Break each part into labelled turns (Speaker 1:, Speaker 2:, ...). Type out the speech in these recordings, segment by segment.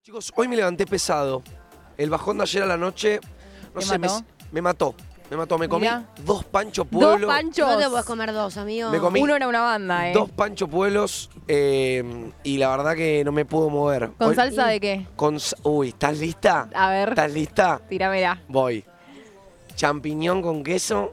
Speaker 1: Chicos, hoy me levanté pesado. El bajón de ayer a la noche, no
Speaker 2: ¿Te
Speaker 1: sé, me-
Speaker 2: mató?
Speaker 1: Me, mató. Me mató. Me comí
Speaker 2: Mirá.
Speaker 1: dos pancho
Speaker 2: Dos
Speaker 1: pueblo.
Speaker 2: panchos.
Speaker 3: No te puedes comer dos, amigo.
Speaker 1: Me comí
Speaker 2: Uno era una banda, ¿eh?
Speaker 1: dos pancho pueblos eh, y la verdad que no me puedo mover.
Speaker 2: ¿Con
Speaker 1: Hoy-
Speaker 2: salsa de qué?
Speaker 1: con sa- uy, ¿estás lista?
Speaker 2: A ver,
Speaker 1: ¿Estás lista?
Speaker 2: tíramela.
Speaker 1: Voy. Champiñón con queso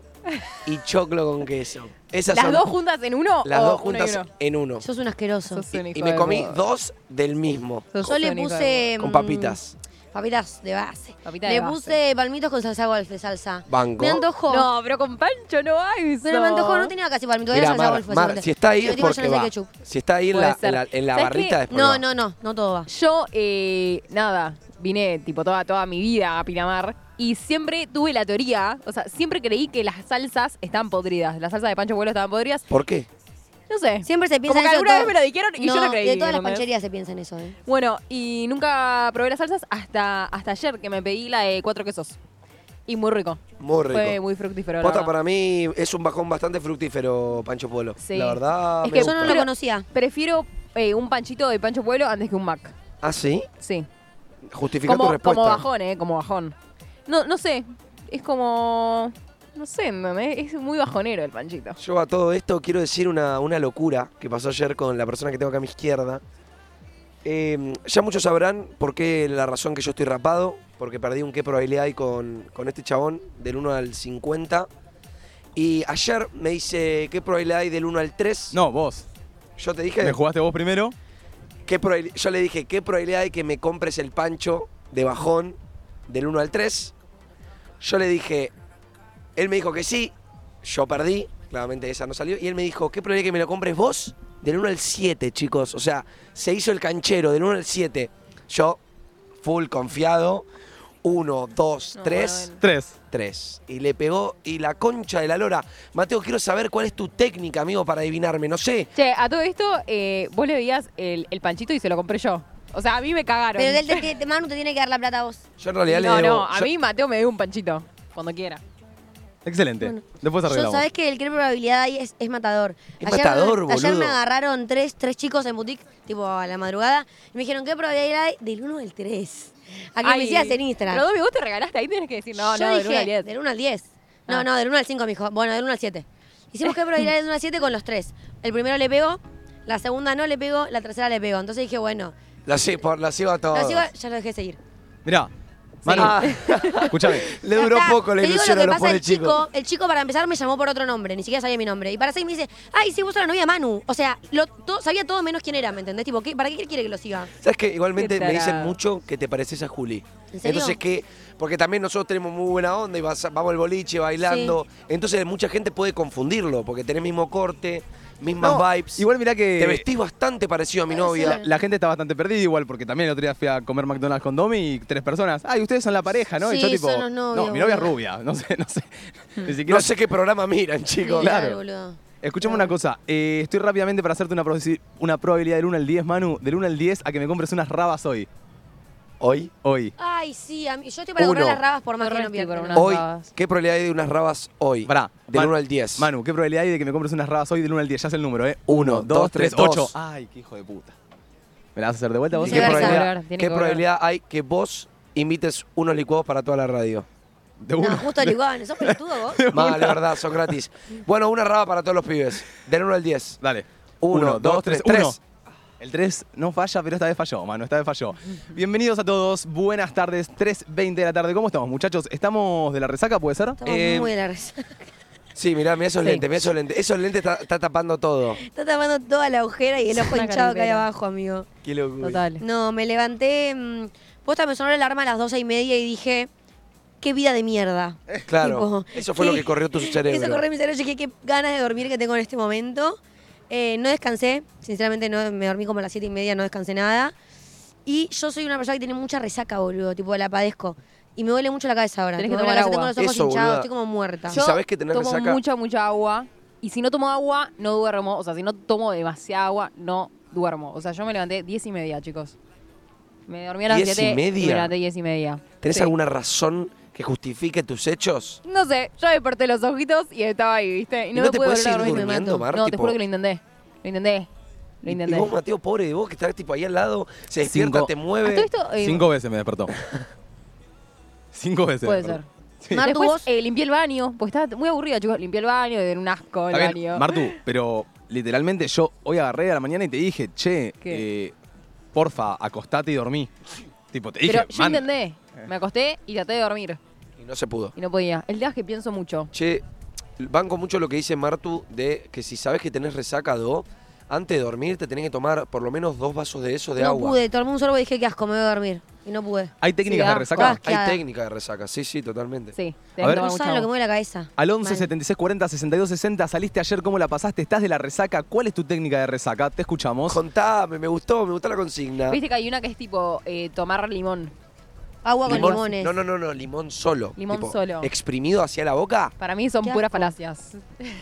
Speaker 1: y choclo con queso. Esas
Speaker 2: ¿Las
Speaker 1: son
Speaker 2: dos juntas en uno?
Speaker 1: las
Speaker 2: o
Speaker 1: dos
Speaker 2: uno y
Speaker 1: juntas
Speaker 2: uno?
Speaker 1: en uno.
Speaker 3: Sos un asqueroso.
Speaker 2: Sos un
Speaker 1: Y
Speaker 2: hijo
Speaker 1: me
Speaker 2: de
Speaker 1: comí
Speaker 2: puta. Em,
Speaker 1: dos del mismo,
Speaker 2: Sos
Speaker 3: Yo le
Speaker 2: un hijo de
Speaker 3: puse.
Speaker 1: con
Speaker 3: mm,
Speaker 1: papitas.
Speaker 3: Papitas de base.
Speaker 2: Papita de
Speaker 3: le
Speaker 2: base.
Speaker 3: puse palmitos con salsa golf de salsa.
Speaker 1: Banco.
Speaker 3: Me
Speaker 2: puta.
Speaker 3: antojó.
Speaker 2: No, pero con pancho no hay. eso.
Speaker 3: Pero me antojó, no tenía casi palmito, era
Speaker 1: Mirá,
Speaker 3: salsa
Speaker 1: Mar,
Speaker 3: golf. de
Speaker 1: Mar,
Speaker 3: salsa.
Speaker 1: si está ahí
Speaker 3: Yo
Speaker 1: es
Speaker 3: digo,
Speaker 1: porque
Speaker 3: yo no sé
Speaker 1: va.
Speaker 3: ketchup.
Speaker 1: Si está ahí en
Speaker 2: Puede
Speaker 1: la,
Speaker 2: ser.
Speaker 1: en la, en la
Speaker 2: ¿Sabes
Speaker 1: barrita
Speaker 2: qué?
Speaker 1: después
Speaker 3: No,
Speaker 1: va.
Speaker 3: no, no, no todo va.
Speaker 2: Yo, eh, nada, vine tipo toda, toda mi vida a Pinamar y siempre tuve la teoría, o sea, siempre creí que las salsas están podridas. Las salsas de pancho vuelo estaban podridas.
Speaker 1: ¿Por qué?
Speaker 2: No sé.
Speaker 3: Siempre se piensa
Speaker 2: Como que
Speaker 3: en eso.
Speaker 2: alguna
Speaker 3: de
Speaker 2: vez
Speaker 3: todo-
Speaker 2: me lo dijeron y yo
Speaker 3: No,
Speaker 2: lo creí,
Speaker 3: De todas las
Speaker 2: ¿entendés?
Speaker 3: pancherías se piensa en eso, ¿eh?
Speaker 2: Bueno, y nunca probé las salsas hasta, hasta ayer que me pedí la de cuatro quesos. Y muy rico.
Speaker 1: Muy rico.
Speaker 2: Fue muy fructífero. la
Speaker 1: Posta
Speaker 2: verdad.
Speaker 1: para mí es un bajón bastante fructífero, Pancho Polo.
Speaker 2: Sí.
Speaker 1: La verdad.
Speaker 2: Es
Speaker 1: me
Speaker 3: Yo
Speaker 2: que
Speaker 3: no
Speaker 1: gusta.
Speaker 3: lo
Speaker 2: Pero-
Speaker 3: conocía.
Speaker 2: Prefiero eh, un panchito de Pancho Pueblo antes que un Mac.
Speaker 1: ¿Ah, sí?
Speaker 2: Sí.
Speaker 1: Justifica tu
Speaker 2: Como,
Speaker 1: respuesta.
Speaker 2: como bajón, ¿eh? Como bajón. No, no sé. Es como. No sé, ¿entendés? es muy bajonero el panchito.
Speaker 1: Yo a todo esto quiero decir una, una locura que pasó ayer con la persona que tengo acá a mi izquierda. Eh, ya muchos sabrán por qué la razón que yo estoy rapado, porque perdí un qué probabilidad hay con, con este chabón del 1 al 50. Y ayer me dice qué probabilidad hay del 1 al 3.
Speaker 4: No, vos.
Speaker 1: Yo te dije,
Speaker 4: Me jugaste vos primero.
Speaker 1: ¿qué probabil- yo le dije, ¿qué probabilidad hay que me compres el pancho de bajón del 1 al 3? Yo le dije, él me dijo que sí, yo perdí, claramente esa no salió, y él me dijo, ¿qué probabilidad hay que me lo compres vos? Del 1 al 7, chicos, o sea, se hizo el canchero del 1 al 7. Yo, full confiado, 1, 2,
Speaker 2: No,
Speaker 1: 3,
Speaker 2: bueno,
Speaker 4: Tres.
Speaker 1: 3. Y le pegó, y la concha de la lora. Mateo, quiero saber cuál es tu técnica, amigo, para adivinarme, no sé.
Speaker 2: Che, a todo esto, eh, vos le veías el, el panchito y se lo compré yo. O sea, a mí me cagaron.
Speaker 3: Pero él te, te- Manu te tiene que dar la plata a vos.
Speaker 1: Yo en realidad
Speaker 2: no,
Speaker 1: le debo-
Speaker 2: no, a
Speaker 1: yo-
Speaker 2: mí Mateo me dio un panchito. Cuando quiera.
Speaker 4: Excelente.
Speaker 3: Bueno,
Speaker 4: Después
Speaker 3: Yo
Speaker 4: arreglamos.
Speaker 3: sabes que el que probabilidad ahí es, es matador.
Speaker 1: Es matador,
Speaker 3: me, Ayer me
Speaker 1: boludo.
Speaker 3: agarraron tres, tres chicos en boutique, tipo a la madrugada, y me dijeron, ¿qué probabilidad hay? Del 1 al 3. A que me
Speaker 2: Ay,
Speaker 3: hicieras en Instagram.
Speaker 2: Pero Domi, vos te regalaste ahí, tienes que decir, no,
Speaker 3: Yo
Speaker 2: no,
Speaker 3: dije,
Speaker 2: del 1 al 10.
Speaker 3: del 1 al 10. No,
Speaker 2: Ah.
Speaker 3: no, del 1 al 5, me dijo. Bueno, del 1 al 7. Hicimos que probabilidad del 1 al 7 con los tres. El primero le pegó, la segunda no le pegó, la tercera le pegó. Entonces dije, bueno,
Speaker 1: Las, i- por, las iba a
Speaker 3: lo
Speaker 1: todas.
Speaker 3: sigo, ya lo dejé seguir.
Speaker 4: Mirá, Manu,
Speaker 1: Ah,
Speaker 4: escúchame.
Speaker 1: le
Speaker 3: Ya
Speaker 1: duró
Speaker 3: está.
Speaker 1: poco la
Speaker 3: Te digo
Speaker 1: ilusión
Speaker 3: lo
Speaker 1: a
Speaker 3: que
Speaker 1: los
Speaker 3: pasa,
Speaker 1: pobres
Speaker 3: el chico,
Speaker 1: chicos.
Speaker 3: el chico para empezar me llamó por otro nombre, ni siquiera sabía mi nombre. Y para seguir me dice, ay, sí, vos sos la novia de Manu. O sea, lo, to- sabía todo menos quién era, ¿me entendés? Tipo, ¿qué- ¿para qué quiere que lo siga?
Speaker 1: Sabes que igualmente
Speaker 2: Qué
Speaker 1: me dicen
Speaker 2: tarado.
Speaker 1: mucho que te pareces a Juli.
Speaker 3: ¿En serio?
Speaker 1: Entonces que, porque también nosotros tenemos muy buena onda y vas- vamos al boliche bailando. Entonces mucha gente puede confundirlo, porque tenés mismo corte, mismas
Speaker 4: No,
Speaker 1: vibes.
Speaker 4: Igual mirá que.
Speaker 1: te vestís bastante parecido a mi
Speaker 3: Puede
Speaker 1: novia.
Speaker 3: ser.
Speaker 4: La gente está bastante perdida igual, porque también el otro día fui a comer McDonald's con Domi y tres personas. Ay, ustedes son la pareja, ¿no? y
Speaker 3: Sí,
Speaker 4: yo tipo.
Speaker 3: son los novios,
Speaker 4: no, mi novia es
Speaker 3: boludo. Hmm.
Speaker 4: rubia. No sé, no sé. Ni siquiera.
Speaker 1: No sé qué programa miran, chicos.
Speaker 4: Claro.
Speaker 3: boludo.
Speaker 4: Escuchame una cosa. eh, estoy rápidamente para hacerte una, prosi- una probabilidad del 1 al 10, Manu. Del 1 al 10 a que me compres unas rabas hoy.
Speaker 1: Hoy,
Speaker 4: Hoy.
Speaker 3: Ay, sí, a mí- yo estoy para
Speaker 1: Uno.
Speaker 3: comprar las rabas por más
Speaker 2: Yo
Speaker 3: que no
Speaker 2: estoy por
Speaker 3: pierdan.
Speaker 2: una. Las
Speaker 1: hoy,
Speaker 2: rabas.
Speaker 1: ¿qué probabilidad hay de unas rabas hoy?
Speaker 4: Pará.
Speaker 1: Del
Speaker 4: Man-
Speaker 1: 1 al 10.
Speaker 4: Manu, ¿qué probabilidad hay de que me compres unas rabas hoy del 1 al 10? Ya es el número, ¿eh?
Speaker 1: Uno,
Speaker 4: Uno,
Speaker 1: dos,
Speaker 4: dos, tres,
Speaker 1: tres,
Speaker 4: ocho.
Speaker 1: dos.
Speaker 4: Ay, qué hijo de puta. ¿Me la vas a hacer de vuelta vos?
Speaker 1: ¿Y
Speaker 3: Sí,
Speaker 1: qué
Speaker 3: versa.
Speaker 1: probabilidad,
Speaker 2: Cobrar, tiene
Speaker 1: qué
Speaker 2: que cobrar.
Speaker 1: probabilidad hay que vos invites unos licuados para toda la radio?
Speaker 4: De
Speaker 3: No,
Speaker 4: una.
Speaker 3: justo Liguano, sos pelotudo vos.
Speaker 1: Mal, la verdad, son gratis. Bueno, una raba para todos los pibes. Del 1 al 10.
Speaker 4: Dale.
Speaker 1: Uno, dos, tres, tres.
Speaker 4: Uno. El 3 no falla, pero esta vez falló, mano, esta vez falló. Bienvenidos a todos, buenas tardes, 3.20 de la tarde. ¿Cómo estamos, muchachos? ¿Estamos de la resaca, puede ser?
Speaker 3: Estamos
Speaker 1: Eh,
Speaker 3: muy de la risa.
Speaker 1: Sí, mirá, mirá esos
Speaker 2: Sí.
Speaker 1: lentes, mirá esos lentes. Esos lentes está, está tapando todo.
Speaker 3: Está tapando toda la agujera y el
Speaker 2: Es
Speaker 3: ojo
Speaker 2: una
Speaker 3: hinchado que hay
Speaker 2: caribera.
Speaker 3: abajo, amigo.
Speaker 1: Qué locura.
Speaker 2: Total.
Speaker 3: No, me levanté. mm, Posta me sonó el alarma a las doce y media y dije, qué vida de mierda.
Speaker 1: Claro,
Speaker 3: Tipo,
Speaker 1: eso fue lo que
Speaker 3: ¿qué?
Speaker 1: corrió tu cerebro.
Speaker 3: Eso corrió en mi cerebro. Yo dije, qué ganas de dormir que tengo en este momento. Eh, no descansé, sinceramente no, me dormí como a las siete y media, no descansé nada. Y yo soy una persona que tiene mucha resaca, boludo, tipo la padezco. Y me duele mucho la cabeza ahora.
Speaker 2: Tenés
Speaker 3: tipo,
Speaker 2: que
Speaker 3: me duele la
Speaker 2: tomar
Speaker 3: cabeza, Tengo los ojos
Speaker 1: Eso,
Speaker 3: hinchados,
Speaker 1: boluda.
Speaker 3: estoy como muerta.
Speaker 1: Si Sí. sabés que tenés
Speaker 2: Ah. tomo
Speaker 1: resaca-
Speaker 2: mucha, mucha agua. Y si no tomo agua, no duermo. O sea, si no tomo demasiada agua, no duermo. O sea, yo me levanté 10 y media, chicos. Me dormí a las
Speaker 1: ¿Diez y
Speaker 2: 7
Speaker 1: media?
Speaker 2: me levanté 10 y media.
Speaker 1: ¿Tenés
Speaker 2: Sí.
Speaker 1: alguna razón que justifique tus hechos?
Speaker 2: No sé, yo desperté los ojitos y estaba ahí, ¿viste? Y
Speaker 1: ¿Y
Speaker 2: no,
Speaker 1: no
Speaker 2: me
Speaker 1: te
Speaker 2: pude
Speaker 1: podés
Speaker 2: volver a
Speaker 1: ir
Speaker 2: dormir.
Speaker 1: durmiendo, Mar,
Speaker 2: no, te
Speaker 1: tipo-
Speaker 2: juro que lo intenté. Lo intenté. Lo
Speaker 1: Y
Speaker 2: intenté.
Speaker 1: vos, Mateo, pobre de vos, que estás tipo ahí al lado, se despierta,
Speaker 4: Cinco.
Speaker 1: te
Speaker 2: A todo
Speaker 1: mueve.
Speaker 2: esto, eh,
Speaker 4: Cinco veces me despertó. Cinco veces.
Speaker 2: Puede
Speaker 4: me despertó. Sí.
Speaker 3: Martu,
Speaker 2: Después,
Speaker 3: vos-
Speaker 2: eh, limpié el baño, pues estaba muy aburrida, chicos. Limpié el baño, era un asco el
Speaker 4: Está bien,
Speaker 2: baño.
Speaker 4: Martu, pero literalmente yo hoy agarré a la mañana y te dije, che,
Speaker 2: ¿Qué?
Speaker 4: eh, porfa, acostate y dormí. Tipo, te dije, Eh.
Speaker 2: Pero yo
Speaker 4: man,
Speaker 2: intenté, me acosté y traté de dormir.
Speaker 1: Y no se pudo.
Speaker 2: Y no podía. El día es que pienso mucho.
Speaker 1: Che, banco mucho lo que dice Martu de que si sabes que tenés resaca, do, antes de dormir te tenés que tomar por lo menos dos vasos de eso de
Speaker 3: no
Speaker 1: agua.
Speaker 3: pude, todo el mundo solo dije que asco, me voy a dormir. Y no pude.
Speaker 4: Hay técnicas
Speaker 2: Sí,
Speaker 4: de
Speaker 2: ah,
Speaker 4: resaca.
Speaker 3: ah,
Speaker 1: Hay
Speaker 3: Asqueada.
Speaker 1: técnica de resaca, sí, sí, totalmente.
Speaker 2: Sí,
Speaker 4: A ver.
Speaker 2: tenés que
Speaker 3: No
Speaker 2: tomar mucha
Speaker 3: saben lo que
Speaker 2: agua.
Speaker 3: mueve la cabeza.
Speaker 4: Al 11
Speaker 3: Mal.
Speaker 4: 76 40 62 60 saliste ayer, ¿cómo la pasaste? ¿Estás de la resaca? ¿Cuál es tu técnica de resaca? Te escuchamos.
Speaker 1: Contame, me gustó, me gustó la consigna.
Speaker 2: Viste que hay una que es tipo eh, tomar limón.
Speaker 3: Agua con
Speaker 1: Limón-
Speaker 3: limones.
Speaker 1: No, no, no, no, limón solo.
Speaker 2: Limón
Speaker 1: Tipo,
Speaker 2: solo.
Speaker 1: Exprimido hacia la boca.
Speaker 2: Para mí son
Speaker 3: Qué
Speaker 2: puras
Speaker 3: asco.
Speaker 2: falacias.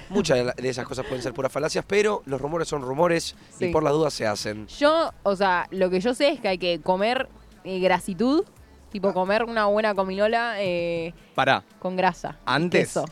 Speaker 1: Muchas de la- de esas cosas pueden ser puras falacias, pero los rumores son rumores y
Speaker 2: Sí.
Speaker 1: por las dudas se hacen.
Speaker 2: Yo, o sea, lo que yo sé es que hay que comer eh, grasitud,
Speaker 4: Ah.
Speaker 2: tipo comer una buena cominola eh,
Speaker 4: Pará,
Speaker 2: con grasa. y
Speaker 4: antes.
Speaker 2: queso.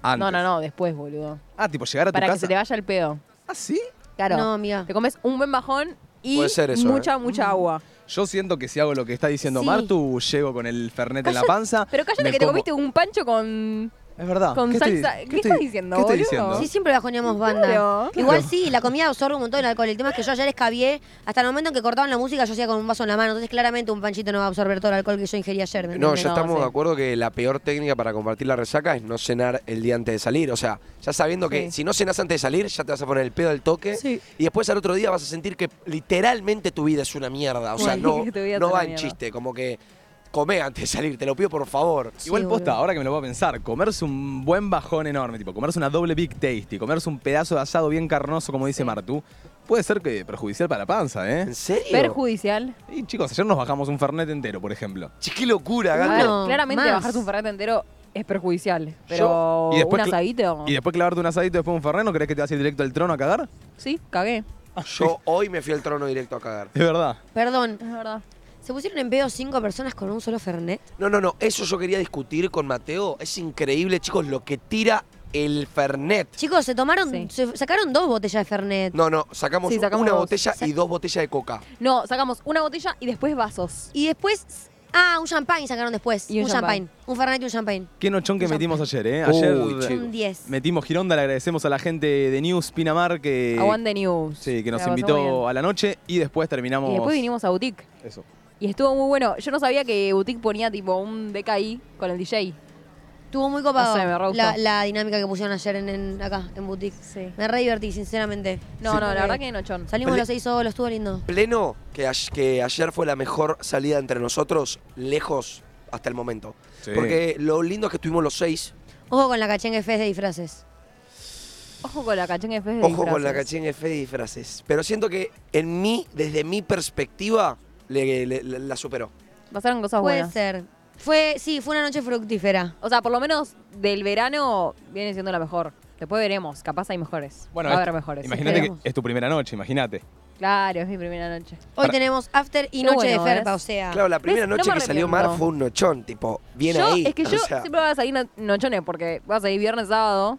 Speaker 4: antes.
Speaker 2: No, no, no, después, boludo.
Speaker 4: Ah, tipo, llegar a tu
Speaker 2: Para que
Speaker 4: casa.
Speaker 2: se te vaya el pedo.
Speaker 4: ¿Ah, sí?
Speaker 2: Claro.
Speaker 3: No, amiga. Mm.
Speaker 2: Te comes un buen bajón y
Speaker 1: Puede ser eso,
Speaker 4: ¿eh?
Speaker 2: mucha, mucha agua.
Speaker 4: Yo siento que si hago lo que está diciendo
Speaker 3: Sí.
Speaker 4: Martu, llego con el fernet en la
Speaker 2: Cállate-
Speaker 4: panza.
Speaker 2: Pero cállate
Speaker 4: me
Speaker 2: que te
Speaker 4: como-
Speaker 2: comiste un pancho con.
Speaker 4: Es verdad.
Speaker 2: con
Speaker 4: ¿Qué estoy-
Speaker 2: salsa- ¿qué
Speaker 4: estoy-
Speaker 2: estás diciendo,
Speaker 4: ¿Qué estoy
Speaker 2: boludo?
Speaker 4: diciendo?
Speaker 3: Sí, siempre bajoneamos banda.
Speaker 2: Claro.
Speaker 3: Igual sí, la comida absorbe un montón el alcohol. El tema es que yo ayer escabié, hasta el momento en que cortaban la música, yo hacía con un vaso en la mano. Entonces, claramente, un panchito no va a absorber todo el alcohol que yo ingerí ayer. ¿me
Speaker 1: No,
Speaker 3: entiendes?
Speaker 1: ya estamos
Speaker 2: sí.
Speaker 1: de acuerdo que la peor técnica para compartir la resaca es no cenar el día antes de salir. O sea, ya sabiendo que
Speaker 2: Sí.
Speaker 1: si no cenas antes de salir, ya te vas a poner el pedo al toque.
Speaker 2: Sí.
Speaker 1: Y después al otro día vas a sentir que literalmente tu vida es una mierda. O sea,
Speaker 2: Sí,
Speaker 1: no,
Speaker 2: que tu vida es
Speaker 1: no
Speaker 2: una
Speaker 1: va en
Speaker 2: mierda.
Speaker 1: chiste. Como que come antes de salir, te lo pido por favor.
Speaker 4: Igual
Speaker 3: Sí,
Speaker 4: posta,
Speaker 3: boludo.
Speaker 4: ahora que me lo voy a pensar, comerse un buen bajón enorme, tipo comerse una doble big tasty, comerse un pedazo de asado bien carnoso, como dice Martu, puede ser que perjudicial para la panza, ¿eh?
Speaker 1: ¿En serio?
Speaker 2: Perjudicial.
Speaker 4: Y chicos, ayer nos bajamos un fernet entero, por ejemplo.
Speaker 1: Che, qué locura,
Speaker 2: A
Speaker 1: gato.
Speaker 2: ver,
Speaker 3: No,
Speaker 2: claramente
Speaker 3: más.
Speaker 2: bajarse un fernet entero es perjudicial. Pero
Speaker 4: y
Speaker 2: un
Speaker 4: después cl-
Speaker 2: asadito.
Speaker 4: Y después clavarte un asadito después un fernet, ¿no crees que te vas a ir directo al trono a cagar?
Speaker 2: Sí, cagué.
Speaker 1: Yo hoy me fui al trono directo a cagar.
Speaker 4: Es verdad.
Speaker 3: Perdón,
Speaker 2: Es verdad.
Speaker 3: ¿se pusieron en pedo cinco personas con un solo Fernet?
Speaker 1: No, no, no. Eso yo quería discutir con Mateo. Es increíble, chicos, lo que tira el Fernet.
Speaker 3: Chicos, se tomaron,
Speaker 2: Sí.
Speaker 3: se sacaron dos botellas de Fernet.
Speaker 1: No, no, sacamos,
Speaker 2: Sí, sacamos
Speaker 1: una
Speaker 2: dos.
Speaker 1: botella y dos botellas de coca.
Speaker 2: No, sacamos una botella y después vasos.
Speaker 3: Y después, ah, un champagne sacaron después.
Speaker 2: Y un
Speaker 3: un champagne. Un Fernet y un champagne.
Speaker 4: Qué nochón que metimos ayer, ¿eh?
Speaker 1: Uy,
Speaker 4: Ayer
Speaker 1: chico.
Speaker 3: Un 10.
Speaker 4: metimos Gironda, le agradecemos a la gente de News Pinamar que,
Speaker 2: Aguante News.
Speaker 4: Eh, sí, que nos
Speaker 2: La pasamos
Speaker 4: invitó
Speaker 2: bien.
Speaker 4: a la noche y después terminamos...
Speaker 2: Y después vinimos a Boutique.
Speaker 4: Eso.
Speaker 2: Y estuvo muy bueno. Yo no sabía que Boutique ponía tipo un DKI con el DJ.
Speaker 3: Estuvo muy copado
Speaker 2: No sé, me re gustó.
Speaker 3: la, la dinámica que pusieron ayer en, en- acá, en Boutique.
Speaker 2: Sí.
Speaker 3: Me re divertí, sinceramente.
Speaker 2: No, no, la verdad que nochón.
Speaker 3: Salimos
Speaker 1: Ple-
Speaker 3: los seis solos, estuvo lindo.
Speaker 1: Pleno, que, ay- que ayer fue la mejor salida entre nosotros, lejos hasta el momento.
Speaker 4: Sí.
Speaker 1: Porque lo lindo es que estuvimos los seis.
Speaker 3: Ojo con la cachengue fest de disfraces.
Speaker 2: Ojo con la cachengue de
Speaker 1: Ojo con la cachengue fe de disfraces. Pero siento que en mí, desde mi perspectiva, le- le- le- la superó.
Speaker 2: Pasaron cosas
Speaker 3: Puede
Speaker 2: buenas.
Speaker 3: ser. Fue, sí, fue una noche fructífera.
Speaker 2: O sea, por lo menos del verano viene siendo la mejor. Después veremos, capaz hay mejores. Va a
Speaker 4: es-
Speaker 2: haber mejores.
Speaker 4: este, Imagínate que
Speaker 3: Esperemos.
Speaker 4: es tu primera noche, imagínate.
Speaker 2: Claro, es mi primera noche.
Speaker 3: Hoy
Speaker 4: Para-
Speaker 3: tenemos after y
Speaker 2: Qué
Speaker 3: noche
Speaker 2: bueno,
Speaker 3: de ferpa,
Speaker 2: ¿ves?
Speaker 3: o sea.
Speaker 1: Claro, la primera
Speaker 2: ¿Ves? Ah, No
Speaker 1: noche
Speaker 2: me
Speaker 1: que salió Mar
Speaker 2: arrepiento.
Speaker 1: fue un nochón, tipo, bien
Speaker 2: yo,
Speaker 1: ahí.
Speaker 2: Es que
Speaker 1: o
Speaker 2: yo
Speaker 1: sea,
Speaker 2: siempre voy a salir no- nochones porque vas a salir viernes, sábado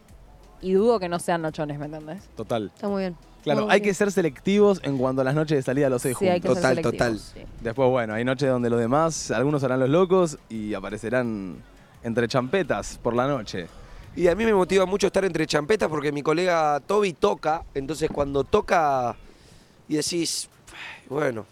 Speaker 2: y dudo que no sean nochones, ¿me entendés?
Speaker 4: Total.
Speaker 3: Está muy bien.
Speaker 4: Claro,
Speaker 3: Muy
Speaker 4: hay
Speaker 3: bien.
Speaker 4: que ser selectivos en cuanto a las noches de salida a los seis
Speaker 2: Sí, hay que
Speaker 4: juntos.
Speaker 1: Total,
Speaker 2: ser selectivos,
Speaker 1: total.
Speaker 2: sí.
Speaker 4: Después, bueno, hay noches donde los demás, algunos serán los locos y aparecerán entre champetas por la noche.
Speaker 1: Y a mí me motiva mucho estar entre champetas porque mi colega Toby toca. Entonces, cuando toca y decís, "Ay, bueno,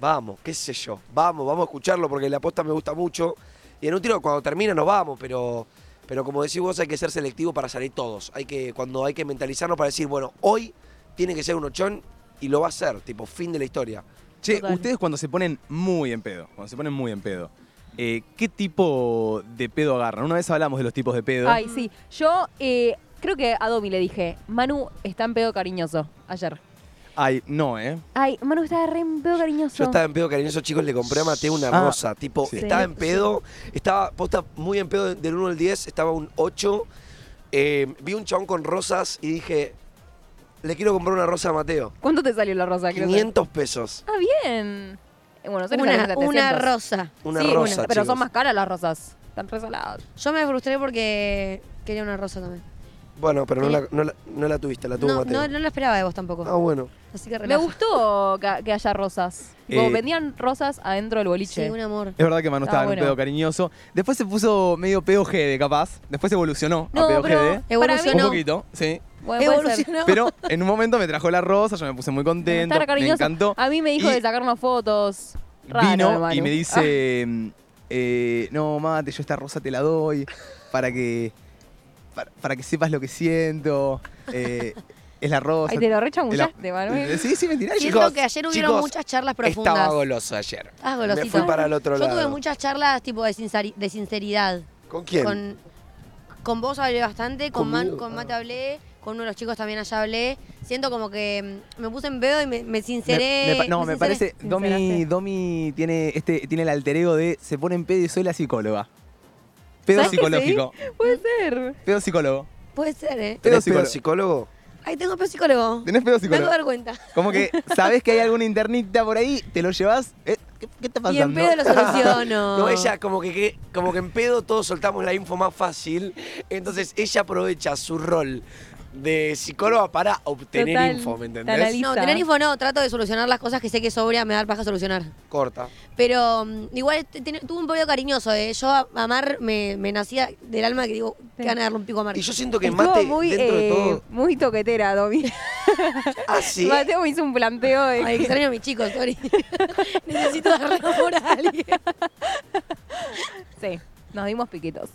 Speaker 1: vamos, qué sé yo, vamos, vamos a escucharlo porque la aposta me gusta mucho. Y en un tiro, cuando termina, nos vamos, pero. Pero como decís vos, hay que ser selectivo para salir todos. Hay que, cuando hay que mentalizarnos para decir, bueno, hoy tiene que ser un ochón y lo va a ser, tipo, fin de la historia.
Speaker 4: Che,
Speaker 2: Total.
Speaker 4: ustedes cuando se ponen muy en pedo, cuando se ponen muy en pedo, eh, ¿qué tipo de pedo agarran? Una vez hablamos de los tipos de pedo.
Speaker 2: Ay, sí. Yo eh, creo que a Domi le dije, Manu está en pedo cariñoso ayer.
Speaker 4: Ay, no, ¿eh?
Speaker 2: Ay, Manu está re en pedo cariñoso.
Speaker 1: Yo estaba en pedo, cariñoso, chicos, le compré a Mateo una
Speaker 4: Ah,
Speaker 1: rosa. Tipo,
Speaker 4: sí.
Speaker 1: estaba
Speaker 2: Sí.
Speaker 1: en pedo, estaba posta muy en pedo del 1 al 10, estaba un 8. eh, vi un chabón con rosas y dije, le quiero comprar una rosa a Mateo.
Speaker 2: ¿Cuánto te salió la rosa? Quiero saber.
Speaker 1: 500 pesos.
Speaker 2: Ah, bien. Eh, En Buenos Aires salen
Speaker 3: Una,
Speaker 2: 700.
Speaker 3: una rosa.
Speaker 1: Una
Speaker 2: Sí,
Speaker 1: rosa,
Speaker 2: pero
Speaker 1: chicos.
Speaker 2: son más caras las rosas. Están resaladas.
Speaker 3: Yo me frustré porque quería una rosa también.
Speaker 1: Bueno, pero no,
Speaker 3: Eh.
Speaker 1: la, no, la, no la tuviste, la tuvo
Speaker 3: No,
Speaker 1: Mateo.
Speaker 3: no, no lo esperaba de vos tampoco.
Speaker 1: Ah, bueno.
Speaker 3: Así que
Speaker 2: Me
Speaker 3: relaja.
Speaker 2: gustó que, que haya rosas. Como
Speaker 4: Eh,
Speaker 2: vendían rosas adentro del boliche.
Speaker 3: Sí, un amor.
Speaker 4: Es verdad que Manu
Speaker 2: Ah,
Speaker 4: estaba en
Speaker 2: bueno.
Speaker 4: un pedo cariñoso. Después se puso medio POGD, capaz. Después evolucionó a
Speaker 2: No,
Speaker 4: POGD.
Speaker 2: pero para mí
Speaker 4: Un
Speaker 3: Evolucionó.
Speaker 2: no.
Speaker 4: poquito, sí.
Speaker 2: Bueno, puede ser.
Speaker 3: Evolucionó.
Speaker 4: Pero en un momento me trajo la rosa, yo me puse muy contento.
Speaker 2: Está re
Speaker 4: me
Speaker 2: cariñoso.
Speaker 4: encantó.
Speaker 2: A mí me dijo
Speaker 4: Y-
Speaker 2: de sacarnos fotos. Raro,
Speaker 4: Vino y
Speaker 2: hermano.
Speaker 4: me dice, eh, no, mate, yo esta rosa te la doy para que, para, para que sepas lo que siento. eh, es la rosa.
Speaker 2: Ay, te lo
Speaker 4: Es la-
Speaker 2: rechambullaste, Manuel.
Speaker 4: Sí, sí, mentira.
Speaker 3: Siento
Speaker 1: Chicos,
Speaker 3: que ayer hubieron
Speaker 1: chicos,
Speaker 3: muchas charlas profundas.
Speaker 1: Estaba goloso ayer.
Speaker 3: Estabas
Speaker 1: Me
Speaker 3: golosito.
Speaker 1: fui para el otro
Speaker 3: Yo
Speaker 1: lado.
Speaker 3: tuve muchas charlas tipo de, sinceri- de sinceridad.
Speaker 1: ¿Con quién?
Speaker 3: Con, con vos hablé bastante, con, Man-
Speaker 1: Conmigo,
Speaker 3: con
Speaker 1: ah.
Speaker 3: Mate hablé, con uno de los chicos también allá hablé. Siento como que mm, me puse en pedo y me, me
Speaker 4: Me-
Speaker 3: sinceré.
Speaker 4: me pa- no, me
Speaker 3: sinceré.
Speaker 4: parece, Domi,
Speaker 2: Sinceraste.
Speaker 4: Domi tiene, este, tiene el alter ego de se pone en pedo y soy la psicóloga. Pedo
Speaker 2: ¿Sabes que sí?
Speaker 4: psicológico.
Speaker 2: Puede ser.
Speaker 4: Pedo psicólogo.
Speaker 3: Puede ser, ¿eh?
Speaker 1: ¿Tenés
Speaker 4: Pedo
Speaker 1: pedo psicólogo?
Speaker 3: Ahí tengo pedo psicólogo.
Speaker 4: ¿Tenés
Speaker 3: Me
Speaker 4: pedo
Speaker 3: acabo
Speaker 4: psicólogo?
Speaker 3: de dar cuenta.
Speaker 4: Como que sabes que hay alguna internita por ahí, te lo llevas. eh, ¿qué, qué está
Speaker 3: Y en
Speaker 4: pasando?
Speaker 3: pedo lo soluciono.
Speaker 1: No, ella como que- que, como que en pedo todos soltamos la info más fácil. Entonces ella aprovecha su rol de psicóloga para obtener
Speaker 2: Total,
Speaker 1: info, ¿me
Speaker 2: tal
Speaker 1: entendés?
Speaker 2: ali-
Speaker 3: No,
Speaker 2: Lisa.
Speaker 3: tener info no, trato de solucionar las cosas que sé que sobria me da paja solucionar.
Speaker 1: Corta.
Speaker 3: Pero mm, igual este, tiene- tuve un periodo cariñoso, ¿eh? Yo a, a Mar me, me nacía del alma que digo,
Speaker 2: Sí.
Speaker 3: que van a darle un pico a Mar.
Speaker 1: Y yo siento que
Speaker 2: Estuvo
Speaker 1: Mate,
Speaker 2: muy,
Speaker 1: dentro de
Speaker 2: eh,
Speaker 1: todo...
Speaker 2: muy toquetera, Domi.
Speaker 1: Ah, sí.
Speaker 2: Mateo me hizo un planteo de.
Speaker 3: Ay, extraño a mis chicos, sorry. Necesito darle amor a alguien.
Speaker 2: Sí, nos dimos piquitos.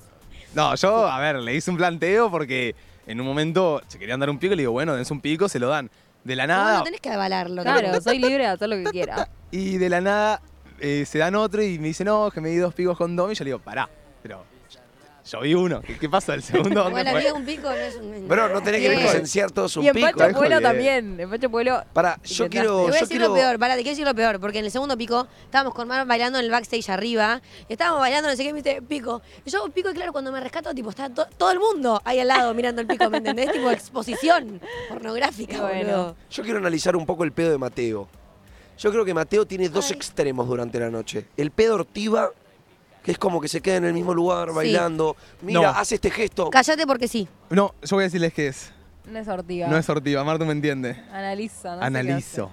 Speaker 4: No, yo, a ver, le hice un planteo porque en un momento se querían dar un pico y le digo, bueno, dense un pico, se lo dan. De la
Speaker 3: No,
Speaker 4: nada.
Speaker 3: no tenés que avalarlo.
Speaker 2: Claro, soy libre de hacer lo que quiera.
Speaker 4: Y de la nada eh, se dan otro y me dice, no, que me di dos picos con Domi. Yo le digo, pará, pero yo vi uno. ¿Qué, qué pasó? El segundo, ¿dónde
Speaker 3: Igual la
Speaker 4: fue?
Speaker 3: vida un pico no es un...
Speaker 1: Bro, no tenés que
Speaker 3: Bien.
Speaker 1: presenciar todo su
Speaker 2: Y en
Speaker 1: pico.
Speaker 2: Pacho Pueblo
Speaker 4: Joder.
Speaker 2: también. En Pacho Pueblo.
Speaker 1: Para, yo
Speaker 3: Te
Speaker 2: Intentaste.
Speaker 1: quiero...
Speaker 3: voy a
Speaker 1: Yo
Speaker 3: decir lo
Speaker 1: quiero...
Speaker 3: peor, para, te quiero decir lo peor, porque en el segundo pico estábamos con Mar bailando en el backstage arriba, y estábamos bailando, no sé qué, me dice, pico. Y yo hago pico y claro, cuando me rescato, tipo, está to- todo el mundo ahí al lado mirando el pico, ¿me entendés? tipo exposición
Speaker 2: Y
Speaker 3: pornográfica,
Speaker 2: bueno.
Speaker 3: boludo.
Speaker 1: Yo quiero analizar un poco el pedo de Mateo. Yo creo que Mateo tiene dos
Speaker 3: Ay.
Speaker 1: extremos durante la noche. El pedo ortiva, que es como que se queda en el mismo lugar
Speaker 3: Sí.
Speaker 1: bailando. Mira,
Speaker 4: No.
Speaker 1: hace este gesto.
Speaker 3: Cállate porque sí.
Speaker 4: No, yo voy a decirles que es.
Speaker 2: No es ortiga.
Speaker 4: No es sortiva, Marta me entiende.
Speaker 2: Analiza, no sé
Speaker 4: Analizo.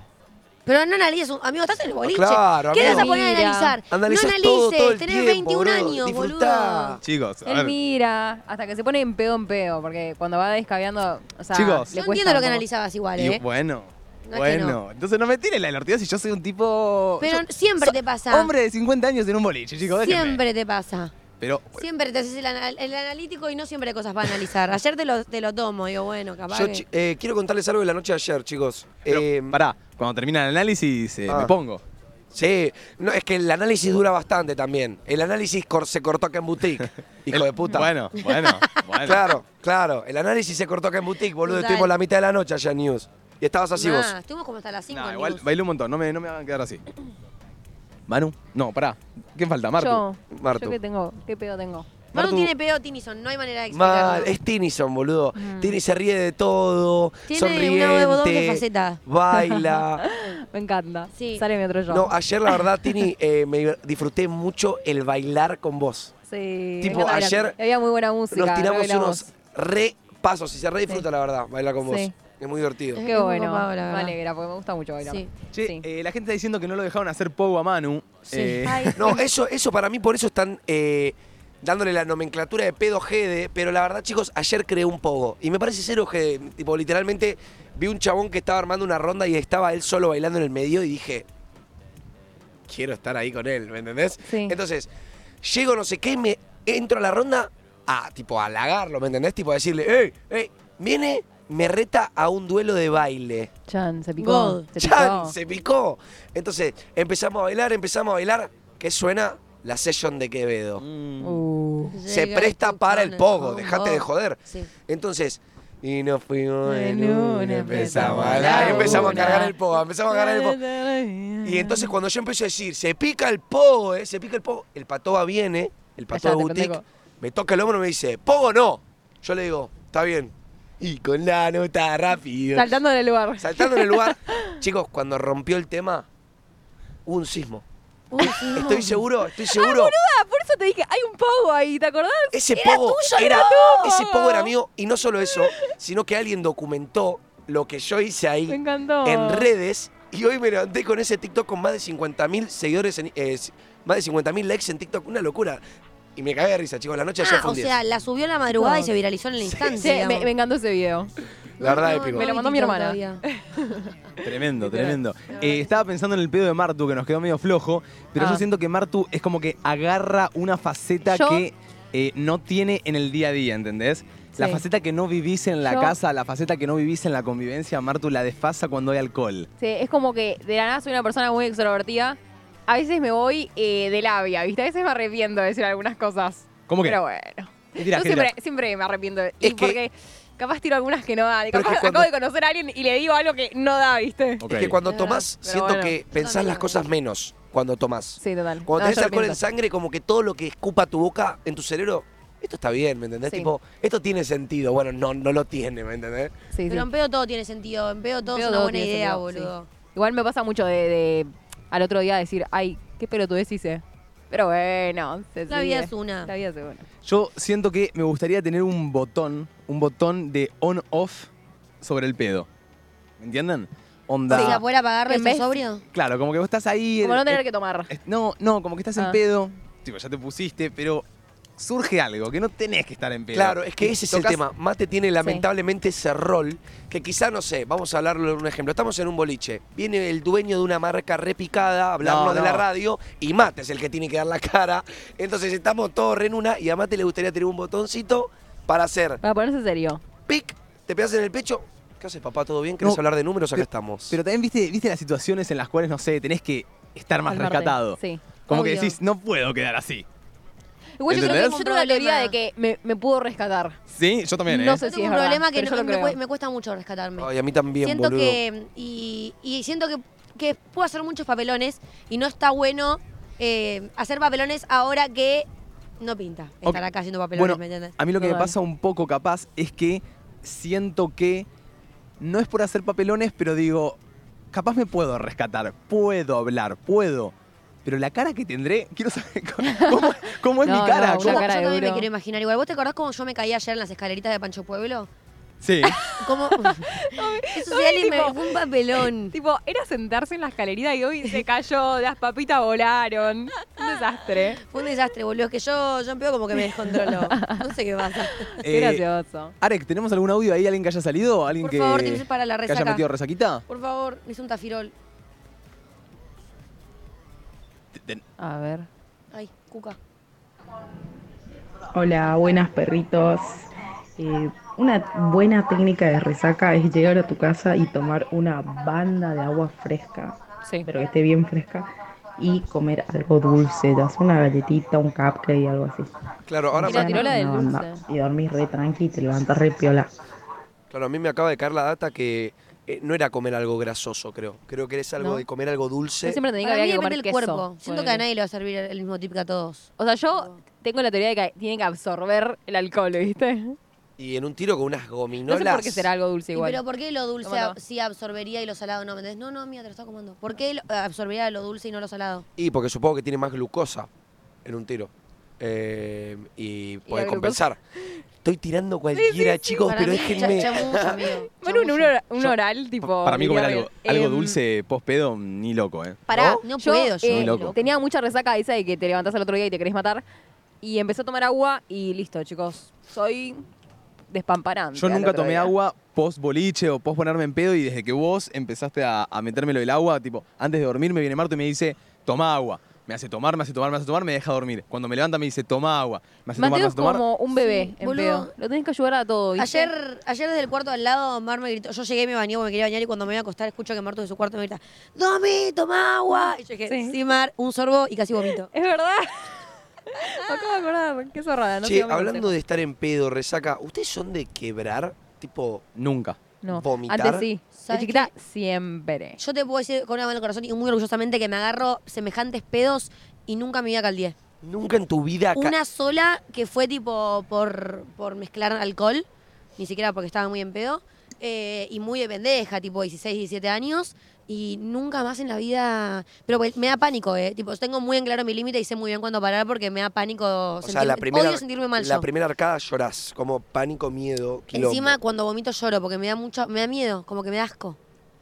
Speaker 3: Pero no analices, un- amigo, estás en el boliche.
Speaker 1: Claro,
Speaker 3: ¿Qué
Speaker 1: amigo.
Speaker 3: vas a poner a
Speaker 2: Mira.
Speaker 3: analizar?
Speaker 1: Analizas
Speaker 3: no analices,
Speaker 1: todo, todo el
Speaker 3: tenés
Speaker 1: tiempo,
Speaker 3: 21
Speaker 1: boludo.
Speaker 3: años,
Speaker 1: Disfrutá.
Speaker 3: boludo.
Speaker 4: Chicos,
Speaker 2: qué hace.
Speaker 4: a
Speaker 2: Él
Speaker 4: ver.
Speaker 2: mira, hasta que se pone en pedo en pedo, porque cuando va descabeando, o sea,
Speaker 4: Chicos.
Speaker 2: le
Speaker 3: Yo
Speaker 2: cuesta
Speaker 3: entiendo lo que
Speaker 2: como-
Speaker 3: analizabas igual,
Speaker 4: Y
Speaker 3: ¿eh?
Speaker 4: bueno,
Speaker 3: No es que
Speaker 4: bueno.
Speaker 3: no.
Speaker 4: Entonces no me tires la ortiva si yo soy un tipo.
Speaker 3: Pero
Speaker 4: yo-
Speaker 3: siempre
Speaker 4: so-
Speaker 3: te pasa.
Speaker 4: Hombre de 50 años en un boliche, chicos. déjenme.
Speaker 3: Siempre te pasa.
Speaker 4: Pero eh,
Speaker 3: Siempre te haces el, anal- el analítico y no siempre hay cosas para analizar. Ayer te lo, te lo tomo, digo, bueno, capaz.
Speaker 1: Yo
Speaker 3: que-
Speaker 1: chi- eh, quiero contarles algo de la noche de ayer, chicos.
Speaker 4: Pero,
Speaker 1: Eh,
Speaker 4: pará, cuando termina el análisis eh,
Speaker 1: Ah.
Speaker 4: me pongo.
Speaker 1: sí, no, es que el análisis dura bastante también. El análisis cor- se cortó acá en boutique, hijo
Speaker 4: El-
Speaker 1: de puta.
Speaker 4: Bueno, bueno, bueno.
Speaker 1: Claro, claro. El análisis se cortó acá en boutique, boludo.
Speaker 3: Total.
Speaker 1: Estuvimos la mitad de la noche allá en News. Y estabas así
Speaker 3: Nah,
Speaker 1: vos.
Speaker 3: Estuvimos como hasta las 5.
Speaker 4: No, igual bailé un montón, no me, no me hagan quedar así. Manu, no, pará. ¿Quién falta? Martu.
Speaker 2: Yo,
Speaker 1: Martu.
Speaker 2: yo que tengo, qué pedo tengo.
Speaker 3: Manu
Speaker 1: Martu-
Speaker 3: tiene pedo Tinison, no hay manera de explicarlo.
Speaker 1: Mal, es Tinison, boludo. Tini se ríe de todo,
Speaker 3: Mm. Tiene
Speaker 1: sonriente,
Speaker 3: una doble faceta.
Speaker 1: baila.
Speaker 2: Me encanta.
Speaker 3: Sí.
Speaker 2: Sale mi otro yo.
Speaker 1: No, ayer la verdad, Tini, eh, me diver- disfruté mucho el bailar con vos.
Speaker 2: sí.
Speaker 1: tipo,
Speaker 2: me encanta bailar.
Speaker 1: ayer
Speaker 2: había muy buena música.
Speaker 1: Nos tiramos
Speaker 2: bailamos.
Speaker 1: unos re pasos y se re disfruta,
Speaker 2: Sí.
Speaker 1: la verdad, bailar con vos.
Speaker 2: Sí.
Speaker 1: Es muy divertido.
Speaker 2: Qué
Speaker 3: Es muy
Speaker 2: bueno.
Speaker 3: copado, la
Speaker 2: me
Speaker 3: verdad.
Speaker 2: alegra, porque me gusta mucho bailar.
Speaker 3: Sí.
Speaker 4: Che,
Speaker 2: Sí.
Speaker 4: eh, la gente está diciendo que no lo dejaron hacer Pou a Manu.
Speaker 3: Sí.
Speaker 4: Eh,
Speaker 3: Ay,
Speaker 1: No, eso, eso para mí, por eso están eh, dándole la nomenclatura de pedo GD, pero la verdad, chicos, ayer creé un pogo. Y me parece cero GD. Tipo, literalmente vi un chabón que estaba armando una ronda y estaba él solo bailando en el medio y dije, quiero estar ahí con él, ¿me entendés?
Speaker 2: Sí.
Speaker 1: Entonces, llego no sé qué, me entro a la ronda a, tipo, a halagarlo, ¿me entendés? Tipo, a decirle, ¡Ey, ey! Viene, me reta a un duelo de baile.
Speaker 2: Chan, se picó.
Speaker 3: God.
Speaker 2: Se picó.
Speaker 1: ¡Chan! Se picó. Entonces, empezamos a bailar, empezamos a bailar. ¿Qué suena? La session de Quevedo.
Speaker 4: mm,
Speaker 2: Uh.
Speaker 1: Se
Speaker 3: Llega
Speaker 1: presta
Speaker 3: tu
Speaker 1: para el
Speaker 3: con
Speaker 1: pogo,
Speaker 3: con
Speaker 1: dejate
Speaker 3: vos.
Speaker 1: de joder.
Speaker 3: Sí.
Speaker 1: Entonces, y nos fuimos en
Speaker 2: En
Speaker 1: una,
Speaker 2: una,
Speaker 1: empezamos a
Speaker 3: empezamos
Speaker 1: la-
Speaker 3: la
Speaker 1: empezamos a
Speaker 3: una.
Speaker 1: cargar el pogo, empezamos a cargar el pogo. Y entonces cuando yo empecé a decir, se pica el pogo, eh, se pica el pogo, el patoba viene, eh, el patoba
Speaker 2: Cállate,
Speaker 1: boutique,
Speaker 2: pendejo.
Speaker 1: me toca el hombro y me dice, pogo no. Yo le digo, está bien. Y con la nota rápido.
Speaker 2: Saltando del lugar.
Speaker 1: Saltando en el lugar. Chicos, cuando rompió el tema, hubo un sismo.
Speaker 3: Uy, sí, no.
Speaker 1: Estoy seguro, estoy seguro.
Speaker 2: Ah, por eso te dije, hay un pogo ahí, ¿te acordás?
Speaker 1: Ese
Speaker 3: Era
Speaker 1: pogo
Speaker 3: tuyo,
Speaker 1: era,
Speaker 2: no.
Speaker 1: ese pogo era mío y no solo eso, sino que alguien documentó lo que yo hice ahí
Speaker 2: Me encantó.
Speaker 1: en redes y hoy me levanté con ese TikTok con más de 50.000 seguidores, en- eh, más de 50.000 likes en TikTok, una locura. Y me cagué de risa, chicos, la noche ayer
Speaker 3: Ah,
Speaker 1: fue
Speaker 3: o
Speaker 1: un 10.
Speaker 3: sea, la subió en la madrugada y
Speaker 2: No.
Speaker 3: se viralizó en el instante.
Speaker 2: Sí, me,
Speaker 3: digamos.
Speaker 2: me encantó ese video.
Speaker 1: la verdad,
Speaker 3: No,
Speaker 1: épico.
Speaker 2: me lo
Speaker 3: vi
Speaker 2: mandó mi
Speaker 3: TikTok
Speaker 2: hermana.
Speaker 3: todavía.
Speaker 4: Tremendo,
Speaker 2: Literal.
Speaker 4: tremendo. Eh, estaba pensando en el pedo de Martu, que nos quedó medio flojo, pero
Speaker 2: Ah.
Speaker 4: yo siento que Martu es como que agarra una faceta
Speaker 2: Yo-
Speaker 4: que eh, no tiene en el día a día, ¿entendés? La
Speaker 2: Sí.
Speaker 4: faceta que no vivís en la
Speaker 2: Yo-
Speaker 4: casa, la faceta que no vivís en la convivencia, Martu la desfasa cuando hay alcohol.
Speaker 2: Sí, es como que de la nada soy una persona muy extrovertida. A veces me voy eh, de labia, ¿viste? A veces me arrepiento de decir algunas cosas.
Speaker 4: ¿Cómo que?
Speaker 2: Pero bueno.
Speaker 4: ¿Qué tirás,
Speaker 2: Yo
Speaker 4: qué tirás?
Speaker 2: siempre, siempre me arrepiento. Y
Speaker 1: Es que-
Speaker 2: porque capaz tiro algunas que no dan. Y
Speaker 1: Pero es
Speaker 2: capaz
Speaker 1: que cuando-
Speaker 2: acabo de conocer a alguien y le digo algo que no da, ¿viste?
Speaker 4: Ok.
Speaker 1: Es que cuando
Speaker 2: Es
Speaker 1: tomás,
Speaker 2: verdad, pero
Speaker 1: siento
Speaker 2: bueno.
Speaker 1: que pensás las
Speaker 3: también.
Speaker 1: cosas menos cuando tomás.
Speaker 2: Sí, total.
Speaker 1: Cuando
Speaker 2: No,
Speaker 1: tenés
Speaker 2: yo
Speaker 1: alcohol en
Speaker 2: arrepiento.
Speaker 1: sangre, como que todo lo que escupa tu boca en tu cerebro, esto está bien, ¿me entendés?
Speaker 2: Sí.
Speaker 1: Tipo, esto tiene sentido. Bueno, no, no lo tiene, ¿me entendés?
Speaker 2: Sí, sí.
Speaker 3: Pero en pedo todo tiene sentido. En pedo todo
Speaker 2: Pedo
Speaker 3: es una
Speaker 2: todo
Speaker 3: buena
Speaker 2: tiene
Speaker 3: idea,
Speaker 2: sentido,
Speaker 3: boludo.
Speaker 2: Igual me pasa mucho de, de al otro día decir, ay, qué pelotudez hice. Pero bueno, se
Speaker 3: La vida
Speaker 2: sigue.
Speaker 3: es una.
Speaker 2: La vida es una.
Speaker 4: Yo siento que me gustaría tener un botón, un botón de on-off sobre el pedo. ¿Me entienden?
Speaker 3: Si
Speaker 4: Onda.
Speaker 3: la poder apagar,
Speaker 2: En
Speaker 3: ¿estás
Speaker 2: vez-
Speaker 3: sobrio?
Speaker 4: Claro, como que vos estás ahí.
Speaker 2: Como
Speaker 4: eh,
Speaker 2: no tener
Speaker 4: eh,
Speaker 2: que tomar.
Speaker 4: Es- No, no, como que estás en
Speaker 2: Ah.
Speaker 4: pedo. Tipo, ya te pusiste, pero surge algo, que no tenés que estar en pedo.
Speaker 1: Claro, es que ese es el
Speaker 4: Tocas-
Speaker 1: tema. Mate tiene lamentablemente ese rol que quizá, no sé, vamos a hablarlo en un ejemplo. Estamos en un boliche, viene el dueño de una marca repicada a hablarnos
Speaker 4: No,
Speaker 1: de la
Speaker 4: no.
Speaker 1: radio y Mate es el que tiene que dar la cara. Entonces estamos todos re en una y a Mate le gustaría tener un botoncito para hacer
Speaker 2: Para ponerse serio.
Speaker 1: pic, te pegas en el pecho. ¿Qué haces, papá? ¿Todo bien? ¿Querés
Speaker 4: No,
Speaker 1: hablar de números? Acá
Speaker 4: pe-
Speaker 1: estamos.
Speaker 4: Pero también viste, viste las situaciones en las cuales, no sé, tenés que estar más
Speaker 2: Calmarte.
Speaker 4: rescatado.
Speaker 2: Sí.
Speaker 4: Como que
Speaker 3: Obvio.
Speaker 4: decís, no puedo quedar así.
Speaker 2: Igual yo
Speaker 4: ¿Entendés?
Speaker 2: creo que yo tengo la teoría
Speaker 3: Problema.
Speaker 2: de que me, me pudo rescatar.
Speaker 4: Sí, yo también,
Speaker 2: No
Speaker 4: ¿eh?
Speaker 2: sé
Speaker 3: Yo tengo
Speaker 2: si es
Speaker 3: un
Speaker 2: verdad,
Speaker 3: problema que
Speaker 2: pero
Speaker 3: no-
Speaker 2: yo lo
Speaker 3: me,
Speaker 2: creo.
Speaker 3: cue- me cuesta mucho rescatarme.
Speaker 1: Ay, a mí también,
Speaker 3: siento
Speaker 1: boludo.
Speaker 3: que. Y, y siento que, que puedo hacer muchos papelones y no está bueno eh, hacer papelones ahora que no pinta estar
Speaker 4: Ok.
Speaker 3: acá haciendo papelones,
Speaker 4: Bueno,
Speaker 3: ¿me entiendes?
Speaker 4: a mí lo que me
Speaker 2: Total.
Speaker 4: pasa un poco capaz es que siento que no es por hacer papelones, pero digo, capaz me puedo rescatar, puedo hablar, puedo. Pero la cara que tendré, quiero saber cómo, cómo es
Speaker 2: No,
Speaker 4: mi cara.
Speaker 2: no,
Speaker 3: Yo,
Speaker 4: cómo-
Speaker 2: cara de
Speaker 3: yo también me
Speaker 2: duro.
Speaker 3: quiero imaginar igual. ¿Vos te acordás cómo yo me caí ayer en las escaleritas de Pancho Pueblo?
Speaker 4: Sí.
Speaker 3: ¿Cómo? Eso sí,
Speaker 2: Ay,
Speaker 3: alguien me
Speaker 2: tipo-
Speaker 3: fue un papelón.
Speaker 2: Tipo, era sentarse en la escalerita y hoy se cayó, las papitas volaron. Un desastre.
Speaker 3: Fue un desastre, boludo. Es que yo, yo en pedo como que me descontrolo. No sé qué pasa.
Speaker 2: Qué
Speaker 4: Eh,
Speaker 2: gracioso.
Speaker 4: Arek, ¿tenemos algún audio ahí? ¿Alguien que haya salido? ¿Alguien
Speaker 3: Por
Speaker 4: que,
Speaker 3: favor, tips para la
Speaker 4: que
Speaker 3: resaca.
Speaker 4: haya metido resaquita?
Speaker 3: Por favor, me hice un tafirol.
Speaker 2: A ver.
Speaker 3: Ay, cuca.
Speaker 5: Hola, buenas perritos. Eh, una buena técnica de resaca es llegar a tu casa y tomar una banda de agua fresca,
Speaker 2: Sí.
Speaker 5: pero que esté bien fresca, y comer algo dulce, ya sea una galletita, un cupcake, algo así.
Speaker 1: Claro, ahora
Speaker 2: Y la
Speaker 1: me-
Speaker 2: tiró la del
Speaker 5: Una
Speaker 2: dulce.
Speaker 5: banda. Y dormís re tranqui y te levantás re piola.
Speaker 1: Claro, a mí me acaba de caer la data que eh, no era comer algo grasoso, creo. Creo que es algo
Speaker 2: ¿No?
Speaker 1: de comer algo dulce.
Speaker 2: Yo siempre tenía que
Speaker 3: Para mí
Speaker 2: había que
Speaker 3: depende
Speaker 2: comer
Speaker 3: del
Speaker 2: queso.
Speaker 3: cuerpo. Siento que a
Speaker 2: ponele.
Speaker 3: nadie le va a servir el mismo tip que a todos.
Speaker 2: O sea, yo tengo la teoría de que tiene que absorber el alcohol, ¿viste? No,
Speaker 1: Y en un tiro con unas gominolas.
Speaker 2: sé por qué será algo dulce
Speaker 3: Y
Speaker 2: igual.
Speaker 3: pero ¿por qué lo dulce
Speaker 2: Toma, toma.
Speaker 3: sí absorbería y lo salado no? ¿Me entendés? No, no, mira, te lo estaba comiendo. ¿Por qué lo- absorbería lo dulce y no lo salado?
Speaker 1: Y porque supongo que tiene más glucosa en un tiro. Eh, y puede
Speaker 2: la
Speaker 1: compensar. Estoy tirando cualquiera, chicos,
Speaker 3: Para
Speaker 1: pero
Speaker 3: mí,
Speaker 1: déjenme.
Speaker 3: cha- chamuyo, amigo.
Speaker 2: Bueno, un,
Speaker 3: Chamuyo.
Speaker 2: ora- un oral, tipo.
Speaker 4: Para mí comer
Speaker 2: diría,
Speaker 4: algo, algo
Speaker 2: em,
Speaker 4: dulce post pedo, ni loco, ¿eh?
Speaker 2: Pará,
Speaker 3: No, no puedo, yo
Speaker 2: eh,
Speaker 4: ni loco.
Speaker 2: Tenía mucha resaca esa de que te levantás al otro día y te querés matar. Y empecé a tomar agua y listo, chicos. Soy despamparante.
Speaker 4: Yo
Speaker 2: al
Speaker 4: nunca
Speaker 2: otro
Speaker 4: tomé
Speaker 2: día.
Speaker 4: agua post boliche o post ponerme en pedo y desde que vos empezaste a, a metérmelo el agua, tipo, antes de dormir me viene Marto y me dice, toma agua. Me hace tomar, me hace tomar, me hace tomar, me deja dormir. Cuando me levanta me dice, toma agua. Me hace
Speaker 2: Mateo es
Speaker 4: tomar, me hace tomar.
Speaker 2: como un bebé
Speaker 3: Sí,
Speaker 2: en
Speaker 3: boludo.
Speaker 2: pedo. Lo tenés que ayudar a todo. ¿viste?
Speaker 3: Ayer, ayer desde el cuarto al lado, Mar me gritó. Yo llegué, me bañé porque me quería bañar y cuando me iba a acostar escucho que Marto de su cuarto me grita, ¡Domi, toma agua! Y yo dije, sí,
Speaker 2: Sí.
Speaker 3: Mar, un sorbo y casi vomito.
Speaker 2: Es verdad. Me acabo de acordar. Qué zorrada. No
Speaker 1: che, hablando de estar en pedo, resaca, ¿ustedes son de quebrar? Tipo,
Speaker 4: Nunca.
Speaker 2: No,
Speaker 1: vomitar.
Speaker 2: antes sí. De
Speaker 3: ¿Sabes
Speaker 2: chiquita, siempre.
Speaker 3: Yo te puedo decir con una mano en el corazón y muy orgullosamente que me agarro semejantes pedos y nunca me iba a caldier.
Speaker 1: nunca en tu vida. ca-
Speaker 3: Una sola que fue tipo por, por mezclar alcohol, ni siquiera porque estaba muy en pedo, eh, y muy de pendeja, tipo 16, 17 años, y nunca más en la vida. Pero pues, me da pánico, ¿eh? Tipo, tengo muy en claro mi límite y sé muy bien cuándo parar porque me da pánico.
Speaker 1: O sea,
Speaker 3: sentirme-
Speaker 1: la primera,
Speaker 3: odio sentirme mal.
Speaker 1: la
Speaker 3: yo.
Speaker 1: primera arcada llorás, como pánico, miedo, quilombo.
Speaker 3: Encima, cuando vomito lloro porque me da mucho, me da miedo, como que me da asco.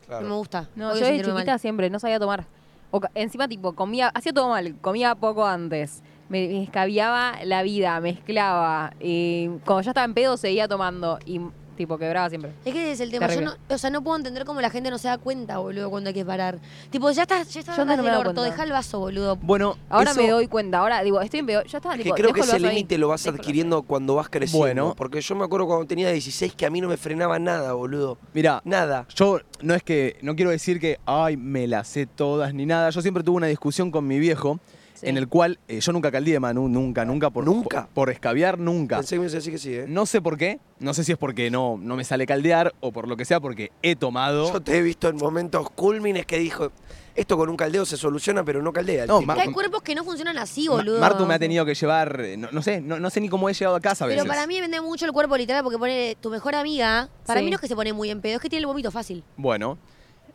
Speaker 1: Claro.
Speaker 3: No me gusta.
Speaker 2: No,
Speaker 3: odio
Speaker 2: yo de
Speaker 3: sentirme mal.
Speaker 2: chiquita siempre no sabía tomar. O ca- encima, tipo, comía, hacía todo mal, comía poco antes. Me me escabiaba la vida, mezclaba. Y cuando ya estaba en pedo, seguía tomando. Y, tipo, quebraba siempre.
Speaker 3: Es que ese es el tema. Yo
Speaker 2: Terrible.
Speaker 3: no, o sea, no puedo entender cómo la gente no se da cuenta, boludo, cuando hay que parar. Tipo, ya estás, ya estás
Speaker 2: Yo antes no
Speaker 3: del
Speaker 2: me daba
Speaker 3: orto,
Speaker 2: cuenta.
Speaker 3: deja el vaso, boludo.
Speaker 4: Bueno,
Speaker 2: Ahora
Speaker 4: eso-
Speaker 2: me doy cuenta. Ahora, digo, estoy en pedo. Ya estaba,
Speaker 1: Es que
Speaker 2: tipo,
Speaker 1: creo
Speaker 2: dejo
Speaker 1: que
Speaker 2: el
Speaker 1: ese
Speaker 2: vaso ahí.
Speaker 1: límite lo vas
Speaker 2: Dejo el vaso
Speaker 1: adquiriendo cuando vas creciendo.
Speaker 4: Bueno.
Speaker 1: Porque yo me acuerdo cuando tenía 16 que a mí no me frenaba nada, boludo.
Speaker 4: Mira,
Speaker 1: Nada.
Speaker 4: Yo no es que, no quiero decir que, ay, me las sé todas ni nada. Yo siempre tuve una discusión con mi viejo
Speaker 2: Sí.
Speaker 4: en el cual eh, yo nunca caldeé, Manu, nunca, nunca. Por,
Speaker 1: ¿Nunca?
Speaker 4: Por, por escabiar, nunca.
Speaker 1: Pensé que me ibas a decir que sí, ¿eh?
Speaker 4: No sé por qué, no sé si es porque no, no me sale caldear o por lo que sea, porque he tomado.
Speaker 1: Yo te he visto en momentos cúlmines que dijo, esto con un caldeo se soluciona, pero no caldea. el
Speaker 4: No,
Speaker 1: tipo.
Speaker 4: Mar-
Speaker 3: Que hay cuerpos que no funcionan así,
Speaker 4: Ma-
Speaker 3: boludo.
Speaker 4: Martu me ha tenido que llevar, eh, no, no sé, no, no sé ni cómo he llegado a casa a veces.
Speaker 3: Pero para mí depende mucho el cuerpo literal, porque pone tu mejor amiga. Para
Speaker 2: Sí.
Speaker 3: mí no es que se pone muy en pedo, es que tiene el vómito fácil.
Speaker 4: Bueno.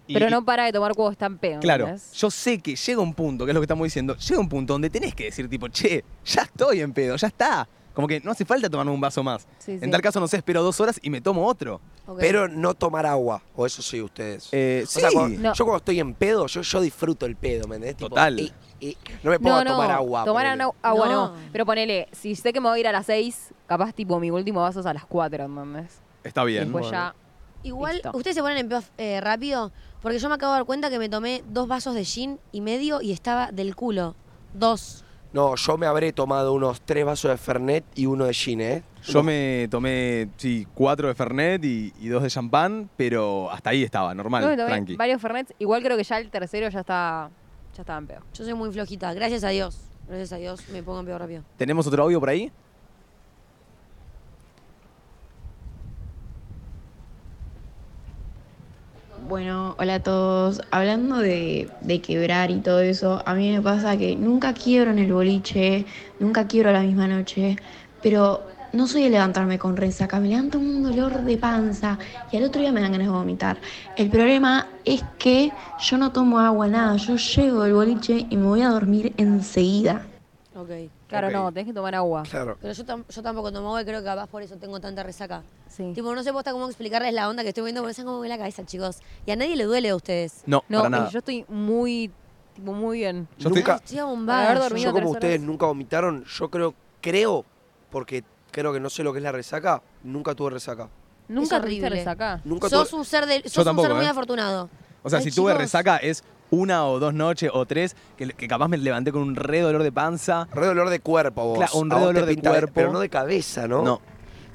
Speaker 4: y-
Speaker 2: Pero no para de tomar cuando está en pedo.
Speaker 4: Claro,
Speaker 2: ¿entendés?
Speaker 4: yo sé que llega un punto, que es lo que estamos diciendo, llega un punto donde tenés que decir tipo, che, ya estoy en pedo, ya está. Como que no hace falta tomarme un vaso más.
Speaker 2: Sí,
Speaker 4: en
Speaker 2: sí.
Speaker 4: tal caso, no sé, espero dos horas y me tomo otro.
Speaker 3: Ok.
Speaker 1: Pero no tomar agua, o eso sí, ustedes.
Speaker 4: Eh,
Speaker 1: O sea,
Speaker 4: sí.
Speaker 1: cuando-
Speaker 2: No.
Speaker 1: yo cuando estoy en pedo, yo, yo disfruto el pedo, ¿me entendés? Tipo,
Speaker 4: Total.
Speaker 1: y- y no me pongo a tomar agua.
Speaker 2: Tomar
Speaker 1: ponele.
Speaker 2: ana- agua no.
Speaker 3: No.
Speaker 2: Pero ponele, si sé que me voy a ir a las 6, capaz, tipo, mi último vaso es a las 4, ¿entendés?
Speaker 4: Está
Speaker 2: Y
Speaker 4: bien.
Speaker 2: Después ya.
Speaker 3: Igual,
Speaker 2: Listo.
Speaker 3: ustedes se ponen en pedo eh, rápido, porque yo me acabo de dar cuenta que me tomé dos vasos de gin y medio y estaba del culo. Dos.
Speaker 1: No, yo me habré tomado unos tres vasos de Fernet y uno de gin, ¿eh?
Speaker 4: Yo me tomé, sí, cuatro de Fernet y, y dos de champán, pero hasta ahí estaba, normal,
Speaker 2: No, me tomé
Speaker 4: tranqui.
Speaker 2: varios Fernets. Igual creo que ya el tercero ya está. Ya estaba en pedo.
Speaker 3: Yo soy muy flojita, gracias a Dios. Gracias a Dios me pongo en pedo rápido.
Speaker 4: ¿Tenemos otro audio por ahí?
Speaker 6: Bueno, hola a todos. Hablando de, de quebrar y todo eso, a mí me pasa que nunca quiebro en el boliche, nunca quiebro a la misma noche, pero no soy de levantarme con resaca, me levanto con un dolor de panza y al otro día me dan ganas de vomitar. El problema es que yo no tomo agua, nada, yo llego del boliche y me voy a dormir enseguida.
Speaker 3: Ok.
Speaker 2: Claro,
Speaker 1: Ok.
Speaker 2: no, tenés que tomar agua.
Speaker 1: Claro.
Speaker 3: Pero yo, tam- yo tampoco tomo agua y creo que capaz por eso tengo tanta resaca.
Speaker 2: Sí.
Speaker 3: Tipo, no sé posta cómo explicarles la onda que estoy viendo, pero no saben cómo me ve la cabeza, chicos. Y a nadie le duele a ustedes.
Speaker 4: No,
Speaker 2: No,
Speaker 4: para
Speaker 2: eh,
Speaker 4: nada.
Speaker 2: yo estoy muy, tipo, muy bien.
Speaker 4: Yo estoy-
Speaker 1: nunca,
Speaker 3: Estoy abombada.
Speaker 2: Para haber
Speaker 3: yo.
Speaker 2: dormido
Speaker 1: yo como
Speaker 2: tres
Speaker 1: ustedes
Speaker 2: horas.
Speaker 1: nunca vomitaron, yo creo, creo, porque creo que no sé lo que es la resaca, nunca tuve resaca.
Speaker 2: Nunca
Speaker 3: horrible.
Speaker 2: tuviste resaca.
Speaker 1: Nunca
Speaker 3: Sos
Speaker 1: tuve-
Speaker 3: un ser, de, sos
Speaker 4: tampoco,
Speaker 3: un ser muy
Speaker 4: ¿eh?
Speaker 3: afortunado.
Speaker 4: O sea,
Speaker 3: Ay,
Speaker 4: si tuve
Speaker 3: chicos.
Speaker 4: resaca es una o dos noches o tres, que, que capaz me levanté con un re dolor de panza.
Speaker 1: Re dolor de cuerpo, vos.
Speaker 4: Claro, un
Speaker 1: A
Speaker 4: re
Speaker 1: vos te
Speaker 4: dolor de
Speaker 1: pinta
Speaker 4: cuerpo.
Speaker 1: Pero no de cabeza, ¿no?
Speaker 4: no.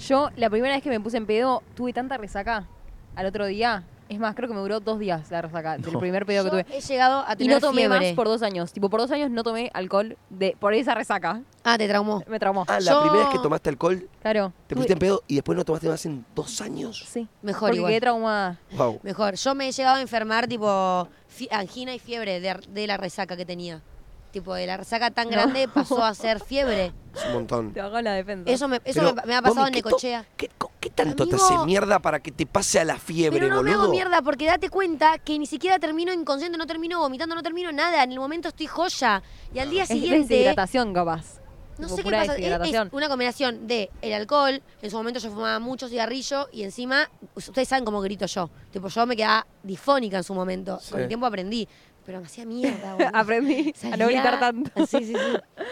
Speaker 2: Yo, la primera vez que me puse en pedo, tuve tanta resaca al otro día. Es más, creo que me duró dos días la resaca del primer pedo que
Speaker 3: Yo
Speaker 2: tuve.
Speaker 3: he llegado a
Speaker 2: Y
Speaker 3: tener
Speaker 2: no tomé
Speaker 3: fiebre.
Speaker 2: más por dos años. Tipo, por dos años no tomé alcohol de, por esa resaca.
Speaker 3: Ah, te traumó.
Speaker 2: Me traumó.
Speaker 1: Ah, la
Speaker 3: Yo-
Speaker 1: primera vez que tomaste alcohol,
Speaker 2: Claro.
Speaker 1: te
Speaker 2: Tuve-
Speaker 1: pusiste en pedo y después no tomaste más en dos años.
Speaker 2: Sí.
Speaker 3: Mejor
Speaker 2: Porque
Speaker 3: igual.
Speaker 2: quedé traumada.
Speaker 1: Wow.
Speaker 3: Mejor. Yo me he llegado a enfermar, tipo, fi- angina y fiebre de, de la resaca que tenía. Tipo, de la resaca tan grande pasó a ser fiebre.
Speaker 1: Es un montón.
Speaker 2: Te hago la defensa.
Speaker 3: Eso me, eso
Speaker 1: Pero,
Speaker 3: me, me ha
Speaker 1: Domi,
Speaker 3: pasado en
Speaker 1: ¿qué to-
Speaker 3: Necochea.
Speaker 1: ¿Qué, co- qué tanto te
Speaker 3: Amigo.
Speaker 1: hace mierda para que te pase a la fiebre,
Speaker 3: Pero no me
Speaker 1: boludo?
Speaker 3: hago mierda porque date cuenta que ni siquiera termino inconsciente, no termino vomitando, no termino nada. En el momento estoy joya. Y al día
Speaker 2: es
Speaker 3: siguiente.
Speaker 2: deshidratación, capaz.
Speaker 3: No
Speaker 2: Tipo,
Speaker 3: sé qué
Speaker 2: pura
Speaker 3: pasa. es-
Speaker 2: deshidratación.
Speaker 3: Es una combinación de el alcohol. En su momento yo fumaba mucho cigarrillo y encima, ustedes saben cómo grito yo. Tipo, yo me quedaba difónica en su momento. Con el tiempo aprendí. Pero me hacía mierda, boludo.
Speaker 2: Aprendí a
Speaker 3: Salía- Ah,
Speaker 2: no gritar tanto.
Speaker 3: Sí, sí, sí.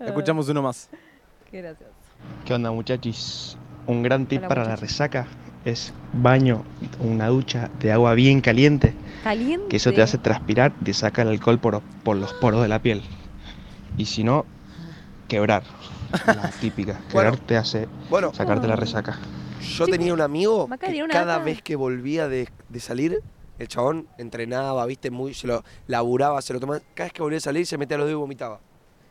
Speaker 2: Eh.
Speaker 4: Escuchamos uno más.
Speaker 2: Qué gracioso.
Speaker 7: ¿Qué onda muchachis? Un gran tip
Speaker 2: Hola,
Speaker 7: para la
Speaker 2: muchachos.
Speaker 7: resaca es baño, una ducha de agua bien caliente,
Speaker 2: Caliente.
Speaker 7: que eso te hace transpirar y te saca el alcohol por, por los poros de la piel. Y si no, quebrar, la típica. Quebrar
Speaker 1: Bueno.
Speaker 7: te hace
Speaker 1: Bueno,
Speaker 7: sacarte la resaca.
Speaker 1: yo tenía un amigo
Speaker 2: Maca,
Speaker 1: que
Speaker 2: tiene una
Speaker 1: cada
Speaker 2: data.
Speaker 1: vez que volvía de, de salir, el chabón entrenaba, viste, muy, se lo laburaba, se lo tomaba. Cada vez que volvía a salir se metía a los dedos y vomitaba.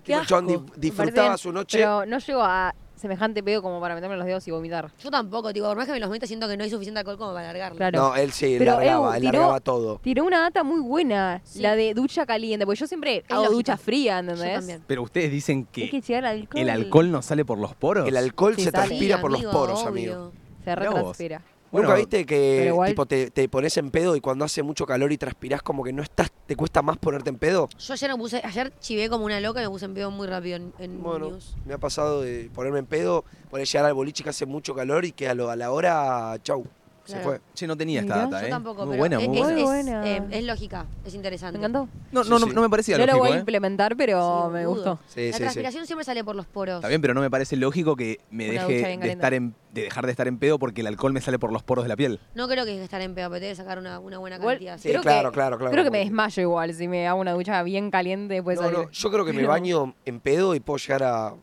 Speaker 2: Qué
Speaker 1: Tipo, el chabón
Speaker 2: asco.
Speaker 1: di-
Speaker 2: Me parece
Speaker 1: disfrutaba
Speaker 2: bien,
Speaker 1: su noche.
Speaker 2: Pero no llego a semejante pedo como para meterme los dedos y vomitar.
Speaker 3: Yo tampoco, tipo, por más que me los meta, siento que no hay suficiente alcohol como para largarlo.
Speaker 2: Claro.
Speaker 1: No, él sí,
Speaker 2: Pero,
Speaker 1: largaba,
Speaker 2: Ew,
Speaker 1: él
Speaker 2: tiró-
Speaker 1: largaba todo.
Speaker 2: Tiró una data muy buena,
Speaker 3: Sí.
Speaker 2: la de ducha caliente, porque yo siempre hago
Speaker 3: lógico.
Speaker 2: ducha fría, ¿entendés?
Speaker 3: Yo también.
Speaker 4: Pero ustedes dicen que,
Speaker 2: Hay que llegar al alcohol.
Speaker 4: el alcohol no sale por los poros.
Speaker 1: El alcohol
Speaker 2: Sí,
Speaker 1: se
Speaker 2: sale.
Speaker 1: transpira por los
Speaker 3: amigo,
Speaker 1: poros,
Speaker 3: obvio.
Speaker 1: amigo.
Speaker 2: Se
Speaker 4: Mirá vos.
Speaker 2: retranspira.
Speaker 1: Nunca
Speaker 4: Bueno,
Speaker 1: viste que
Speaker 2: pero igual-
Speaker 1: tipo, te, te pones en pedo y cuando hace mucho calor y transpirás como que no estás, te cuesta más ponerte en pedo.
Speaker 3: Yo ayer me puse, ayer chivé como una loca y me puse en pedo muy rápido en, en
Speaker 1: Bueno,
Speaker 3: news.
Speaker 1: me ha pasado de ponerme en pedo, poner llegar al boliche que hace mucho calor y que a, lo- a la hora, chau, se
Speaker 3: Claro.
Speaker 1: fue.
Speaker 4: Che, no tenía esta
Speaker 2: Mirá,
Speaker 4: data,
Speaker 3: Yo
Speaker 4: ¿eh?
Speaker 3: tampoco,
Speaker 4: muy
Speaker 3: pero
Speaker 4: buena,
Speaker 3: es,
Speaker 4: muy
Speaker 3: es-
Speaker 4: buena.
Speaker 3: es,
Speaker 2: buena.
Speaker 3: eh, es lógica, es interesante.
Speaker 2: Me encantó.
Speaker 4: No,
Speaker 1: Sí,
Speaker 4: no, no,
Speaker 1: sí.
Speaker 4: no me parecía
Speaker 2: No lo
Speaker 4: lógico,
Speaker 2: voy a
Speaker 4: ¿eh?
Speaker 2: implementar, pero
Speaker 3: Sí,
Speaker 2: me
Speaker 3: boludo.
Speaker 2: gustó.
Speaker 1: Sí,
Speaker 3: la
Speaker 1: sí, sí.
Speaker 3: transpiración siempre sale por los poros.
Speaker 4: Está bien, pero no me parece lógico que me
Speaker 2: Una ducha
Speaker 4: deje
Speaker 2: bien
Speaker 4: de,
Speaker 2: caliente.
Speaker 4: estar en, de dejar de estar en pedo porque el alcohol me sale por los poros de la piel.
Speaker 3: No creo que es estar en pedo, pero te debe sacar una, una buena
Speaker 2: Igual-
Speaker 3: cantidad.
Speaker 1: Sí,
Speaker 2: Creo que-
Speaker 1: claro, claro, claro.
Speaker 2: Creo que me
Speaker 1: porque-
Speaker 2: desmayo igual si me hago una ducha bien caliente después
Speaker 1: No,
Speaker 2: de salir.
Speaker 1: no, yo creo que me baño en pedo y puedo llegar a.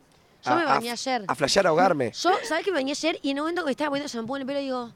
Speaker 3: Yo
Speaker 1: a-
Speaker 3: me
Speaker 1: a-
Speaker 3: bañé ayer.
Speaker 1: A flashear a ahogarme.
Speaker 3: Yo, ¿sabes que me bañé ayer? Y en un momento que me estaba poniendo shampoo en el pelo, digo,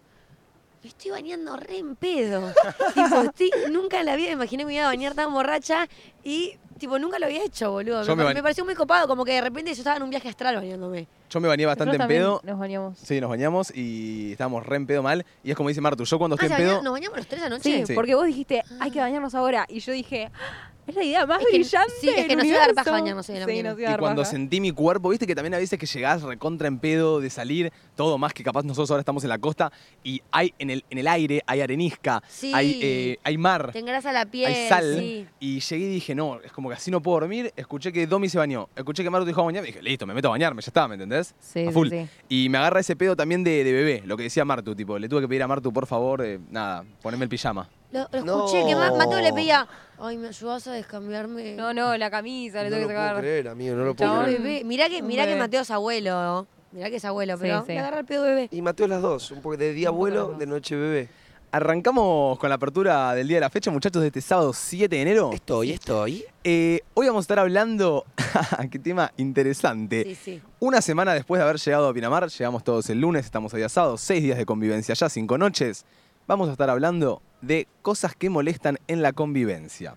Speaker 3: me estoy bañando re en pedo. tipo, estoy- nunca en la vida me imaginé que me iba a bañar tan borracha y, tipo, nunca lo había hecho, boludo. Me,
Speaker 4: Yo me
Speaker 3: pa-
Speaker 4: bañ-
Speaker 3: me pareció muy copado, como que de repente yo estaba en un viaje astral bañándome.
Speaker 4: Yo me bañé bastante
Speaker 2: Nosotros
Speaker 4: en
Speaker 2: también
Speaker 4: pedo.
Speaker 2: Nos bañamos.
Speaker 4: Sí, nos bañamos y estábamos re en pedo mal. Y es como dice Martu, yo cuando
Speaker 3: Ah,
Speaker 4: estoy
Speaker 3: ¿se
Speaker 4: en pedo.
Speaker 3: bañaron- ¿Nos bañamos los tres anoche?
Speaker 2: Sí,
Speaker 4: Sí.
Speaker 2: porque vos dijiste, hay que bañarnos ahora. Y yo dije, "Ah, es la idea más
Speaker 3: Es que-
Speaker 2: brillante.
Speaker 3: sí, es que
Speaker 2: del
Speaker 3: nos iba a dar
Speaker 2: universo".
Speaker 3: paja bañarnos hoy en la
Speaker 2: Sí,
Speaker 3: mañana.
Speaker 2: nos iba a
Speaker 4: Y
Speaker 2: dar
Speaker 4: cuando
Speaker 2: paja.
Speaker 4: sentí mi cuerpo, viste que también a veces que llegás recontra en pedo de salir, todo más que capaz nosotros ahora estamos en la costa y hay en el, en el aire, hay arenisca,
Speaker 3: Sí.
Speaker 4: hay, eh, hay mar,
Speaker 3: Te engrasa la piel.
Speaker 4: hay sal.
Speaker 3: sí.
Speaker 4: Y llegué y dije, no, es como que así no puedo dormir. Escuché que Domi se bañó, escuché que Martu dijo a bañarme, dije, listo, me meto a bañarme, ya está, ¿me entendés?
Speaker 2: Sí,
Speaker 4: a
Speaker 2: sí,
Speaker 4: full.
Speaker 2: sí.
Speaker 4: Y me agarra ese pedo también de, de bebé, lo que decía Martu, tipo, le tuve que pedir a Martu, por favor, eh, nada, poneme el pijama.
Speaker 3: Lo, lo
Speaker 1: No.
Speaker 3: escuché, que Ma- Mateo le pedía, ay, ¿me ayudás a descambiarme?
Speaker 2: No, no, la camisa, le
Speaker 1: no
Speaker 2: tengo
Speaker 1: lo
Speaker 2: que
Speaker 1: puedo
Speaker 2: sacar.
Speaker 1: creer, amigo, no lo
Speaker 2: Chabón.
Speaker 1: puedo
Speaker 3: Ay,
Speaker 1: creer.
Speaker 3: bebé. Mirá que, mirá que
Speaker 2: Bebé.
Speaker 3: Mateo es abuelo. Mirá que es abuelo,
Speaker 2: Sí,
Speaker 3: pero
Speaker 2: sí.
Speaker 3: le agarra el pedo bebé.
Speaker 1: Y Mateo las dos, un poco de día
Speaker 2: Un poco las
Speaker 1: abuelo,
Speaker 2: dos.
Speaker 1: de noche bebé.
Speaker 4: Arrancamos con la apertura del día de la fecha, muchachos, de este sábado 7 de enero.
Speaker 1: Estoy, estoy.
Speaker 4: Eh, hoy vamos a estar hablando, qué tema interesante.
Speaker 3: Sí, sí.
Speaker 4: Una semana después de haber llegado a Pinamar, llegamos todos el lunes, estamos hoy asado, seis días de convivencia ya, cinco noches. Vamos a estar hablando de cosas que molestan en la convivencia.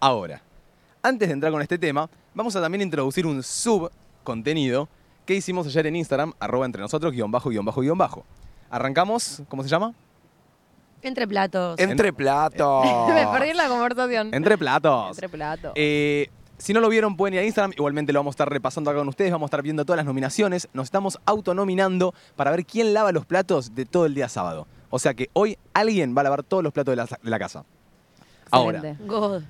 Speaker 4: Ahora, antes de entrar con este tema, vamos a también introducir un subcontenido que hicimos ayer en Instagram, arroba entre nosotros, guión bajo, guión bajo, guión bajo. Arrancamos, ¿cómo se llama?
Speaker 3: Entre platos.
Speaker 1: Entre platos.
Speaker 2: me perdí en la conversación.
Speaker 4: Entre platos.
Speaker 2: Entre plato.
Speaker 4: Eh, si no lo vieron, pueden ir a Instagram. Igualmente lo vamos a estar repasando acá con ustedes. Vamos a estar viendo todas las nominaciones. Nos estamos autonominando para ver quién lava los platos de todo el día sábado. O sea que hoy alguien va a lavar todos los platos de la, de la casa. Ahora,
Speaker 2: Excelente.
Speaker 3: God.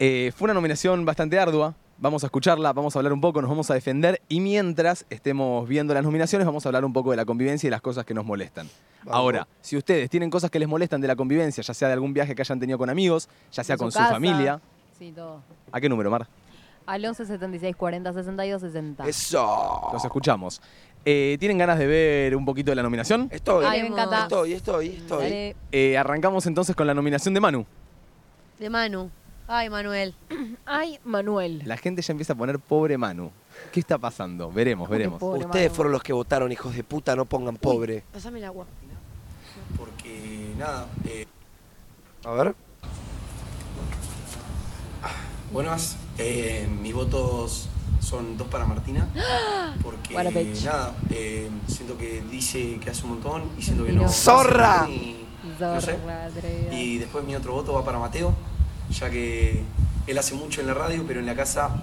Speaker 4: eh, fue una nominación bastante ardua. Vamos a escucharla, vamos a hablar un poco, nos vamos a defender y mientras estemos viendo las nominaciones vamos a hablar un poco de la convivencia y las cosas que nos molestan.
Speaker 1: Vamos.
Speaker 4: Ahora, si ustedes tienen cosas que les molestan de la convivencia, ya sea de algún viaje que hayan tenido con amigos, ya sea
Speaker 2: De
Speaker 4: con su,
Speaker 2: casa.
Speaker 4: familia,
Speaker 2: Sí, todo.
Speaker 4: ¿a qué número, Mar?
Speaker 2: Al 11 76 40 62 60.
Speaker 1: Eso.
Speaker 4: Los escuchamos. Eh, ¿Tienen ganas de ver un poquito de la nominación?
Speaker 1: Estoy.
Speaker 2: Ay, me encanta.
Speaker 1: Estoy, estoy, estoy.
Speaker 2: Dale.
Speaker 4: Eh, arrancamos entonces con la nominación de Manu.
Speaker 3: De Manu. Ay, Manuel.
Speaker 2: Ay, Manuel.
Speaker 4: La gente ya empieza a poner pobre Manu. ¿Qué está pasando? Veremos,
Speaker 2: ¿Cómo que
Speaker 4: veremos.
Speaker 2: pobre
Speaker 1: Ustedes
Speaker 2: Manu?
Speaker 1: fueron los que votaron, hijos de puta, no pongan pobre.
Speaker 3: Pasame el agua.
Speaker 1: Porque nada. A ver.
Speaker 8: Buenas, eh, mis votos son dos para Martina, porque
Speaker 2: What a bitch.
Speaker 8: nada, eh, siento que dice que hace un montón y siento que
Speaker 2: Mentira.
Speaker 8: no.
Speaker 1: ¡Zorra!
Speaker 8: Y, no sé.
Speaker 2: Zorra, atrevida.
Speaker 8: Y después mi otro voto va para Mateo, ya que él hace mucho en la radio, pero en la casa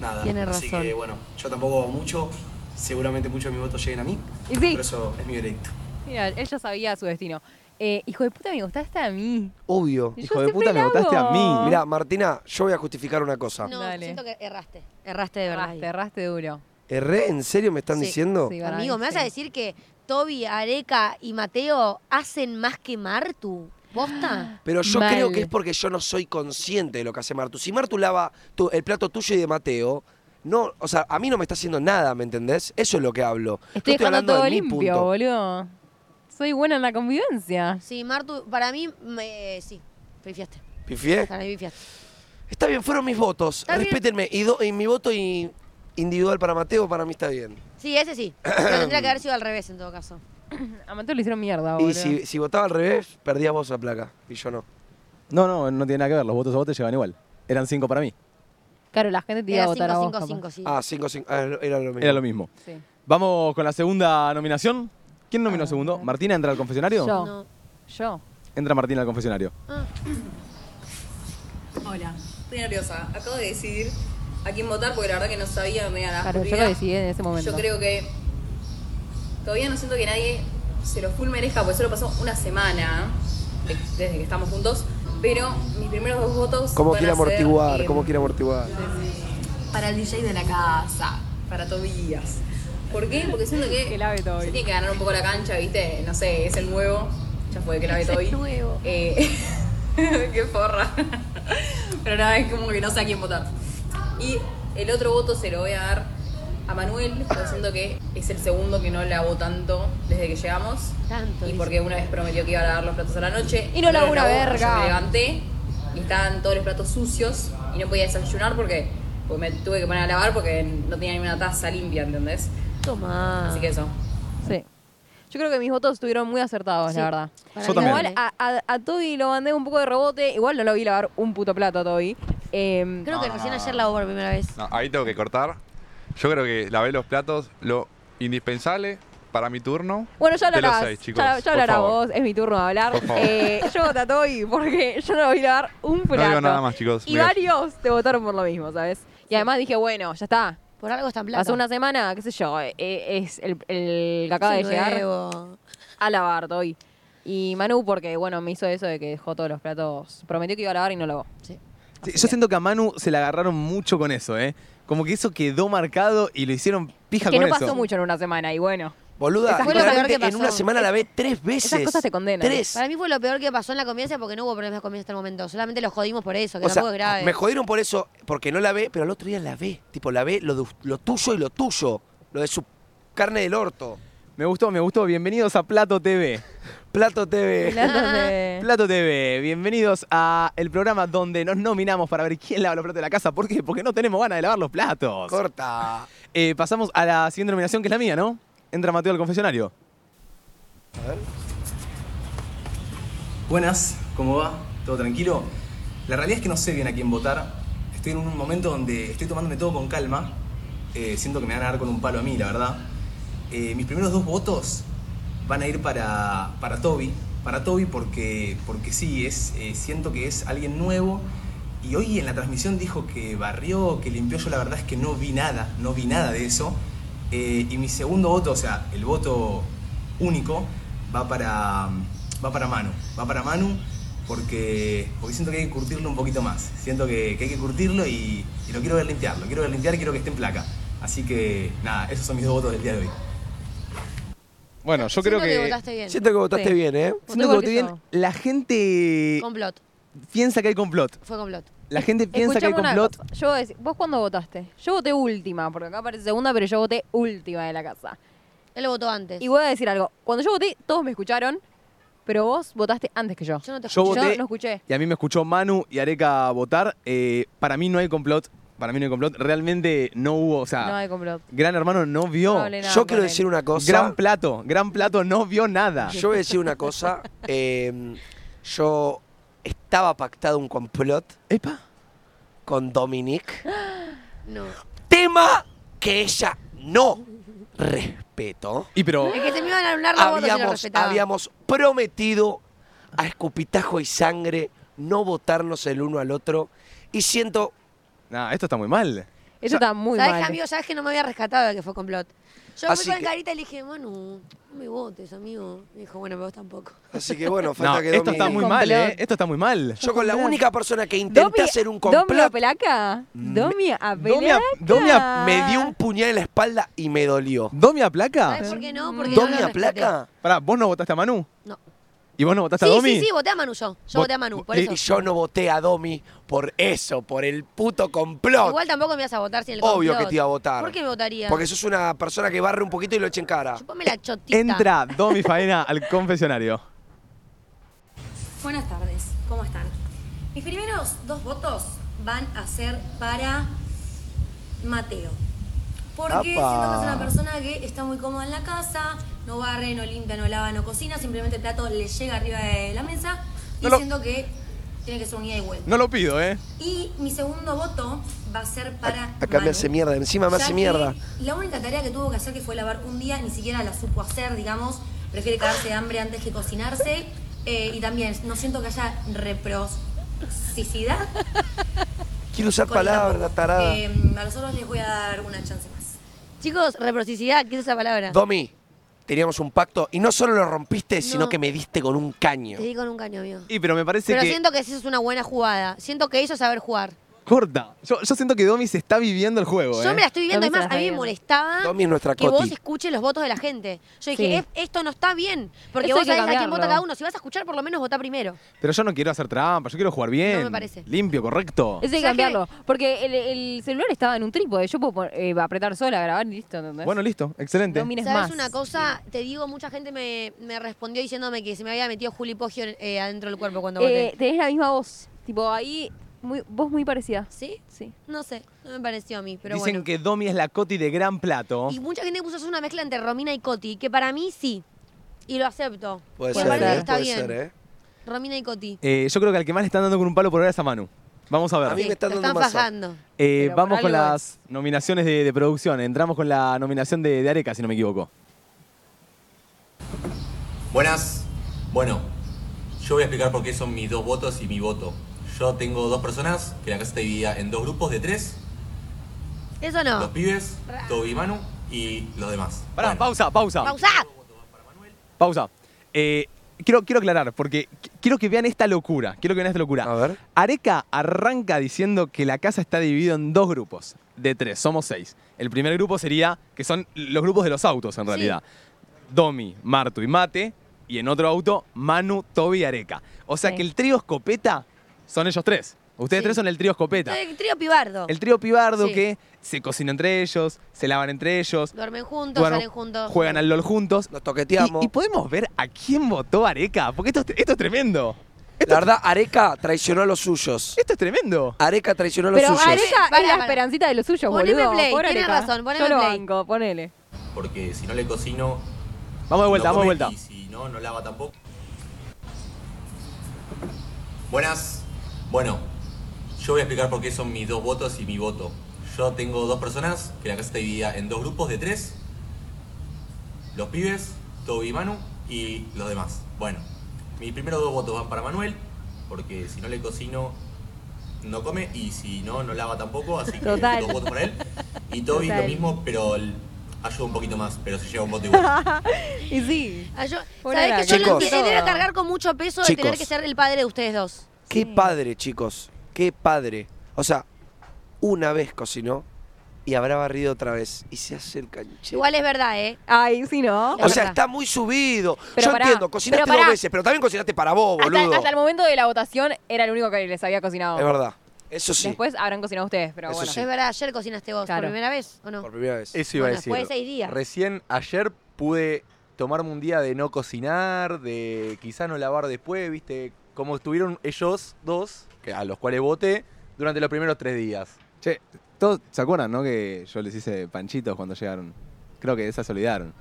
Speaker 8: nada.
Speaker 3: Tiene
Speaker 8: Así
Speaker 3: razón.
Speaker 8: que bueno, yo tampoco hago mucho, seguramente muchos de mis votos lleguen a mí,
Speaker 2: Y sí,
Speaker 8: pero eso es mi veredicto.
Speaker 2: mira, él ya sabía su destino. Eh, hijo de puta, me gustaste a mí.
Speaker 1: Obvio.
Speaker 2: Y
Speaker 4: Hijo
Speaker 2: yo
Speaker 4: de
Speaker 2: siempre
Speaker 4: puta, me
Speaker 2: la
Speaker 4: votaste a mí.
Speaker 2: hago.
Speaker 1: Mira, Martina, yo voy a justificar una cosa.
Speaker 3: No,
Speaker 2: Dale.
Speaker 3: siento que erraste. Erraste de verdad.
Speaker 2: Erraste, erraste duro.
Speaker 1: ¿Erré? ¿En serio me están
Speaker 3: Sí,
Speaker 1: diciendo?
Speaker 2: sí. verdad,
Speaker 3: Amigo, ¿me vas a
Speaker 2: sí.
Speaker 3: decir que Toby, Areca y Mateo hacen más que Martu? ¿Posta?
Speaker 1: Pero yo
Speaker 2: Mal.
Speaker 1: creo que es porque yo no soy consciente de lo que hace Martu. Si Martu lava tu- el plato tuyo y de Mateo, no, o sea, a mí no me está haciendo nada, ¿me entendés? Eso es lo que hablo. No
Speaker 2: Estoy dejando
Speaker 1: hablando
Speaker 2: todo
Speaker 1: de mi
Speaker 2: limpio,
Speaker 1: punto.
Speaker 2: boludo. Soy buena en la convivencia.
Speaker 3: Sí, Martu, para mí, me- sí. Pifiaste.
Speaker 1: ¿Pifié?
Speaker 3: Para mí pifiaste.
Speaker 1: Está bien, fueron mis votos.
Speaker 3: Está bien.
Speaker 1: Respétenme. Y, do- y mi voto y- individual para Mateo, para mí está bien.
Speaker 3: Sí, ese sí. Pero tendría que haber sido al revés en todo caso.
Speaker 2: A Mateo le hicieron mierda, boludo.
Speaker 1: Y si, si votaba al revés, perdías vos la placa. Y yo no.
Speaker 4: No, no, no tiene nada que ver. Los votos a votos llevan igual. Eran cinco para mí.
Speaker 2: Claro, la gente te iba
Speaker 3: Era
Speaker 2: a votar a vos.
Speaker 3: 5-5-5, sí.
Speaker 1: Ah, 5-5. Ah, era lo mismo.
Speaker 4: Era lo mismo.
Speaker 2: capaz. Sí.
Speaker 4: Vamos con la segunda nominación. ¿Quién nominó
Speaker 2: Ah,
Speaker 4: segundo?
Speaker 2: mira.
Speaker 4: ¿Martina entra al confesionario?
Speaker 2: Yo.
Speaker 3: No.
Speaker 2: Yo.
Speaker 4: Entra Martina al confesionario.
Speaker 9: Hola, estoy nerviosa. Acabo de decidir a quién votar porque la verdad que no sabía, me da la
Speaker 2: Claro, yo
Speaker 9: oscuridad.
Speaker 2: lo decidí en ese momento.
Speaker 9: Yo creo que todavía no siento que nadie se lo full merezca, porque solo pasó una semana ¿eh? de- desde que estamos juntos, pero mis primeros dos votos.
Speaker 1: ¿Cómo
Speaker 9: van
Speaker 1: quiere
Speaker 9: a ser,
Speaker 1: amortiguar?
Speaker 9: em,
Speaker 1: ¿Cómo quiere amortiguar?
Speaker 9: Para el DJ de la casa, para Tobías. ¿Por qué? Porque siento que
Speaker 2: Que lave todo.
Speaker 9: se tiene que ganar un poco la cancha, ¿viste? No sé, es el nuevo. Ya fue que la ve todo
Speaker 3: Es nuevo.
Speaker 9: Eh, qué forra. Pero nada, es como que no sé a quién votar. Y el otro voto se lo voy a dar a Manuel, porque siento que es el segundo que no lavó tanto desde que llegamos.
Speaker 3: Tanto,
Speaker 9: Y
Speaker 3: dice.
Speaker 9: porque una vez prometió que iba a lavar los platos a la noche.
Speaker 2: Y no lavó
Speaker 9: los
Speaker 2: una
Speaker 9: lavó,
Speaker 2: verga.
Speaker 9: yo me levanté y estaban todos los platos sucios y no podía desayunar porque, porque me tuve que poner a lavar porque no tenía ninguna taza limpia, ¿entendés?
Speaker 3: Toma.
Speaker 9: Así que eso.
Speaker 2: Ah. Sí. Yo creo que mis votos estuvieron muy acertados,
Speaker 3: Sí.
Speaker 2: la verdad.
Speaker 3: Para ah, mí
Speaker 4: Yo también.
Speaker 2: Igual a, a, a Toby lo mandé un poco de rebote. Igual no lo vi lavar un puto plato a Toby. Em,
Speaker 3: Creo
Speaker 10: No,
Speaker 3: que
Speaker 10: no,
Speaker 3: recién
Speaker 10: no,
Speaker 3: ayer
Speaker 10: no.
Speaker 3: la hubo por primera vez.
Speaker 10: No, ahí tengo que cortar. Yo creo que lavé los platos, lo indispensable para mi turno.
Speaker 2: bueno, ya
Speaker 10: de los
Speaker 2: hablarás.
Speaker 10: seis, chicos.
Speaker 2: ya ya
Speaker 10: por
Speaker 2: hablarás
Speaker 10: favor.
Speaker 2: vos, es mi turno de hablar.
Speaker 10: Por favor.
Speaker 2: Eh, yo voté a Toby porque yo no lo vi lavar un
Speaker 10: No
Speaker 2: plato.
Speaker 10: digo nada más, chicos.
Speaker 2: Y
Speaker 10: Me callo.
Speaker 2: varios te votaron por lo mismo, ¿sabes? Y además dije, bueno, ya está.
Speaker 3: Por algo está en plata.
Speaker 2: Pasó una semana, qué sé yo, eh, eh, es el, el que acaba de
Speaker 3: Es
Speaker 2: llegar
Speaker 3: nuevo.
Speaker 2: a lavar Toby. Y Manu, porque bueno, me hizo eso de que dejó todos los platos. Prometió que iba a lavar y no lavó.
Speaker 4: Sí, yo siento que a Manu se la agarraron mucho con eso, ¿eh? Como que eso quedó marcado y lo hicieron pija
Speaker 2: Que
Speaker 4: con
Speaker 2: no
Speaker 4: eso.
Speaker 2: pasó mucho en una semana, y bueno.
Speaker 1: Boluda,
Speaker 2: Esas
Speaker 3: fue lo peor
Speaker 1: literalmente
Speaker 3: que
Speaker 1: en una
Speaker 3: pasó.
Speaker 1: semana la ve tres veces.
Speaker 2: cosas te condenan.
Speaker 1: Tres.
Speaker 3: Para mí fue lo peor que pasó en la comienza porque no hubo problemas de comienza hasta el momento. Solamente los jodimos por eso, que
Speaker 1: O sea,
Speaker 3: tampoco es grave.
Speaker 1: me jodieron por eso, porque no la ve, pero al otro día la ve. Tipo, la ve lo, de us- lo tuyo y lo tuyo. Lo de su carne del orto.
Speaker 4: Me gustó, me gustó. Bienvenidos a Plato TV.
Speaker 1: Plato TV.
Speaker 4: Plato TV, bienvenidos a el programa donde nos nominamos para ver quién lava los platos de la casa. ¿Por qué? Porque no tenemos ganas de lavar los platos.
Speaker 1: Corta.
Speaker 4: Eh, pasamos a la siguiente nominación, que es la mía, ¿no? Entra Mateo al confesionario.
Speaker 8: Buenas, ¿cómo va? ¿Todo tranquilo? La realidad es que no sé bien a quién votar. Estoy en un momento donde estoy tomándome todo con calma. Eh, siento que me van a dar con un palo a mí, la verdad. Eh, mis primeros dos votos van a ir para, para Toby. Para Toby porque, porque sí, es, eh, siento que es alguien nuevo. Y hoy en la transmisión dijo que barrió, que limpió. Yo la verdad es que no vi nada, no vi nada de eso. Eh, y mi segundo voto, o sea, el voto único, va para, va para Manu. Va para Manu porque, porque siento que hay que curtirlo un poquito más. Siento que, que hay que curtirlo y, y lo quiero ver limpiar. Lo quiero ver limpiar y quiero que esté en placa. Así que nada, esos son mis dos votos del día de hoy.
Speaker 10: Bueno, yo creo
Speaker 3: Siento
Speaker 10: que.
Speaker 3: votaste bien.
Speaker 1: Siento que votaste
Speaker 2: Sí.
Speaker 1: bien, ¿eh?
Speaker 4: Siento que voté bien,
Speaker 2: eso.
Speaker 4: la gente
Speaker 3: Complot.
Speaker 4: piensa que hay complot.
Speaker 3: Fue complot.
Speaker 4: La gente piensa que hay
Speaker 2: Escuchame una
Speaker 4: complot.
Speaker 2: cosa. Yo, es- ¿Vos cuándo votaste? Yo voté última, porque acá aparece segunda, pero yo voté última de la casa.
Speaker 3: Él lo votó antes.
Speaker 2: Y voy a decir algo. Cuando yo voté, todos me escucharon, pero vos votaste antes que yo.
Speaker 3: Yo no te
Speaker 4: Yo
Speaker 3: escuché.
Speaker 4: voté-
Speaker 2: no escuché.
Speaker 4: Y a mí me escuchó Manu y Areca votar. Eh, para mí no hay complot. Para mí no hay complot. Realmente no hubo, o sea,
Speaker 2: No hay complot.
Speaker 4: Gran Hermano no vio.
Speaker 2: No hablé nada
Speaker 1: Yo
Speaker 2: con
Speaker 1: quiero
Speaker 2: él.
Speaker 1: decir una cosa.
Speaker 4: Gran plato, gran plato no vio nada.
Speaker 1: Yo voy a decir una cosa. eh, yo estaba pactado un complot
Speaker 4: Epa.
Speaker 1: con Dominique.
Speaker 3: No.
Speaker 1: Tema que ella no respeto.
Speaker 4: Y pero
Speaker 3: Es que se me iban a anular la voto si lo
Speaker 1: Habíamos,
Speaker 3: respetaba.
Speaker 1: habíamos prometido a escupitajo y sangre no votarnos el uno al otro. Y siento,
Speaker 4: Nah, esto está muy mal.
Speaker 2: Eso está muy
Speaker 3: ¿Sabes,
Speaker 2: mal.
Speaker 3: amigo? ¿Sabes que no me había rescatado de que fue complot? Yo
Speaker 1: Así
Speaker 3: fui con
Speaker 1: que-
Speaker 3: carita y le dije, Manu, no me votes, amigo. Me dijo, bueno, pero vos tampoco.
Speaker 1: así que bueno, falta
Speaker 4: No,
Speaker 1: que
Speaker 4: esto
Speaker 1: Domi-
Speaker 4: está muy mal, eh. Esto está muy mal.
Speaker 1: Yo con la única persona que intenté
Speaker 2: Domi-
Speaker 1: hacer un
Speaker 2: Domi
Speaker 1: complot,
Speaker 2: Apelaca. Domi
Speaker 4: Domi
Speaker 2: Apelaca.
Speaker 4: a- Domi a-
Speaker 1: me dio un puñal en la espalda y me dolió.
Speaker 4: ¿Domi aplaca?
Speaker 3: ¿Sabes por qué
Speaker 2: Mm.
Speaker 3: no? Porque no
Speaker 1: ¿Domi
Speaker 3: lo respeté.
Speaker 1: aplaca?
Speaker 4: Pará, ¿vos no votaste a Manu?
Speaker 3: No.
Speaker 4: ¿Y vos no votaste
Speaker 3: Sí,
Speaker 4: a Domi?
Speaker 3: sí, sí, voté a Manu yo. Yo
Speaker 4: Vot-
Speaker 3: voté a Manu, por
Speaker 1: Y-
Speaker 3: eso.
Speaker 1: Y yo no voté a Domi por eso, por el puto complot.
Speaker 3: Igual tampoco me ibas a votar sin el
Speaker 1: Obvio
Speaker 3: complot.
Speaker 1: que te iba a votar.
Speaker 3: ¿Por qué me votaría?
Speaker 1: Porque sos una persona que barre un poquito y lo echa en cara.
Speaker 3: Chupame la chotita.
Speaker 4: Entra Domi Faena al confesionario.
Speaker 9: Buenas tardes, ¿cómo están? Mis primeros dos votos van a ser para Mateo. Porque
Speaker 1: ¡Apa!
Speaker 9: siento que es una persona que está muy cómoda en la casa, no barre, no limpia, no lava, no cocina, simplemente el plato le llega arriba de la mesa y
Speaker 4: No lo-
Speaker 9: siento que tiene que ser unida y vuelta.
Speaker 4: No lo pido, ¿eh?
Speaker 9: Y mi segundo voto va a ser para.
Speaker 1: Acá me
Speaker 9: Manu,
Speaker 1: hace mierda, encima me
Speaker 9: ya
Speaker 1: hace
Speaker 9: que
Speaker 1: mierda.
Speaker 9: La única tarea que tuvo que hacer, que fue lavar un día, ni siquiera la supo hacer, digamos. Prefiere quedarse de hambre antes que cocinarse. Eh, y también, no siento que haya reprosicidad.
Speaker 1: Quiero usar palabras, la tarada.
Speaker 2: Eh,
Speaker 9: Eh, a los otros les voy a dar una chance más.
Speaker 3: Chicos, reciprocidad, ¿qué es esa palabra?
Speaker 1: Domi, teníamos un pacto y no solo lo rompiste, sino
Speaker 3: No.
Speaker 1: que me diste con un caño.
Speaker 3: Te di con un caño, amigo.
Speaker 4: Y pero me parece
Speaker 3: Pero
Speaker 4: que
Speaker 3: siento que eso es una buena jugada. Siento que eso es saber jugar.
Speaker 4: corta. Yo, yo siento que Domi se está viviendo el juego,
Speaker 3: Yo
Speaker 4: ¿eh?
Speaker 3: me la estoy viviendo,
Speaker 2: Domi
Speaker 3: es
Speaker 2: se la
Speaker 3: más,
Speaker 2: está
Speaker 3: a mí me
Speaker 2: viendo.
Speaker 3: molestaba
Speaker 1: Domi es nuestra
Speaker 3: que vos
Speaker 1: Coti.
Speaker 3: escuches los votos de la gente. Yo dije,
Speaker 2: Sí.
Speaker 3: "Es- esto no está bien, porque
Speaker 2: Eso
Speaker 3: vos
Speaker 2: hay que
Speaker 3: sabés a quién
Speaker 2: cambiarlo.
Speaker 3: vota cada uno. Si vas a escuchar, por lo menos vota primero.
Speaker 4: Pero yo no quiero hacer trampa, yo quiero jugar bien.
Speaker 3: No me parece.
Speaker 4: Limpio,
Speaker 2: Eso
Speaker 4: correcto.
Speaker 2: hay que
Speaker 3: ¿Sabes qué?
Speaker 2: cambiarlo. Porque el, el celular estaba en un trípode. Yo puedo pon- eh, apretar sola, grabar y listo. ¿entendés?
Speaker 4: Bueno, listo, excelente.
Speaker 2: no mires
Speaker 3: ¿Sabes
Speaker 2: más.
Speaker 3: una cosa? Te digo, mucha gente me, me respondió diciéndome que se me había metido Juli Poggio eh, adentro del cuerpo cuando
Speaker 2: Eh,
Speaker 3: voté.
Speaker 2: tenés la misma voz. Tipo, ahí, muy, voz muy parecida.
Speaker 3: ¿Sí?
Speaker 2: Sí.
Speaker 3: No sé, no me pareció a mí, pero
Speaker 4: Dicen
Speaker 3: bueno.
Speaker 4: que Domi es la Coti de gran plato.
Speaker 3: Y mucha gente puso "Sos una mezcla entre Romina y Coti, que para mí sí, y lo acepto.
Speaker 1: Puede
Speaker 3: Me
Speaker 1: ser,
Speaker 3: parece
Speaker 1: ¿eh?
Speaker 3: que está
Speaker 1: Puede
Speaker 3: bien.
Speaker 1: ser, ¿eh?
Speaker 3: Romina y Coti.
Speaker 4: Eh, yo creo que al que más le están dando con un palo por ahora es a Manu. Vamos a ver.
Speaker 1: A mí
Speaker 3: Sí,
Speaker 1: me está
Speaker 3: lo
Speaker 1: dando
Speaker 3: están
Speaker 1: mazo.
Speaker 3: fajando.
Speaker 4: Eh,
Speaker 2: Pero por
Speaker 4: vamos con
Speaker 2: algo
Speaker 4: las nominaciones de, de producción. Entramos con la nominación de, de Areca, si no me equivoco.
Speaker 11: Buenas. Bueno, yo voy a explicar por qué son mis dos votos y mi voto. Yo tengo dos personas, que la casa está dividida en dos grupos de tres.
Speaker 3: Eso
Speaker 11: Los
Speaker 2: Ah.
Speaker 3: no.
Speaker 11: pibes, Toby y Manu, y los demás.
Speaker 4: Pará,
Speaker 11: Bueno,
Speaker 4: pausa, pausa.
Speaker 3: ¡Pausa!
Speaker 4: Pausa. Eh, quiero, quiero aclarar, porque qu- quiero que vean esta locura. Quiero que vean esta locura.
Speaker 1: A ver.
Speaker 4: Areca arranca diciendo que la casa está dividida en dos grupos de tres, somos seis. El primer grupo sería, que son los grupos de los autos en realidad. Domi, Martu y Mate, y en otro auto, Manu, Toby y Areca. O sea
Speaker 2: Sí.
Speaker 4: que el trío escopeta son ellos tres. Ustedes
Speaker 3: Sí.
Speaker 4: tres son el trío escopeta.
Speaker 3: El trío pibardo.
Speaker 4: El trío pibardo
Speaker 3: Sí.
Speaker 4: que se cocina entre ellos, se lavan entre ellos,
Speaker 3: Duermen juntos,
Speaker 4: bueno,
Speaker 3: salen juntos.
Speaker 4: juegan al LOL juntos.
Speaker 1: Nos
Speaker 4: Y,
Speaker 1: toqueteamos.
Speaker 4: y podemos ver a quién votó Areca, porque esto, es- esto es tremendo.
Speaker 1: La verdad, Areca traicionó a los suyos.
Speaker 4: Esto es tremendo.
Speaker 1: Areca traicionó a los
Speaker 2: Pero
Speaker 1: suyos.
Speaker 2: Areca
Speaker 3: Pará,
Speaker 2: es la
Speaker 3: pará.
Speaker 2: esperancita de los suyos,
Speaker 3: Poneme
Speaker 2: boludo.
Speaker 3: play,
Speaker 2: Pobre
Speaker 3: tenés
Speaker 2: Areca.
Speaker 3: razón, poneme
Speaker 2: Yo lo
Speaker 3: play.
Speaker 2: banco, ponele.
Speaker 11: Porque si no le cocino.
Speaker 4: Vamos de vuelta,
Speaker 11: no
Speaker 4: vamos de
Speaker 11: come,
Speaker 4: vuelta.
Speaker 11: Y si no, no lava tampoco. Buenas. Bueno, yo voy a explicar por qué son mis dos votos y mi voto. Yo tengo dos personas, que la casa está dividida en dos grupos de tres. Los pibes, Toby y Manu, y los demás. Bueno, mis primeros dos votos van para Manuel, porque si no le cocino, no come, y si no, no lava tampoco, así que
Speaker 2: Total.
Speaker 11: dos votos para él. Y Toby
Speaker 2: Total.
Speaker 11: lo mismo, pero l- ayuda un poquito más, pero se lleva un voto igual.
Speaker 2: Y sí.
Speaker 3: Ah, yo-
Speaker 2: Pobre
Speaker 3: ¿sabés que
Speaker 2: Areca.
Speaker 3: yo lo
Speaker 1: Chicos.
Speaker 3: que- debe cargar con mucho peso de tener
Speaker 1: Chicos.
Speaker 3: que ser el padre de ustedes dos?
Speaker 1: Qué padre, chicos. Qué padre. O sea, una vez cocinó y habrá barrido otra vez. Y se hace el canchero.
Speaker 3: Igual es verdad, ¿eh?
Speaker 2: Ay, sí, ¿no?
Speaker 1: o sea,
Speaker 3: verdad.
Speaker 1: está muy subido.
Speaker 2: Pero
Speaker 1: Yo
Speaker 2: pará,
Speaker 1: entiendo, cocinaste
Speaker 2: pero pará.
Speaker 1: dos veces, pero también cocinaste para vos, boludo.
Speaker 2: Hasta, hasta el momento de la votación era el único que les había cocinado.
Speaker 1: Es verdad. Eso sí.
Speaker 2: Después habrán cocinado ustedes, pero
Speaker 1: Eso
Speaker 2: bueno.
Speaker 1: sí.
Speaker 3: Es verdad, ayer cocinaste vos
Speaker 2: Claro.
Speaker 3: por primera vez, ¿o no?
Speaker 1: Por primera vez.
Speaker 12: Eso iba
Speaker 3: Bueno,
Speaker 12: a decir.
Speaker 3: después de seis días.
Speaker 12: Recién ayer pude tomarme un día de no cocinar, de quizá no lavar después, ¿viste? Como estuvieron ellos dos, que- a los cuales voté, durante los primeros tres días.
Speaker 4: Che, todos se acuerdan, ¿no? Que yo les hice panchitos cuando llegaron. Creo que esas se olvidaron.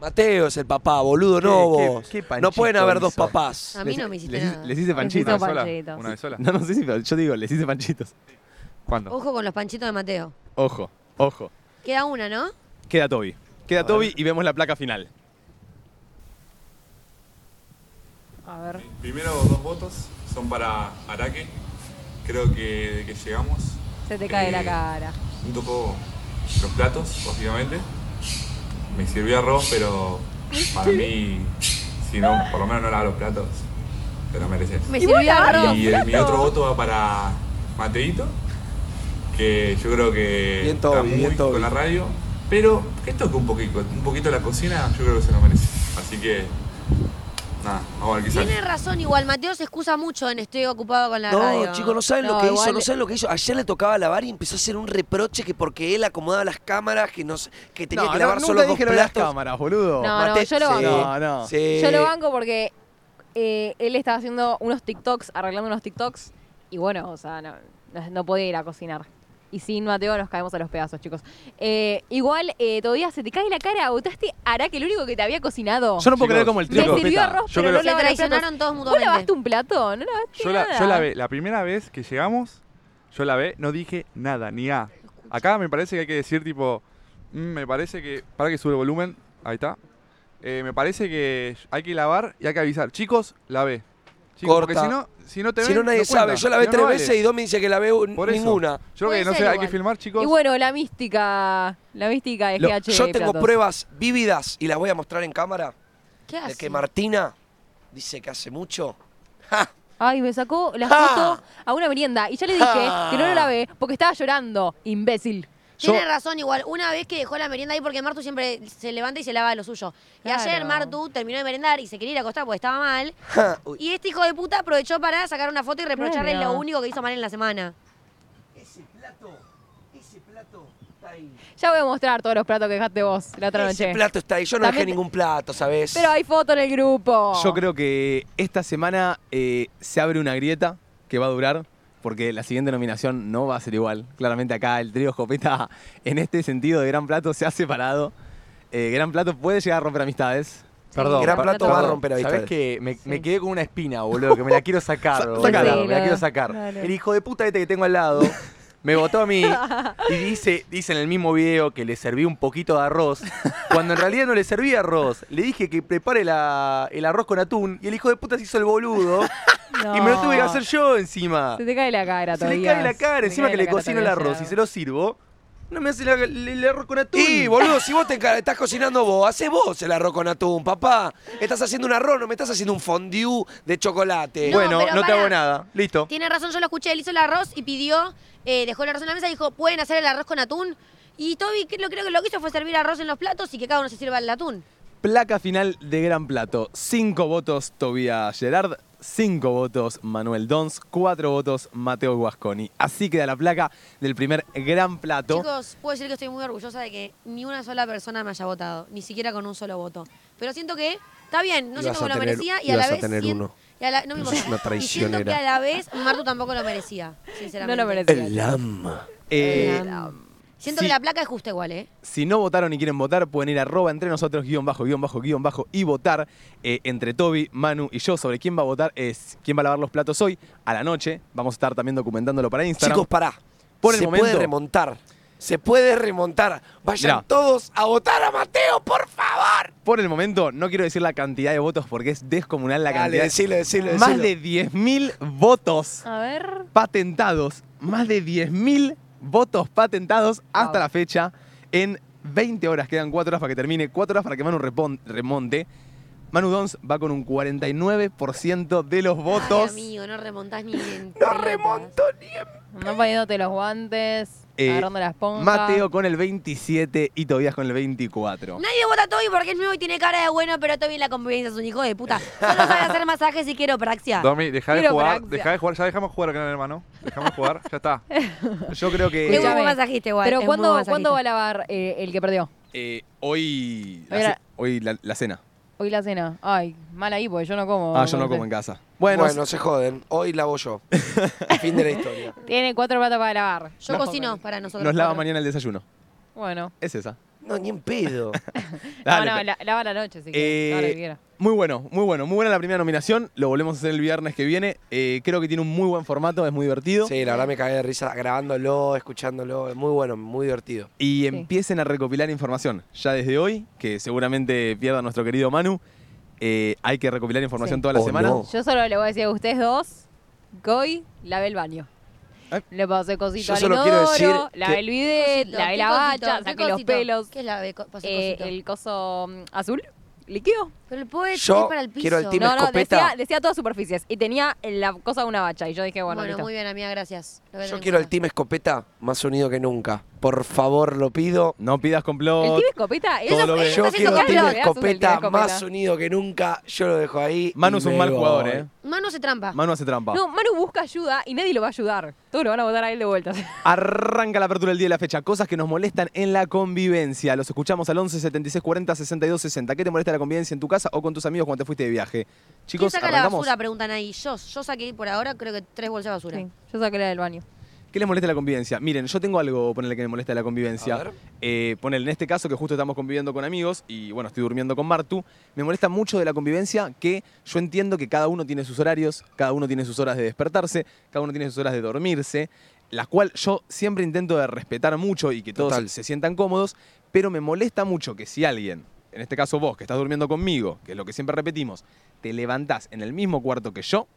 Speaker 1: Mateo es el papá, boludo, no
Speaker 12: ¿Qué- qué-
Speaker 1: vos.
Speaker 12: qué
Speaker 1: no
Speaker 12: panchito
Speaker 1: pueden haber dos
Speaker 12: hizo?
Speaker 1: papás.
Speaker 3: A mí
Speaker 4: Les-
Speaker 3: no me hiciste
Speaker 4: les,
Speaker 3: nada.
Speaker 4: Les hice
Speaker 10: ¿Una
Speaker 4: panchitos.
Speaker 10: vez sola?
Speaker 2: panchitos.
Speaker 10: ¿Una vez sola?
Speaker 4: No, no sé si, pero yo digo, les hice panchitos.
Speaker 10: ¿Cuándo?
Speaker 3: Ojo con los panchitos de Mateo.
Speaker 4: Ojo, ojo.
Speaker 3: Queda una, ¿no?
Speaker 4: Queda Toby. Queda Toby y vemos la placa final.
Speaker 2: A ver.
Speaker 10: Primero dos votos son para Araque. Creo que, que llegamos.
Speaker 2: Se te cae
Speaker 10: Eh,
Speaker 2: la cara.
Speaker 10: Me tocó los platos, obviamente. Me sirvió arroz, pero para mí, si no, por lo menos no lava los platos, te lo mereces.
Speaker 3: Me sirvió arroz.
Speaker 10: Y el- mi otro voto va para Mateito, que yo creo que
Speaker 1: Bien, Toby,
Speaker 10: está muy
Speaker 1: bien, Toby.
Speaker 10: con la radio, pero que toque un poquito, un poquito la cocina, yo creo que se lo merece. Así que, nada, vamos a ver qué sale.
Speaker 3: Tiene razón, igual Mateo se excusa mucho en estoy ocupado con la
Speaker 1: No,
Speaker 3: radio.
Speaker 1: chicos, no saben lo
Speaker 2: No,
Speaker 1: que hizo,
Speaker 2: igual-
Speaker 1: no saben lo que hizo. Ayer le tocaba lavar y empezó a hacer un reproche que porque él acomodaba las cámaras, que, no, s- que tenía
Speaker 4: No,
Speaker 1: que
Speaker 4: no,
Speaker 1: lavar
Speaker 4: nunca
Speaker 1: solo dos
Speaker 4: dije lo de las
Speaker 1: platos.
Speaker 4: cámaras, boludo.
Speaker 2: No, no, yo lo
Speaker 1: sí,
Speaker 2: banco.
Speaker 4: No, no.
Speaker 1: sí.
Speaker 2: Yo lo banco porque eh, él estaba haciendo unos TikToks, arreglando unos TikToks, y bueno, o sea, no, no- no podía ir a cocinar. Y sin Mateo nos caemos a los pedazos, chicos. Eh, igual, eh, todavía se te cae la cara, votaste a Araque, el único que te había cocinado.
Speaker 4: Yo no puedo creer como el
Speaker 2: Me
Speaker 4: trío
Speaker 2: sirvió
Speaker 4: escopeta.
Speaker 2: arroz,
Speaker 10: Yo
Speaker 2: pero
Speaker 10: creo-
Speaker 2: no
Speaker 3: Se
Speaker 2: lavaron platos.
Speaker 3: traicionaron todos
Speaker 2: ¿Vos
Speaker 3: mutuamente.
Speaker 2: lavaste un plato? No lavaste
Speaker 10: Yo
Speaker 2: nada.
Speaker 10: la, yo la ve, la primera vez que llegamos, yo la ve, no dije nada, ni A. Acá me parece que hay que decir tipo, mm, me parece que, para que sube el volumen, ahí está. Eh, me parece que hay que lavar y hay que avisar. Chicos, la ve.
Speaker 13: Sí,
Speaker 1: corta.
Speaker 13: porque si no- si no te
Speaker 1: Si
Speaker 13: ven,
Speaker 1: nadie
Speaker 13: no
Speaker 1: sabe.
Speaker 13: cuenta.
Speaker 1: Yo la ve
Speaker 13: Si no,
Speaker 1: tres
Speaker 13: no vale.
Speaker 1: veces y dos me dice que la veo
Speaker 13: Por eso.
Speaker 1: ninguna.
Speaker 13: Yo creo que, no sé, hay que filmar, chicos.
Speaker 2: Y bueno, la mística. La mística de
Speaker 1: Lo-
Speaker 2: GH.
Speaker 1: yo
Speaker 2: de
Speaker 1: tengo
Speaker 2: Platos.
Speaker 1: pruebas vívidas y las voy a mostrar en cámara.
Speaker 2: ¿Qué
Speaker 1: De
Speaker 2: hace?
Speaker 1: que Martina dice que hace mucho.
Speaker 2: Ay, me sacó la foto a una merienda y ya le dije
Speaker 1: Ja.
Speaker 2: que no lo lavé porque estaba llorando, imbécil.
Speaker 3: Tiene razón igual, una vez que dejó la merienda ahí porque Martu siempre se levanta y se lava lo suyo. Y ayer
Speaker 2: Claro.
Speaker 3: Martu terminó de merendar y se quería ir a acostar porque estaba mal.
Speaker 1: Ja, uy.
Speaker 3: Y este hijo de puta aprovechó para sacar una foto y reprocharle
Speaker 2: Claro.
Speaker 3: lo único que hizo mal en la semana.
Speaker 2: Ya voy a mostrar todos los platos que dejaste vos la otra
Speaker 1: Ese
Speaker 2: noche.
Speaker 1: plato está ahí. Yo no
Speaker 2: También
Speaker 1: dejé ningún plato, ¿sabes?
Speaker 2: Pero hay foto en el grupo.
Speaker 4: Yo creo que esta semana eh, se abre una grieta que va a durar, porque la siguiente nominación no va a ser igual. Claramente acá el trío Escopeta, en este sentido de Gran Plato, se ha separado. Eh, Gran Plato puede llegar a romper amistades.
Speaker 12: Perdón,
Speaker 1: Gran
Speaker 12: pa-
Speaker 1: Plato va a
Speaker 12: perdón,
Speaker 1: romper amistades.
Speaker 12: Sabés que me, me quedé con una espina, boludo, que me la quiero sacar, boludo,
Speaker 4: sacala.
Speaker 12: Me la quiero sacar.
Speaker 4: Dale.
Speaker 12: El hijo de puta este que tengo al lado me votó a mí y dice, dice en el mismo video que le serví un poquito de arroz, cuando en realidad no le serví arroz. Le dije que prepare la- el arroz con atún y el hijo de puta se hizo el boludo y me lo tuve que hacer yo encima.
Speaker 2: Se te cae la cara
Speaker 12: Se
Speaker 2: todavía.
Speaker 12: le cae la cara, encima que le cocino
Speaker 2: cocina
Speaker 12: el arroz y se lo sirvo. No me hace la- el el arroz con atún.
Speaker 1: Y, boludo, si vos te encar- estás cocinando vos, hace vos el arroz con atún, papá. Estás haciendo un arroz, no me estás haciendo un fondue de chocolate.
Speaker 3: No, Bueno, pero no te pará. hago
Speaker 12: nada. Listo.
Speaker 3: Tiene razón, yo lo escuché, él hizo el arroz y pidió, eh, dejó el arroz en la mesa y dijo, ¿pueden hacer el arroz con atún? Y Toby que- lo, creo que lo que hizo fue servir arroz en los platos y que cada uno se sirva el atún.
Speaker 4: Placa final de Gran Plato. Cinco votos Tobías Gerard, cinco votos Manuel Dons, cuatro votos Mateo Guasconi. Así queda la placa del primer Gran Plato.
Speaker 3: Chicos, puedo decir que estoy muy orgullosa de que ni una sola persona me haya votado, ni siquiera con un solo voto. Pero siento que está bien, no siento
Speaker 1: Ibas
Speaker 3: que
Speaker 1: a
Speaker 3: lo
Speaker 1: tener-
Speaker 3: merecía y a la
Speaker 1: ibas a
Speaker 3: vez.
Speaker 1: tener
Speaker 3: sien-
Speaker 1: uno.
Speaker 3: y a la- no me
Speaker 1: Sos
Speaker 3: importa.
Speaker 1: una
Speaker 3: Y siento que
Speaker 1: traicionera.
Speaker 3: a la vez Martu tampoco lo merecía, sinceramente.
Speaker 2: No lo merecía.
Speaker 1: El ama.
Speaker 4: Eh,
Speaker 3: Siento
Speaker 4: Sí.
Speaker 3: que la placa es justa igual, ¿eh?
Speaker 4: Si no votaron y quieren votar, pueden ir a arroba entre nosotros, guión bajo, guión bajo, guión bajo y votar eh, entre Toby, Manu y yo sobre quién va a votar, es quién va a lavar los platos hoy a la noche. Vamos a estar también documentándolo para Instagram.
Speaker 1: Chicos, pará.
Speaker 4: Por el
Speaker 1: Se
Speaker 4: momento-
Speaker 1: puede remontar. Se puede remontar. Vayan
Speaker 4: Mirá.
Speaker 1: todos a votar a Mateo, por favor.
Speaker 4: Por el momento, no quiero decir la cantidad de votos porque es descomunal la
Speaker 1: Dale,
Speaker 4: cantidad.
Speaker 1: decilo, decilo,
Speaker 4: Más
Speaker 1: decilo.
Speaker 4: de 10.000 votos
Speaker 2: A ver.
Speaker 4: patentados. Más de 10.000 votos patentados hasta la fecha. En 20 horas, quedan 4 horas para que termine, 4 horas para que Manu repon- remonte. Manu Dons va con un 49% de los votos.
Speaker 3: Ay, amigo, no remontás ni en
Speaker 1: No remonto
Speaker 3: ni
Speaker 2: No poniéndote los guantes,
Speaker 4: Eh,
Speaker 2: agarrando la esponja.
Speaker 4: Mateo con el 27 y Tobias con el 24.
Speaker 3: Nadie vota a Toby porque es nuevo y tiene cara de bueno, pero Toby en la convivencia es un hijo de puta. Solo sabe hacer masajes y quiropraxia.
Speaker 13: Domi, deja de
Speaker 3: Quiero
Speaker 13: jugar,
Speaker 3: praxia.
Speaker 13: deja de jugar, ya dejamos jugar al gran hermano. Dejamos jugar, ya está.
Speaker 4: Yo creo que.
Speaker 3: Es un
Speaker 2: Escuchame,
Speaker 3: buen masajista igual.
Speaker 2: Pero
Speaker 3: es muy
Speaker 2: ¿cuándo,
Speaker 3: buen
Speaker 2: ¿cuándo va a
Speaker 3: masajista.
Speaker 2: lavar eh, el que perdió?
Speaker 4: Eh, hoy.
Speaker 2: Hoy
Speaker 4: La,
Speaker 2: la-
Speaker 4: ce- hoy la- la cena.
Speaker 2: Hoy la cena. Ay, mal ahí porque yo no como.
Speaker 4: Ah, yo no
Speaker 2: sé.
Speaker 4: como en casa.
Speaker 1: Bueno,
Speaker 4: Bueno,
Speaker 1: se joden. Hoy lavo yo. fin de la historia.
Speaker 2: Tiene cuatro platos para lavar.
Speaker 3: Yo cocino para nosotros.
Speaker 4: nos lava
Speaker 3: cuatro.
Speaker 4: mañana el desayuno.
Speaker 2: Bueno.
Speaker 4: Es esa.
Speaker 1: No, ni en pedo.
Speaker 4: Dale,
Speaker 2: no, no,
Speaker 4: pe-
Speaker 2: la- lava la noche si
Speaker 4: Eh,
Speaker 2: quieres. Lava lo que quieras.
Speaker 4: muy bueno, muy bueno, muy buena la primera nominación. Lo volvemos a hacer el viernes que viene. Eh, creo que tiene un muy buen formato, es muy divertido.
Speaker 1: Sí, la verdad me cagué de risa grabándolo, escuchándolo. Es muy bueno, muy divertido.
Speaker 4: Y empiecen a recopilar información. Ya desde hoy, que seguramente pierda nuestro querido Manu, eh, hay que recopilar información
Speaker 2: Sí.
Speaker 4: toda la
Speaker 1: Oh,
Speaker 4: semana.
Speaker 1: no.
Speaker 2: Yo solo le voy a decir a ustedes dos que hoy lavé el baño.
Speaker 4: Ay.
Speaker 2: Le pasé cosita
Speaker 1: Yo
Speaker 2: al
Speaker 1: solo quiero
Speaker 2: inodoro,
Speaker 1: decir
Speaker 2: lavé
Speaker 1: que-
Speaker 2: el bidet,
Speaker 3: Cosito,
Speaker 2: lavé
Speaker 3: ¿qué
Speaker 2: la
Speaker 3: cosito?
Speaker 2: bacha,
Speaker 3: ¿Qué
Speaker 2: saqué los
Speaker 3: cosito?
Speaker 2: pelos.
Speaker 3: ¿Qué es la de co- pasó
Speaker 2: Eh,
Speaker 3: cosito?
Speaker 2: el coso mm, azul, líquido.
Speaker 3: Pero el poeta
Speaker 1: Yo
Speaker 3: es para el piso.
Speaker 1: quiero el team
Speaker 2: No, no,
Speaker 1: escopeta.
Speaker 2: decía, decía todas superficies y tenía la cosa de una bacha y yo dije, bueno,
Speaker 3: Bueno,
Speaker 2: listo.
Speaker 3: muy bien, amiga, gracias. Lo voy a
Speaker 1: Yo
Speaker 3: tener
Speaker 1: quiero
Speaker 3: en
Speaker 1: el team escopeta más unido que nunca. Por favor, lo pido.
Speaker 4: No pidas
Speaker 2: El
Speaker 4: complot.
Speaker 2: team escopeta es-
Speaker 4: Todo lo ve.
Speaker 2: es-
Speaker 1: Yo
Speaker 2: es-
Speaker 1: quiero
Speaker 2: es-
Speaker 1: el team
Speaker 2: es- es- es- es- es- es- es- es- es- es- es-
Speaker 1: escopeta
Speaker 2: es-
Speaker 1: más unido que nunca. Yo lo dejo ahí. y
Speaker 4: Manu es un
Speaker 1: me
Speaker 4: mal
Speaker 1: voy.
Speaker 4: jugador, ¿eh?
Speaker 3: cuenta. Manu se trampa.
Speaker 4: Manu hace trampa.
Speaker 2: No, Manu busca ayuda y nadie lo va a ayudar. Todos lo van a votar a él de vuelta.
Speaker 4: Arranca la apertura del día de la fecha. Cosas que nos molestan en la convivencia. Los escuchamos al 11 76 40 62 60. ¿Qué te molesta la convivencia en tu casa o con tus amigos cuando te fuiste de viaje?
Speaker 3: ¿Quién
Speaker 4: Chicos,
Speaker 3: saca la
Speaker 4: arrancamos.
Speaker 3: basura? Preguntan ahí. Yo, yo saqué por ahora creo que tres bolsas de basura.
Speaker 2: Sí, yo saqué la del baño.
Speaker 4: ¿Qué les molesta la convivencia? Miren, yo tengo algo ponerle que me molesta de la
Speaker 1: A
Speaker 4: convivencia.
Speaker 1: ver.
Speaker 4: Eh, poner en este caso que justo estamos conviviendo con amigos y bueno, estoy durmiendo con Martu. Me molesta mucho de la convivencia que yo entiendo que cada uno tiene sus horarios, cada uno tiene sus horas de despertarse, cada uno tiene sus horas de dormirse, las cual yo siempre intento de respetar mucho y que todos
Speaker 1: Total.
Speaker 4: se sientan cómodos, pero me molesta mucho que si alguien, en este caso vos, que estás durmiendo conmigo, que es lo que siempre repetimos, te levantás en el mismo cuarto que yo,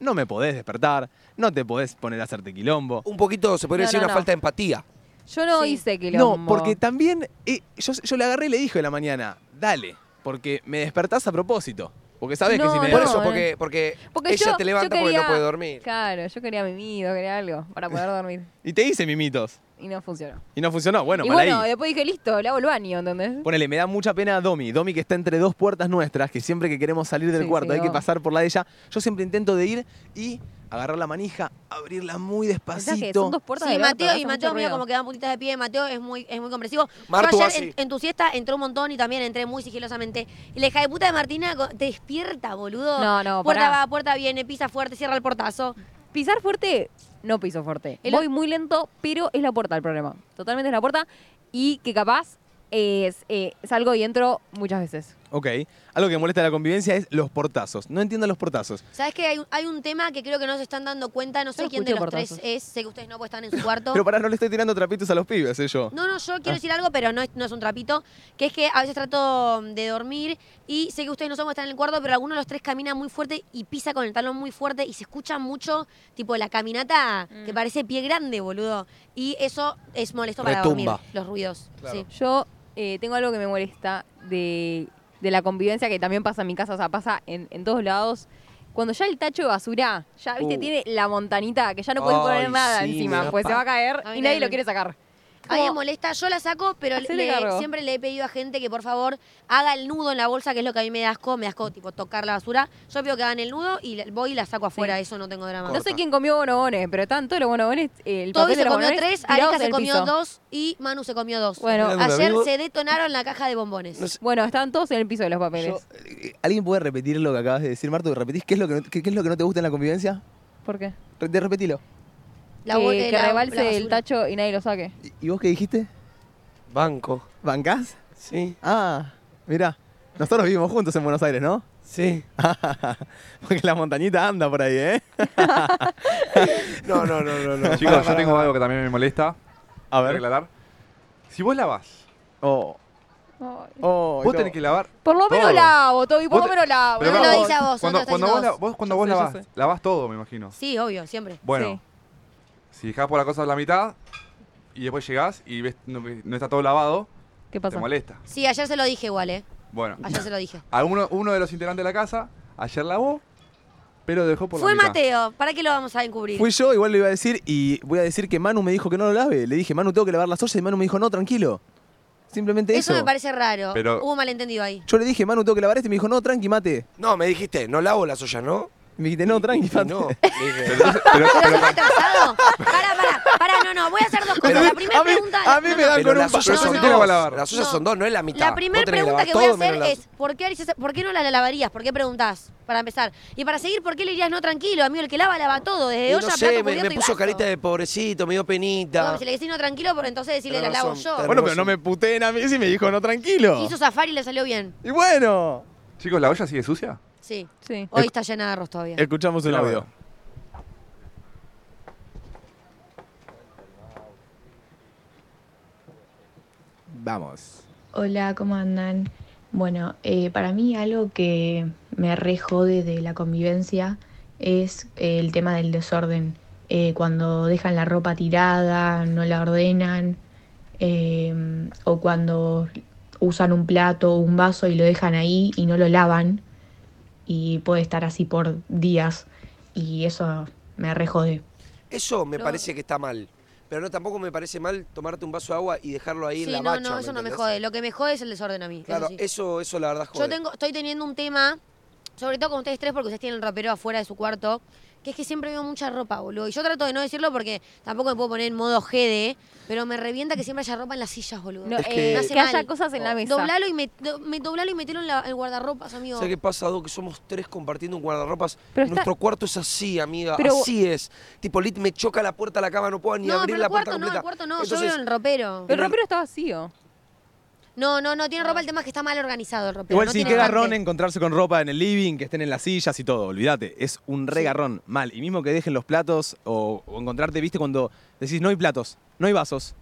Speaker 4: no me podés despertar, no te podés poner a hacerte quilombo.
Speaker 1: Un poquito, se podría No, decir, no, una no. falta de empatía.
Speaker 2: Yo no hice quilombo.
Speaker 4: No, porque también eh, yo, yo le agarré y le dije en la mañana, dale, porque me despertás a propósito. Porque sabés que
Speaker 2: No,
Speaker 4: si me
Speaker 2: Por
Speaker 1: eso, porque- porque
Speaker 2: yo- yo quería-
Speaker 4: dormir.
Speaker 2: Claro, yo quería mimido, quería algo para poder dormir.
Speaker 4: Y te hice mimitos.
Speaker 2: Y no funcionó.
Speaker 4: Y no funcionó. Bueno,
Speaker 2: y
Speaker 4: mal
Speaker 2: bueno, eh,
Speaker 4: ahí.
Speaker 2: después dije, listo, le hago el baño, ¿entendés?
Speaker 4: Ponele, me da mucha pena a Domi. Domi que está entre dos puertas nuestras, que siempre que queremos salir del
Speaker 2: Sí,
Speaker 4: cuarto
Speaker 2: sí,
Speaker 4: hay que
Speaker 2: no.
Speaker 4: pasar por la de ella. Yo siempre intento de ir y agarrar la manija, abrirla muy
Speaker 3: Pensá que
Speaker 4: despacito.
Speaker 3: Sí,
Speaker 2: del orto,
Speaker 3: Mateo, y Mateo
Speaker 2: hace mucho
Speaker 3: mío
Speaker 2: ruido.
Speaker 3: como que dan puntitas de pie, Mateo es muy, es muy comprensivo.
Speaker 4: Martu
Speaker 3: Yo
Speaker 4: va
Speaker 3: ayer
Speaker 4: así.
Speaker 3: en, en tu siesta entró un montón y también entré muy sigilosamente. Y la hija de puta de Martina co- te despierta, boludo.
Speaker 2: No, no,
Speaker 3: Puerta
Speaker 2: pará.
Speaker 3: va, puerta viene, pisa fuerte, cierra el portazo.
Speaker 2: Pisar fuerte, no piso fuerte.
Speaker 3: El-
Speaker 2: Voy muy lento, pero es la puerta el problema. Totalmente es la puerta. Y que capaz es, eh, salgo y entro muchas veces.
Speaker 4: Ok. Algo que molesta de la convivencia es los portazos. No entiendo los portazos.
Speaker 3: ¿Sabes que hay, un- hay un tema que creo que no se están dando cuenta? No sé
Speaker 2: no
Speaker 3: quién de los
Speaker 2: escuché
Speaker 3: tres es. Sé que ustedes no pues, están en su cuarto.
Speaker 4: Pero pará, no le estoy tirando trapitos a los pibes, eh, yo.
Speaker 3: No, no, yo quiero
Speaker 4: Ah.
Speaker 3: decir algo, pero no es, no es un trapito, que es que a veces trato de dormir y sé que ustedes no somos están en el cuarto, pero alguno de los tres camina muy fuerte y pisa con el talón muy fuerte y se escucha mucho, tipo la caminata que
Speaker 4: Mm.
Speaker 3: parece pie grande, boludo. Y eso es molesto para
Speaker 2: Retumba.
Speaker 3: dormir, los ruidos. sí.
Speaker 2: Yo eh, tengo algo que me molesta de, de la convivencia que también pasa en mi casa, o sea, pasa en, en todos lados. Cuando ya el tacho de basura, ya, viste,
Speaker 3: Uh.
Speaker 2: tiene la montanita que ya no puedes
Speaker 3: Ay,
Speaker 2: poner nada
Speaker 3: sí, me
Speaker 2: encima,
Speaker 3: da
Speaker 2: pues se
Speaker 3: pa-
Speaker 2: va a caer
Speaker 3: A mí nadie
Speaker 2: y nadie lo
Speaker 3: me-
Speaker 2: quiere sacar.
Speaker 3: A mí me molesta, yo la saco, pero
Speaker 2: Hacele
Speaker 3: le-
Speaker 2: cargo.
Speaker 3: siempre le he pedido a gente que por favor haga el nudo en la bolsa, que es lo que a mí me da asco, me da asco tipo tocar la basura. Yo pido que hagan el nudo y la- voy y la saco afuera, eso no tengo drama.
Speaker 2: No sé quién comió bonobones, pero estaban todos los bonobones. eh, El
Speaker 3: Toby
Speaker 2: papel de
Speaker 3: se
Speaker 2: los
Speaker 3: comió
Speaker 2: bonobones
Speaker 3: tres,
Speaker 2: tirados
Speaker 3: Arica se
Speaker 2: del
Speaker 3: comió
Speaker 2: piso.
Speaker 3: dos y Manu se comió dos.
Speaker 2: Bueno, Mira,
Speaker 3: ayer
Speaker 4: amigo.
Speaker 3: se detonaron la caja de bombones.
Speaker 2: Bueno, estaban todos en el piso de los papeles.
Speaker 4: eh, ¿Alguien puede repetir lo que acabas de decir, Marto? ¿Repetís qué es lo que no, qué, qué es lo que no te gusta en la convivencia?
Speaker 2: ¿Por qué?
Speaker 4: Re- te repetilo.
Speaker 3: La
Speaker 2: que
Speaker 3: bol- eh,
Speaker 2: que
Speaker 3: la-
Speaker 2: rebalse
Speaker 3: la basura.
Speaker 2: el tacho y nadie lo saque.
Speaker 4: ¿Y vos qué dijiste?
Speaker 1: Banco.
Speaker 4: ¿Bancás?
Speaker 1: Sí.
Speaker 4: Ah, mirá. Nosotros vivimos juntos en Buenos Aires, ¿no?
Speaker 1: Sí.
Speaker 4: Porque la montañita anda por ahí, ¿eh?
Speaker 1: No, no, no, no. no.
Speaker 13: Chicos, yo
Speaker 1: Pará,
Speaker 13: tengo
Speaker 1: pará,
Speaker 13: algo que también me molesta.
Speaker 4: A
Speaker 13: ver. Aclarar. Si vos lavás.
Speaker 4: Oh.
Speaker 13: vos tenés que lavar.
Speaker 2: Por lo menos
Speaker 13: todo.
Speaker 2: lavo, Toby, por
Speaker 13: Vos
Speaker 2: lo
Speaker 13: te-
Speaker 2: menos
Speaker 3: Ah,
Speaker 2: lavo.
Speaker 13: Pero
Speaker 2: No
Speaker 13: pará,
Speaker 2: lo
Speaker 13: vos-
Speaker 2: dice a vos,
Speaker 13: Cuando,
Speaker 2: no te
Speaker 13: cuando
Speaker 2: lo
Speaker 13: vos,
Speaker 2: diciendo
Speaker 13: la-
Speaker 2: a vos.
Speaker 13: vos- cuando
Speaker 2: Yo
Speaker 13: vos
Speaker 2: sé, yo
Speaker 13: lavás,
Speaker 2: sé.
Speaker 13: lavás todo, me imagino.
Speaker 3: Sí, obvio, siempre.
Speaker 13: Bueno, si dejás por la cosa a la mitad y después llegás y ves no, no está todo lavado,
Speaker 2: ¿Qué pasa?
Speaker 13: te molesta.
Speaker 3: Sí. Sí, ayer se lo dije igual, ¿eh?
Speaker 13: Bueno,
Speaker 3: Ayer se lo dije.
Speaker 13: a uno, uno de los integrantes de la casa ayer lavó, pero dejó por
Speaker 3: Fue
Speaker 13: la mitad.
Speaker 3: Mateo, ¿para qué lo vamos a encubrir?
Speaker 4: Fui yo, igual lo iba a decir, y voy a decir que Manu me dijo que no lo lave. Le dije, Manu, tengo que lavar las ollas, y Manu me dijo, no, tranquilo. Simplemente
Speaker 3: Eso
Speaker 4: eso.
Speaker 3: me parece raro.
Speaker 4: Pero-
Speaker 3: Hubo un malentendido ahí.
Speaker 4: Yo le dije, Manu, tengo que lavar este, y me dijo, no, tranqui, mate.
Speaker 1: No, me dijiste, no lavo las ollas, ¿no?
Speaker 4: Me dijiste, no, tranqui, mate.
Speaker 1: No,
Speaker 13: pero,
Speaker 3: ¿Pero sos atrasado? Pará, pará, pará, no, no, voy a hacer dos
Speaker 1: Pero-
Speaker 3: cosas. La primera pregunta.
Speaker 4: a mí me dan
Speaker 1: Pero
Speaker 4: con un
Speaker 1: las
Speaker 4: pa-
Speaker 1: ollas
Speaker 4: no,
Speaker 1: son
Speaker 4: no.
Speaker 1: dos.
Speaker 4: lavar.
Speaker 1: Las ollas son dos, no es la mitad.
Speaker 3: La primera
Speaker 1: Vos tenés
Speaker 3: pregunta
Speaker 1: lavar
Speaker 3: que voy a
Speaker 1: todo menos
Speaker 3: hacer
Speaker 1: las-
Speaker 3: es, ¿por qué, harías esa- ¿por qué no la lavarías? ¿Por qué preguntás? Para empezar. Y para seguir, ¿por qué le dirías no tranquilo, amigo? El que lava, lava todo,
Speaker 1: Y
Speaker 3: desde
Speaker 1: no
Speaker 3: olla,
Speaker 1: sé,
Speaker 3: plato,
Speaker 1: me- me,
Speaker 3: cubierto y
Speaker 1: puso
Speaker 3: vaso.
Speaker 1: carita de pobrecito, me dio penita.
Speaker 3: Bueno, si le decís no tranquilo, por entonces decirle la
Speaker 1: Tenés
Speaker 3: lavo
Speaker 1: razón,
Speaker 3: yo.
Speaker 4: Bueno, pero no me puteen a mí si me dijo, no, tranquilo.
Speaker 3: Hizo safari y le salió bien.
Speaker 4: Y bueno.
Speaker 13: Chicos, ¿la olla sigue sucia?
Speaker 3: Sí.
Speaker 2: sí.
Speaker 3: Hoy está llena de arroz todavía.
Speaker 4: Escuchamos un audio. Vamos.
Speaker 6: Hola, ¿cómo andan? Bueno, eh, para mí algo que me re jode de la convivencia es eh, el tema del desorden. Eh, cuando dejan la ropa tirada, no la ordenan, eh, o cuando usan un plato o un vaso y lo dejan ahí y no lo lavan, y puede estar así por días, y eso me re jode.
Speaker 1: Eso me
Speaker 3: No.
Speaker 1: parece que está mal. Pero no tampoco me parece mal tomarte un vaso de agua y dejarlo ahí
Speaker 3: Sí,
Speaker 1: en la
Speaker 3: no,
Speaker 1: bacha.
Speaker 3: no, eso no me
Speaker 1: entendés?
Speaker 3: jode. Lo que me jode es el desorden a mí. eso
Speaker 1: Claro,
Speaker 3: sí.
Speaker 1: eso, eso la verdad jode.
Speaker 3: Yo tengo, estoy teniendo un tema, sobre todo con ustedes tres, porque ustedes tienen el ropero afuera de su cuarto, que es que siempre veo mucha ropa, boludo. Y yo trato de no decirlo porque tampoco me puedo poner en modo GD, pero me revienta que siempre haya ropa en las sillas, boludo.
Speaker 2: No,
Speaker 1: Es que-
Speaker 2: eh,
Speaker 1: Me hace
Speaker 2: que haya
Speaker 3: mal.
Speaker 2: cosas en la mesa.
Speaker 3: Doblalo y, me, do- me- doblalo y metelo en la- el guardarropas, amigo.
Speaker 1: ¿Sabes qué pasa, Do? Que somos tres compartiendo un guardarropas.
Speaker 3: Pero está-
Speaker 1: Nuestro cuarto es así, amiga.
Speaker 3: Pero-
Speaker 1: así es. Tipo, Lit me choca la puerta de la cama, no puedo ni
Speaker 3: no,
Speaker 1: abrir
Speaker 3: pero
Speaker 1: la
Speaker 3: el
Speaker 1: puerta
Speaker 3: cuarto no,
Speaker 1: completa.
Speaker 3: el cuarto no,
Speaker 1: Entonces,
Speaker 3: yo veo el ropero.
Speaker 2: El ropero está vacío.
Speaker 3: No, no, no, tiene ropa, el tema es que está mal organizado el ropero.
Speaker 4: Igual
Speaker 3: no
Speaker 4: sí,
Speaker 3: tiene
Speaker 4: qué
Speaker 3: parte.
Speaker 4: garrón encontrarse con ropa en el living, que estén en las sillas y todo, olvídate. Es un
Speaker 3: Sí.
Speaker 4: regarrón, mal. Y mismo que dejen los platos o, o encontrarte, viste, cuando decís no hay platos, no hay vasos.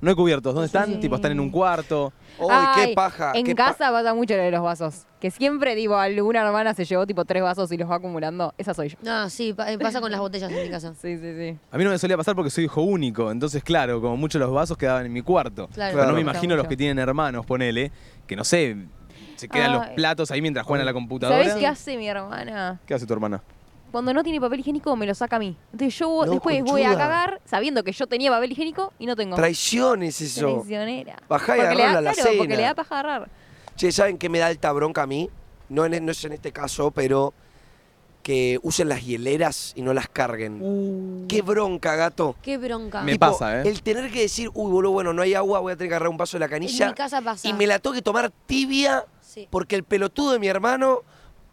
Speaker 4: No hay cubiertos. ¿Dónde están? Tipo, están en un cuarto.
Speaker 2: Ay, En casa pasa mucho lo de los vasos. Que siempre, tipo, alguna hermana se llevó, tipo, tres vasos y los va acumulando. Esa soy yo.
Speaker 3: No, sí, pa- eh, pasa con las botellas en mi casa.
Speaker 2: Sí, sí, sí.
Speaker 4: A mí no me solía pasar porque soy hijo único, entonces claro, como muchos los vasos quedaban en mi cuarto.
Speaker 3: Claro,
Speaker 4: Pero
Speaker 3: me
Speaker 4: no me
Speaker 3: gusta
Speaker 4: imagino los
Speaker 3: mucho.
Speaker 4: que tienen hermanos, ponele, que no sé, se quedan los
Speaker 2: Ay.
Speaker 4: platos ahí mientras juegan a la computadora.
Speaker 2: ¿Sabés qué hace mi hermana?
Speaker 4: ¿Qué hace tu hermana?
Speaker 2: Cuando no tiene papel higiénico, me lo saca a mí. Entonces yo voy-
Speaker 1: No,
Speaker 2: después voy a
Speaker 1: conchuda.
Speaker 2: cagar sabiendo que yo tenía papel higiénico y no tengo.
Speaker 1: Traiciones eso.
Speaker 2: Traicionera.
Speaker 1: Bajá y
Speaker 2: Porque le da-
Speaker 1: agarrala la
Speaker 2: claro, Porque
Speaker 1: cena.
Speaker 2: le da paja agarrar.
Speaker 1: Che, ¿saben qué me da alta bronca a mí? No, en- no es en este caso, pero que usen las hieleras y no las carguen.
Speaker 3: Uh.
Speaker 1: Qué bronca, gato.
Speaker 3: Qué bronca.
Speaker 1: Tipo,
Speaker 4: pasa, ¿eh?
Speaker 1: El tener que decir, uy, boludo, bueno, no hay agua, voy a tener que agarrar un vaso de la canilla.
Speaker 3: En mi casa pasa.
Speaker 1: Y me la tengo que tomar tibia porque el pelotudo de mi hermano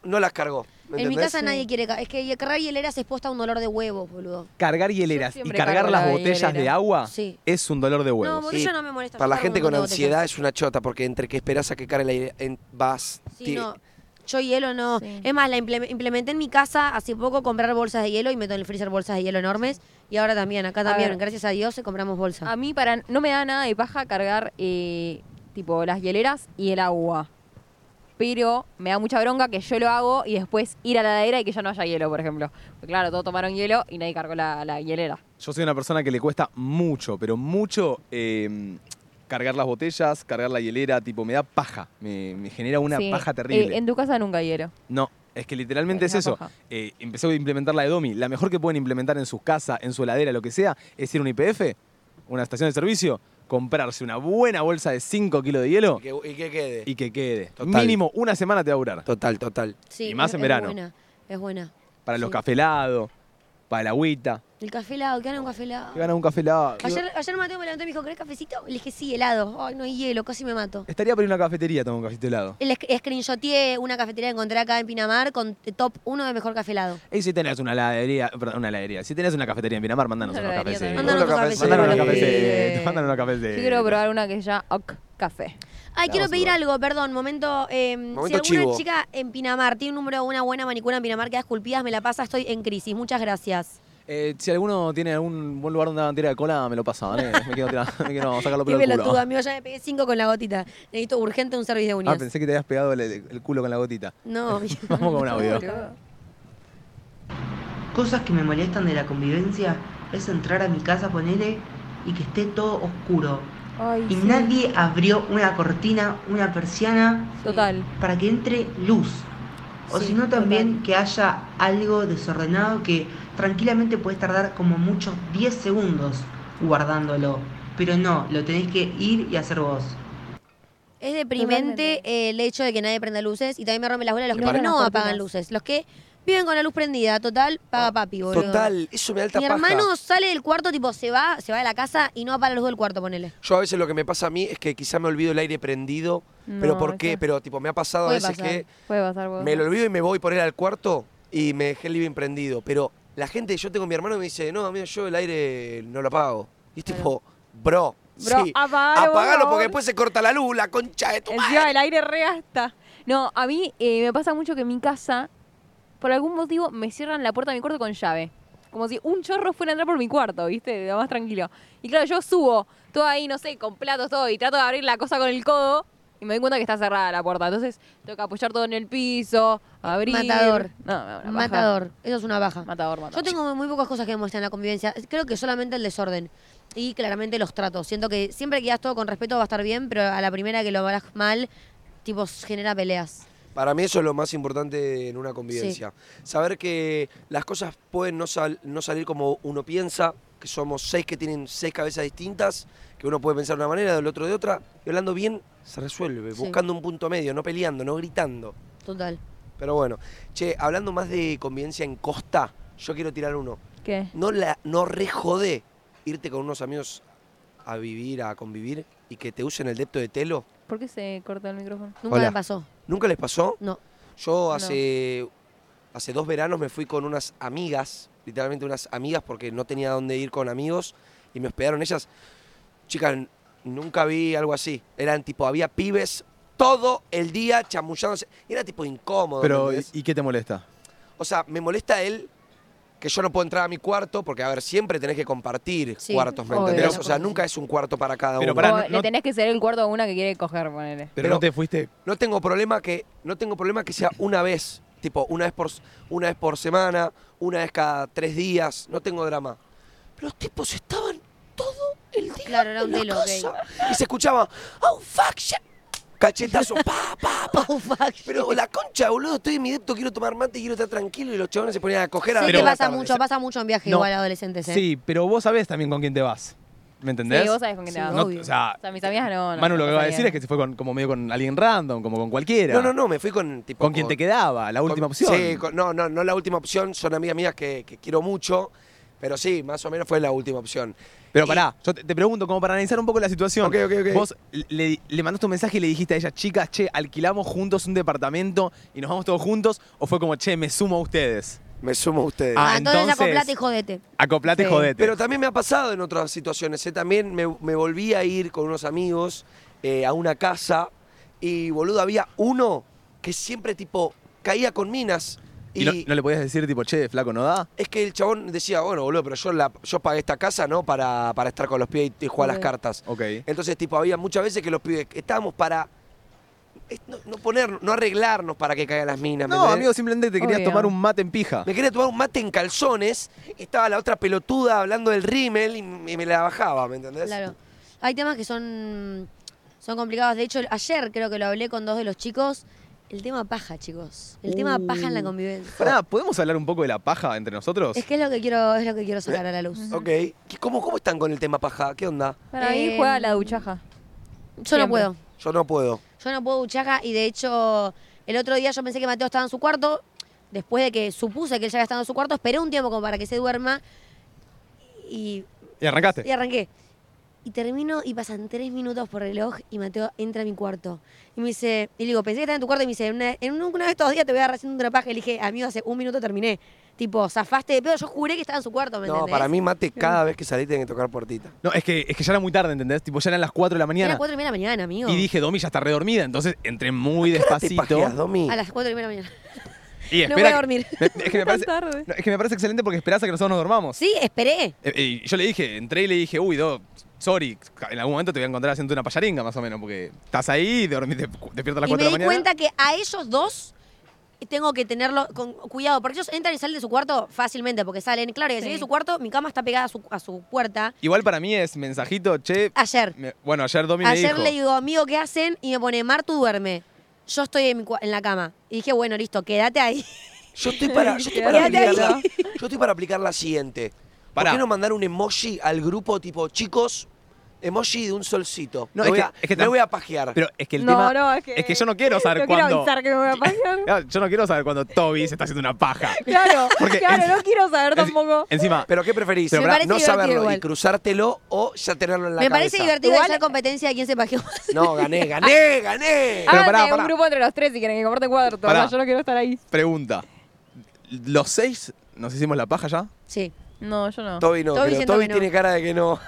Speaker 1: no las cargó. ¿me
Speaker 3: En mi
Speaker 1: entendés?
Speaker 3: casa nadie quiere. ca- Es que cargar hieleras es posta un dolor de huevo, boludo.
Speaker 4: Cargar hieleras y
Speaker 3: siempre
Speaker 4: cargar
Speaker 3: cargo
Speaker 4: las
Speaker 3: la
Speaker 4: botellas de
Speaker 3: hielera.
Speaker 4: agua
Speaker 3: Sí.
Speaker 4: es un dolor de
Speaker 3: No,
Speaker 4: huevos.
Speaker 3: boludo, yo no me molesta.
Speaker 1: Ah, Para
Speaker 3: yo
Speaker 1: la
Speaker 3: cargo
Speaker 1: gente
Speaker 3: un
Speaker 1: con
Speaker 3: montón de
Speaker 1: ansiedad
Speaker 3: botellas.
Speaker 1: es una chota, porque entre que esperas a que cargue la hielera, en- vas...
Speaker 3: Sí,
Speaker 1: ti-
Speaker 3: no. Yo hielo no. Es más, la imple- implementé en mi casa hace poco comprar bolsas de hielo y meto en el freezer bolsas de hielo enormes. Y ahora también, acá también,
Speaker 2: ver. Ah,
Speaker 3: gracias a Dios, compramos bolsas.
Speaker 2: A mí para no me da nada de paja cargar eh, tipo las hieleras y el agua. Pero me da mucha bronca que yo lo hago y después ir a la heladera y que ya no haya hielo, por ejemplo. Porque claro, todos tomaron hielo y nadie cargó la, la hielera.
Speaker 4: Yo soy una persona que le cuesta mucho, pero mucho eh, cargar las botellas, cargar la hielera, tipo, me da paja. Me, me genera una
Speaker 2: Sí.
Speaker 4: paja
Speaker 2: Eh,
Speaker 4: terrible.
Speaker 2: en tu casa nunca hay hielo.
Speaker 4: No, es que literalmente es
Speaker 2: una
Speaker 4: eso.
Speaker 2: paja.
Speaker 4: Eh, empecé a implementar la de Domi. La mejor que pueden implementar en sus casas, en su heladera, lo que sea, es ir a un IPF, una estación de servicio, comprarse una buena bolsa de 5 kilos de hielo
Speaker 1: Y que, y que quede.
Speaker 4: y que quede.
Speaker 1: Total.
Speaker 4: Mínimo una semana te va a durar.
Speaker 1: Total, total.
Speaker 3: Sí,
Speaker 4: y más
Speaker 3: es-
Speaker 4: en verano.
Speaker 3: Es buena, es buena.
Speaker 4: Para los
Speaker 3: Sí.
Speaker 4: café helados, para el agüita.
Speaker 3: El café helado, ¿qué gana un café helado?
Speaker 4: Que ganas un café helado.
Speaker 3: Ayer, ayer Mateo me levantó y me dijo, ¿querés cafecito? Le dije, sí, helado. Ay, no hay hielo, casi me mato.
Speaker 4: Estaría para ir a una cafetería a tomar un cafecito helado.
Speaker 3: El sc- screenshoteé una cafetería que encontré acá en Pinamar con t- top 1 de mejor café helado.
Speaker 4: Y si tenés una heladería, perdón, una heladería, si tenés una cafetería en Pinamar, mandanos unos
Speaker 2: Heladería
Speaker 4: cafés.
Speaker 2: también.
Speaker 3: Mandanos unos cafés.
Speaker 4: Mandanos unos
Speaker 3: Sí.
Speaker 4: cafés. Mandanos unos cafés.
Speaker 2: Yo quiero probar una que ya ok, café.
Speaker 3: Ay, quiero
Speaker 4: La vamos a
Speaker 3: pedir
Speaker 4: probar.
Speaker 3: algo, perdón, momento. eh, si
Speaker 4: Momento
Speaker 3: alguna
Speaker 4: chivo.
Speaker 3: chica en Pinamar tiene un número de una buena manicura en Pinamar que da esculpidas, me la pasa, estoy en crisis. Muchas gracias.
Speaker 4: Eh, si alguno tiene algún buen lugar donde hagan tira de cola, me lo pasaban, eh. Me quiero, tirar, me quiero sacar los
Speaker 3: Qué
Speaker 4: pelos del
Speaker 3: pelotudo,
Speaker 4: culo.
Speaker 3: amigo, ya me pegué cinco con la gotita. Necesito urgente un servicio de
Speaker 4: Ah,
Speaker 3: uñas.
Speaker 4: pensé que te habías pegado el, el culo con la gotita.
Speaker 3: No, amigo.
Speaker 4: Vamos con un audio.
Speaker 14: Cosas que me molestan de la convivencia es entrar a mi casa, ponele, y que esté todo oscuro. y
Speaker 2: sí.
Speaker 14: nadie abrió una cortina, una persiana.
Speaker 2: Total.
Speaker 14: Para que entre luz. O si no, también que haya algo desordenado que tranquilamente puedes tardar como mucho 10 segundos guardándolo. Pero no, lo tenés que ir y hacer vos.
Speaker 3: Es deprimente eh, el hecho de que nadie prenda luces y también me rompe las bolas los
Speaker 1: Me
Speaker 3: que
Speaker 1: parece-
Speaker 3: no
Speaker 1: Las
Speaker 3: apagan
Speaker 1: cortinas.
Speaker 3: luces. Los que viven con la luz prendida, total, paga papi, boludo.
Speaker 1: Total, eso me da alta
Speaker 3: Mi
Speaker 1: paja.
Speaker 3: hermano sale del cuarto, tipo, se va, se va de la casa y no apaga la luz del cuarto, ponele.
Speaker 1: Yo a veces lo que me pasa a mí es que quizá me olvido el aire prendido, pero
Speaker 3: No,
Speaker 1: ¿por qué?
Speaker 3: eso-
Speaker 1: Pero tipo, me ha pasado a veces que
Speaker 2: Puede pasar, puede
Speaker 1: me
Speaker 2: pasar.
Speaker 1: lo olvido y me voy por él al cuarto y me dejé el living prendido. Pero la gente, yo tengo mi hermano que me dice, no, amigo, yo el aire no lo apago. Y es tipo, bro,
Speaker 2: Bro,
Speaker 1: sí,
Speaker 2: apagalo, por
Speaker 1: apagalo
Speaker 2: favor.
Speaker 1: porque después se corta la luz, la concha de tu madre.
Speaker 2: Encima el aire regasta. No, a mí eh, me pasa mucho que en mi casa, por algún motivo, me cierran la puerta de mi cuarto con llave. Como si un chorro fuera a entrar por mi cuarto, ¿viste? Lo más tranquilo. Y claro, yo subo todo ahí, no sé, con platos, todo, y trato de abrir la cosa con el codo. Y me doy cuenta que está cerrada la puerta. Entonces, tengo que apoyar todo en el piso, abrir.
Speaker 3: Matador.
Speaker 2: No, no, una paja.
Speaker 3: Matador. Eso es una baja.
Speaker 2: Matador, matador.
Speaker 3: Yo tengo muy pocas cosas que me molestan en la convivencia. Creo que solamente el desorden. Y claramente los tratos. Siento que siempre que hagas todo con respeto va a estar bien, pero a la primera que lo hagas mal, tipo, genera peleas.
Speaker 1: Para mí eso es lo más importante en una convivencia. Saber que las cosas pueden no, sal- no salir como uno piensa, que somos seis que tienen seis cabezas distintas, que uno puede pensar de una manera, del otro de otra, y hablando bien se resuelve,
Speaker 3: Sí.
Speaker 1: buscando un punto medio, no peleando, no gritando.
Speaker 3: Total.
Speaker 1: Pero bueno, che, hablando más de convivencia en costa, yo quiero tirar uno.
Speaker 2: ¿Qué?
Speaker 1: No, la, no re jode irte con unos amigos a vivir, a convivir, y que te usen el depto de telo.
Speaker 2: ¿Por qué se corta el micrófono?
Speaker 1: Nunca Hola. me pasó. ¿Nunca les pasó?
Speaker 3: No.
Speaker 1: Yo hace, hace dos veranos me fui con unas amigas, literalmente unas amigas, porque no tenía dónde ir con amigos, y me hospedaron ellas. Chicas, n- nunca vi algo así. Eran tipo, había pibes todo el día chamullándose. Era tipo incómodo. ¿me
Speaker 4: Pero,
Speaker 1: entendés?
Speaker 4: ¿y qué te molesta?
Speaker 1: O sea, me molesta él que yo no puedo entrar a mi cuarto, porque, a ver, siempre tenés que compartir
Speaker 2: Sí,
Speaker 1: cuartos, ¿me
Speaker 2: obvio.
Speaker 1: entendés?
Speaker 2: Pero-
Speaker 1: O sea, nunca es un cuarto para cada
Speaker 2: Pero
Speaker 1: uno.
Speaker 2: O le tenés que ser el cuarto a una que quiere coger, ponele.
Speaker 1: te fuiste. No tengo problema que no tengo problema que sea una vez, tipo una vez por s- una vez por semana, una vez cada tres días, no tengo drama. Los tipos estaban todo el día
Speaker 3: Claro, era un
Speaker 1: en la
Speaker 3: delo,
Speaker 1: casa y se escuchaba oh fuck shit. Cachetazo, pa, pa, pa.
Speaker 3: Oh,
Speaker 1: Pero la concha, boludo, estoy en mi depto, quiero tomar mate y quiero estar tranquilo. Y los chavales se ponían a coger a
Speaker 3: Sí,
Speaker 1: la
Speaker 3: que
Speaker 1: tarde.
Speaker 3: pasa mucho, pasa mucho en viaje
Speaker 4: No.
Speaker 3: igual adolescentes, ¿eh?
Speaker 4: Sí, pero vos sabés también con quién te vas. ¿Me entendés?
Speaker 2: Sí, vos sabés con quién te vas.
Speaker 4: No, o sea,
Speaker 2: O sea, mis amigas no. no
Speaker 4: Manu lo que va a
Speaker 2: sabían.
Speaker 4: decir es que se fue con, como medio con alguien random, como con cualquiera.
Speaker 1: No, no, no, me fui con tipo.
Speaker 4: Con quien te quedaba, la
Speaker 1: con-
Speaker 4: última opción.
Speaker 1: Sí, con- no, no, no la última opción, son amigas mías que, que quiero mucho, pero sí, más o menos fue la última opción.
Speaker 4: Pero pará, yo te, te pregunto, como para analizar un poco la situación.
Speaker 1: Ok, ok, ok.
Speaker 4: Vos le, le mandaste un mensaje y le dijiste a ella, chicas, che, alquilamos juntos un departamento y nos vamos todos juntos, o fue como, che, me sumo a ustedes.
Speaker 1: Me sumo a ustedes.
Speaker 3: Ah, entonces, acoplate y jodete.
Speaker 4: acoplate, jodete.
Speaker 1: Pero también me ha pasado en otras situaciones. ¿eh? También me, me volví a ir con unos amigos eh, a una casa y, boludo, había uno que siempre, tipo, caía con minas.
Speaker 4: Y, no, no le podías decir, tipo, che, flaco, ¿no da?
Speaker 1: Es que el chabón decía, bueno, boludo, pero yo, la, yo pagué esta casa, ¿no? Para, para estar con los pies y, y jugar a
Speaker 4: Ok.
Speaker 1: las cartas.
Speaker 4: Ok.
Speaker 1: Entonces, tipo, había muchas veces que los pibes estábamos para es- no, no poner, no arreglarnos para que caigan las minas. ¿me
Speaker 4: No,
Speaker 1: entendés?
Speaker 4: amigo, simplemente te querías tomar un mate en pija.
Speaker 1: Me quería tomar un mate en calzones, estaba la otra pelotuda hablando del rímel y, m- y me la bajaba, ¿me entendés?
Speaker 3: Claro. Hay temas que son, son complicados. De hecho, ayer creo que lo hablé con dos de los chicos. El tema paja, chicos. El tema paja en la convivencia.
Speaker 4: Pará, ¿podemos hablar un poco de la paja entre nosotros?
Speaker 3: Es que es lo que quiero, es lo que quiero sacar a la luz.
Speaker 1: Ok. ¿Qué- ¿Cómo, ¿Cómo están con el tema paja? ¿Qué onda?
Speaker 2: Para mí
Speaker 3: Eh,
Speaker 2: juega a la duchaja.
Speaker 3: Yo
Speaker 2: Siempre.
Speaker 3: no puedo.
Speaker 1: Yo no puedo.
Speaker 3: Yo no puedo duchaja y de hecho el otro día yo pensé que Mateo estaba en su cuarto. Después de que supuse que él ya había estado en su cuarto, esperé un tiempo como para que se duerma y,
Speaker 4: Y arrancaste.
Speaker 3: y arranqué. Y termino y pasan tres minutos por reloj y Mateo entra a mi cuarto. Y me dice, y le digo, pensé que estaba en tu cuarto y me dice, "Una- en un- una de estos días te voy a hacer un trapaje. Le dije, amigo, hace un minuto terminé. Tipo, zafaste de pedo, yo juré que estaba en su cuarto, ¿me
Speaker 1: No,
Speaker 3: entendés?
Speaker 1: para mí mate cada vez que salí tiene que tocar puertita.
Speaker 4: No, es que, es que ya era muy tarde, ¿entendés? Tipo, ya eran las 4 de la
Speaker 3: Era
Speaker 4: mañana.
Speaker 3: cuatro y media de la mañana, amigo.
Speaker 4: Y dije, Domi ya está redormida, entonces entré muy despacito.
Speaker 1: pajeás, Domi?
Speaker 3: A las cuatro y media de la mañana.
Speaker 4: Y
Speaker 3: No
Speaker 4: espera
Speaker 3: voy a
Speaker 4: que-
Speaker 3: dormir.
Speaker 4: me- es, que me parece, no, es que me parece excelente porque esperás a que nosotros nos dormamos.
Speaker 3: Sí, esperé.
Speaker 4: Eh, eh, y yo le dije, entré y le dije, uy, Do, sorry, en algún momento te voy a encontrar haciendo una payaringa, más o menos, porque estás ahí y dormís, te- despiertas a las
Speaker 3: y me
Speaker 4: 4 de
Speaker 3: di
Speaker 4: la mañana.
Speaker 3: cuenta que a ellos dos tengo que tenerlo con cuidado, porque ellos entran y salen de su cuarto fácilmente, porque salen, claro, y al salir de su cuarto, mi cama está pegada a su, a su puerta.
Speaker 4: Igual para mí es mensajito, che.
Speaker 3: Ayer.
Speaker 4: me- bueno, ayer Domi me
Speaker 3: Ah. Ayer
Speaker 4: dijo.
Speaker 3: le digo, amigo, ¿qué hacen? Y me pone, Martu duerme. Yo estoy en, mi cua- en la cama. Y dije, bueno, listo, quédate ahí.
Speaker 1: Yo estoy para, yo estoy para aplicarla. Yo estoy para aplicar la siguiente. ¿Por qué no mandar un emoji al grupo tipo, chicos, emoji de un solcito?
Speaker 4: No,
Speaker 1: me
Speaker 4: es
Speaker 1: voy
Speaker 4: que-
Speaker 1: a,
Speaker 4: es que
Speaker 1: me
Speaker 4: tam-
Speaker 1: voy a pajear.
Speaker 4: Pero es que el
Speaker 1: No,
Speaker 4: tema.
Speaker 1: no,
Speaker 4: es, que, yo no quiero saber
Speaker 2: No quiero
Speaker 4: cuándo.
Speaker 2: avisar que me voy a pasear.
Speaker 4: Claro, yo no quiero saber cuando Toby se está haciendo una paja.
Speaker 2: Claro,
Speaker 4: Porque
Speaker 2: claro,
Speaker 4: en-
Speaker 2: no quiero saber tampoco.
Speaker 4: Encima.
Speaker 1: ¿Pero qué preferís?
Speaker 4: Pero
Speaker 1: ¿No
Speaker 4: Me parece divertido
Speaker 1: saberlo
Speaker 4: igual.
Speaker 1: y cruzártelo o ya tenerlo en la
Speaker 3: Me
Speaker 1: cabeza?
Speaker 3: parece divertido hacer competencia de quién se pajeó más.
Speaker 1: No, gané, gané, gané.
Speaker 3: Ah,
Speaker 2: Háganse
Speaker 4: pará, pará.
Speaker 2: Ah, un grupo entre los tres si quieren que comparten cuarto. o sea,
Speaker 4: Pará.
Speaker 2: yo no quiero estar ahí.
Speaker 4: Pregunta. ¿Los seis nos hicimos la paja ya?
Speaker 3: Sí.
Speaker 2: No, yo no.
Speaker 1: Toby no,
Speaker 3: Toby
Speaker 1: pero
Speaker 3: siento
Speaker 1: Toby
Speaker 3: que no.
Speaker 1: tiene cara de que no.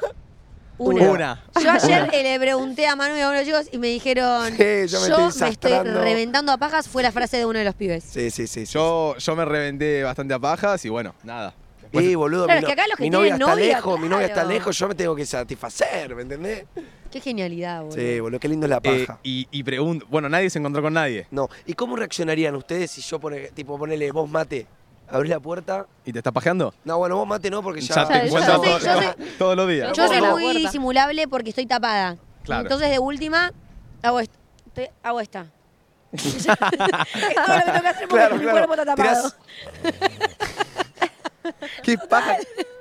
Speaker 3: Una.
Speaker 4: Una.
Speaker 3: Yo ayer eh, le pregunté a Manu y a uno de los chicos y me dijeron, yo
Speaker 1: Sí, yo me
Speaker 3: me,
Speaker 1: estoy
Speaker 3: estoy
Speaker 1: desastrando".
Speaker 3: reventando a pajas, fue la frase de uno de los pibes.
Speaker 1: Sí, sí, sí.
Speaker 4: Yo, yo me reventé bastante a pajas y bueno, nada. Después-
Speaker 1: Y boludo,
Speaker 3: Claro,
Speaker 1: mi,
Speaker 3: es que acá los que
Speaker 1: mi novia
Speaker 3: tienen
Speaker 1: está
Speaker 3: novia,
Speaker 1: lejos, mi novia está
Speaker 3: claro.
Speaker 1: lejos, yo me tengo que satisfacer, ¿me entendés?
Speaker 3: Qué genialidad, boludo.
Speaker 1: Sí, boludo, qué lindo es la
Speaker 4: Eh,
Speaker 1: paja.
Speaker 4: y, y pregunto, bueno, nadie se encontró con nadie.
Speaker 1: No, ¿y cómo reaccionarían ustedes si yo pone, tipo ponele vos mate? Abrís la puerta.
Speaker 4: ¿Y te estás pajeando?
Speaker 1: No, bueno, vos mate no, porque ya.
Speaker 4: Ya te encuentro
Speaker 3: yo
Speaker 4: todo-
Speaker 3: soy-
Speaker 4: todos los días.
Speaker 3: Yo soy
Speaker 1: Por la
Speaker 3: muy
Speaker 1: puerta.
Speaker 3: disimulable porque estoy tapada.
Speaker 4: Claro.
Speaker 3: Entonces, de última, hago, est- estoy- hago esta. es todo lo que tengo que hacer porque
Speaker 4: Claro,
Speaker 3: mi
Speaker 4: claro.
Speaker 3: cuerpo está tapado.
Speaker 4: Tirás- ¿Qué paja,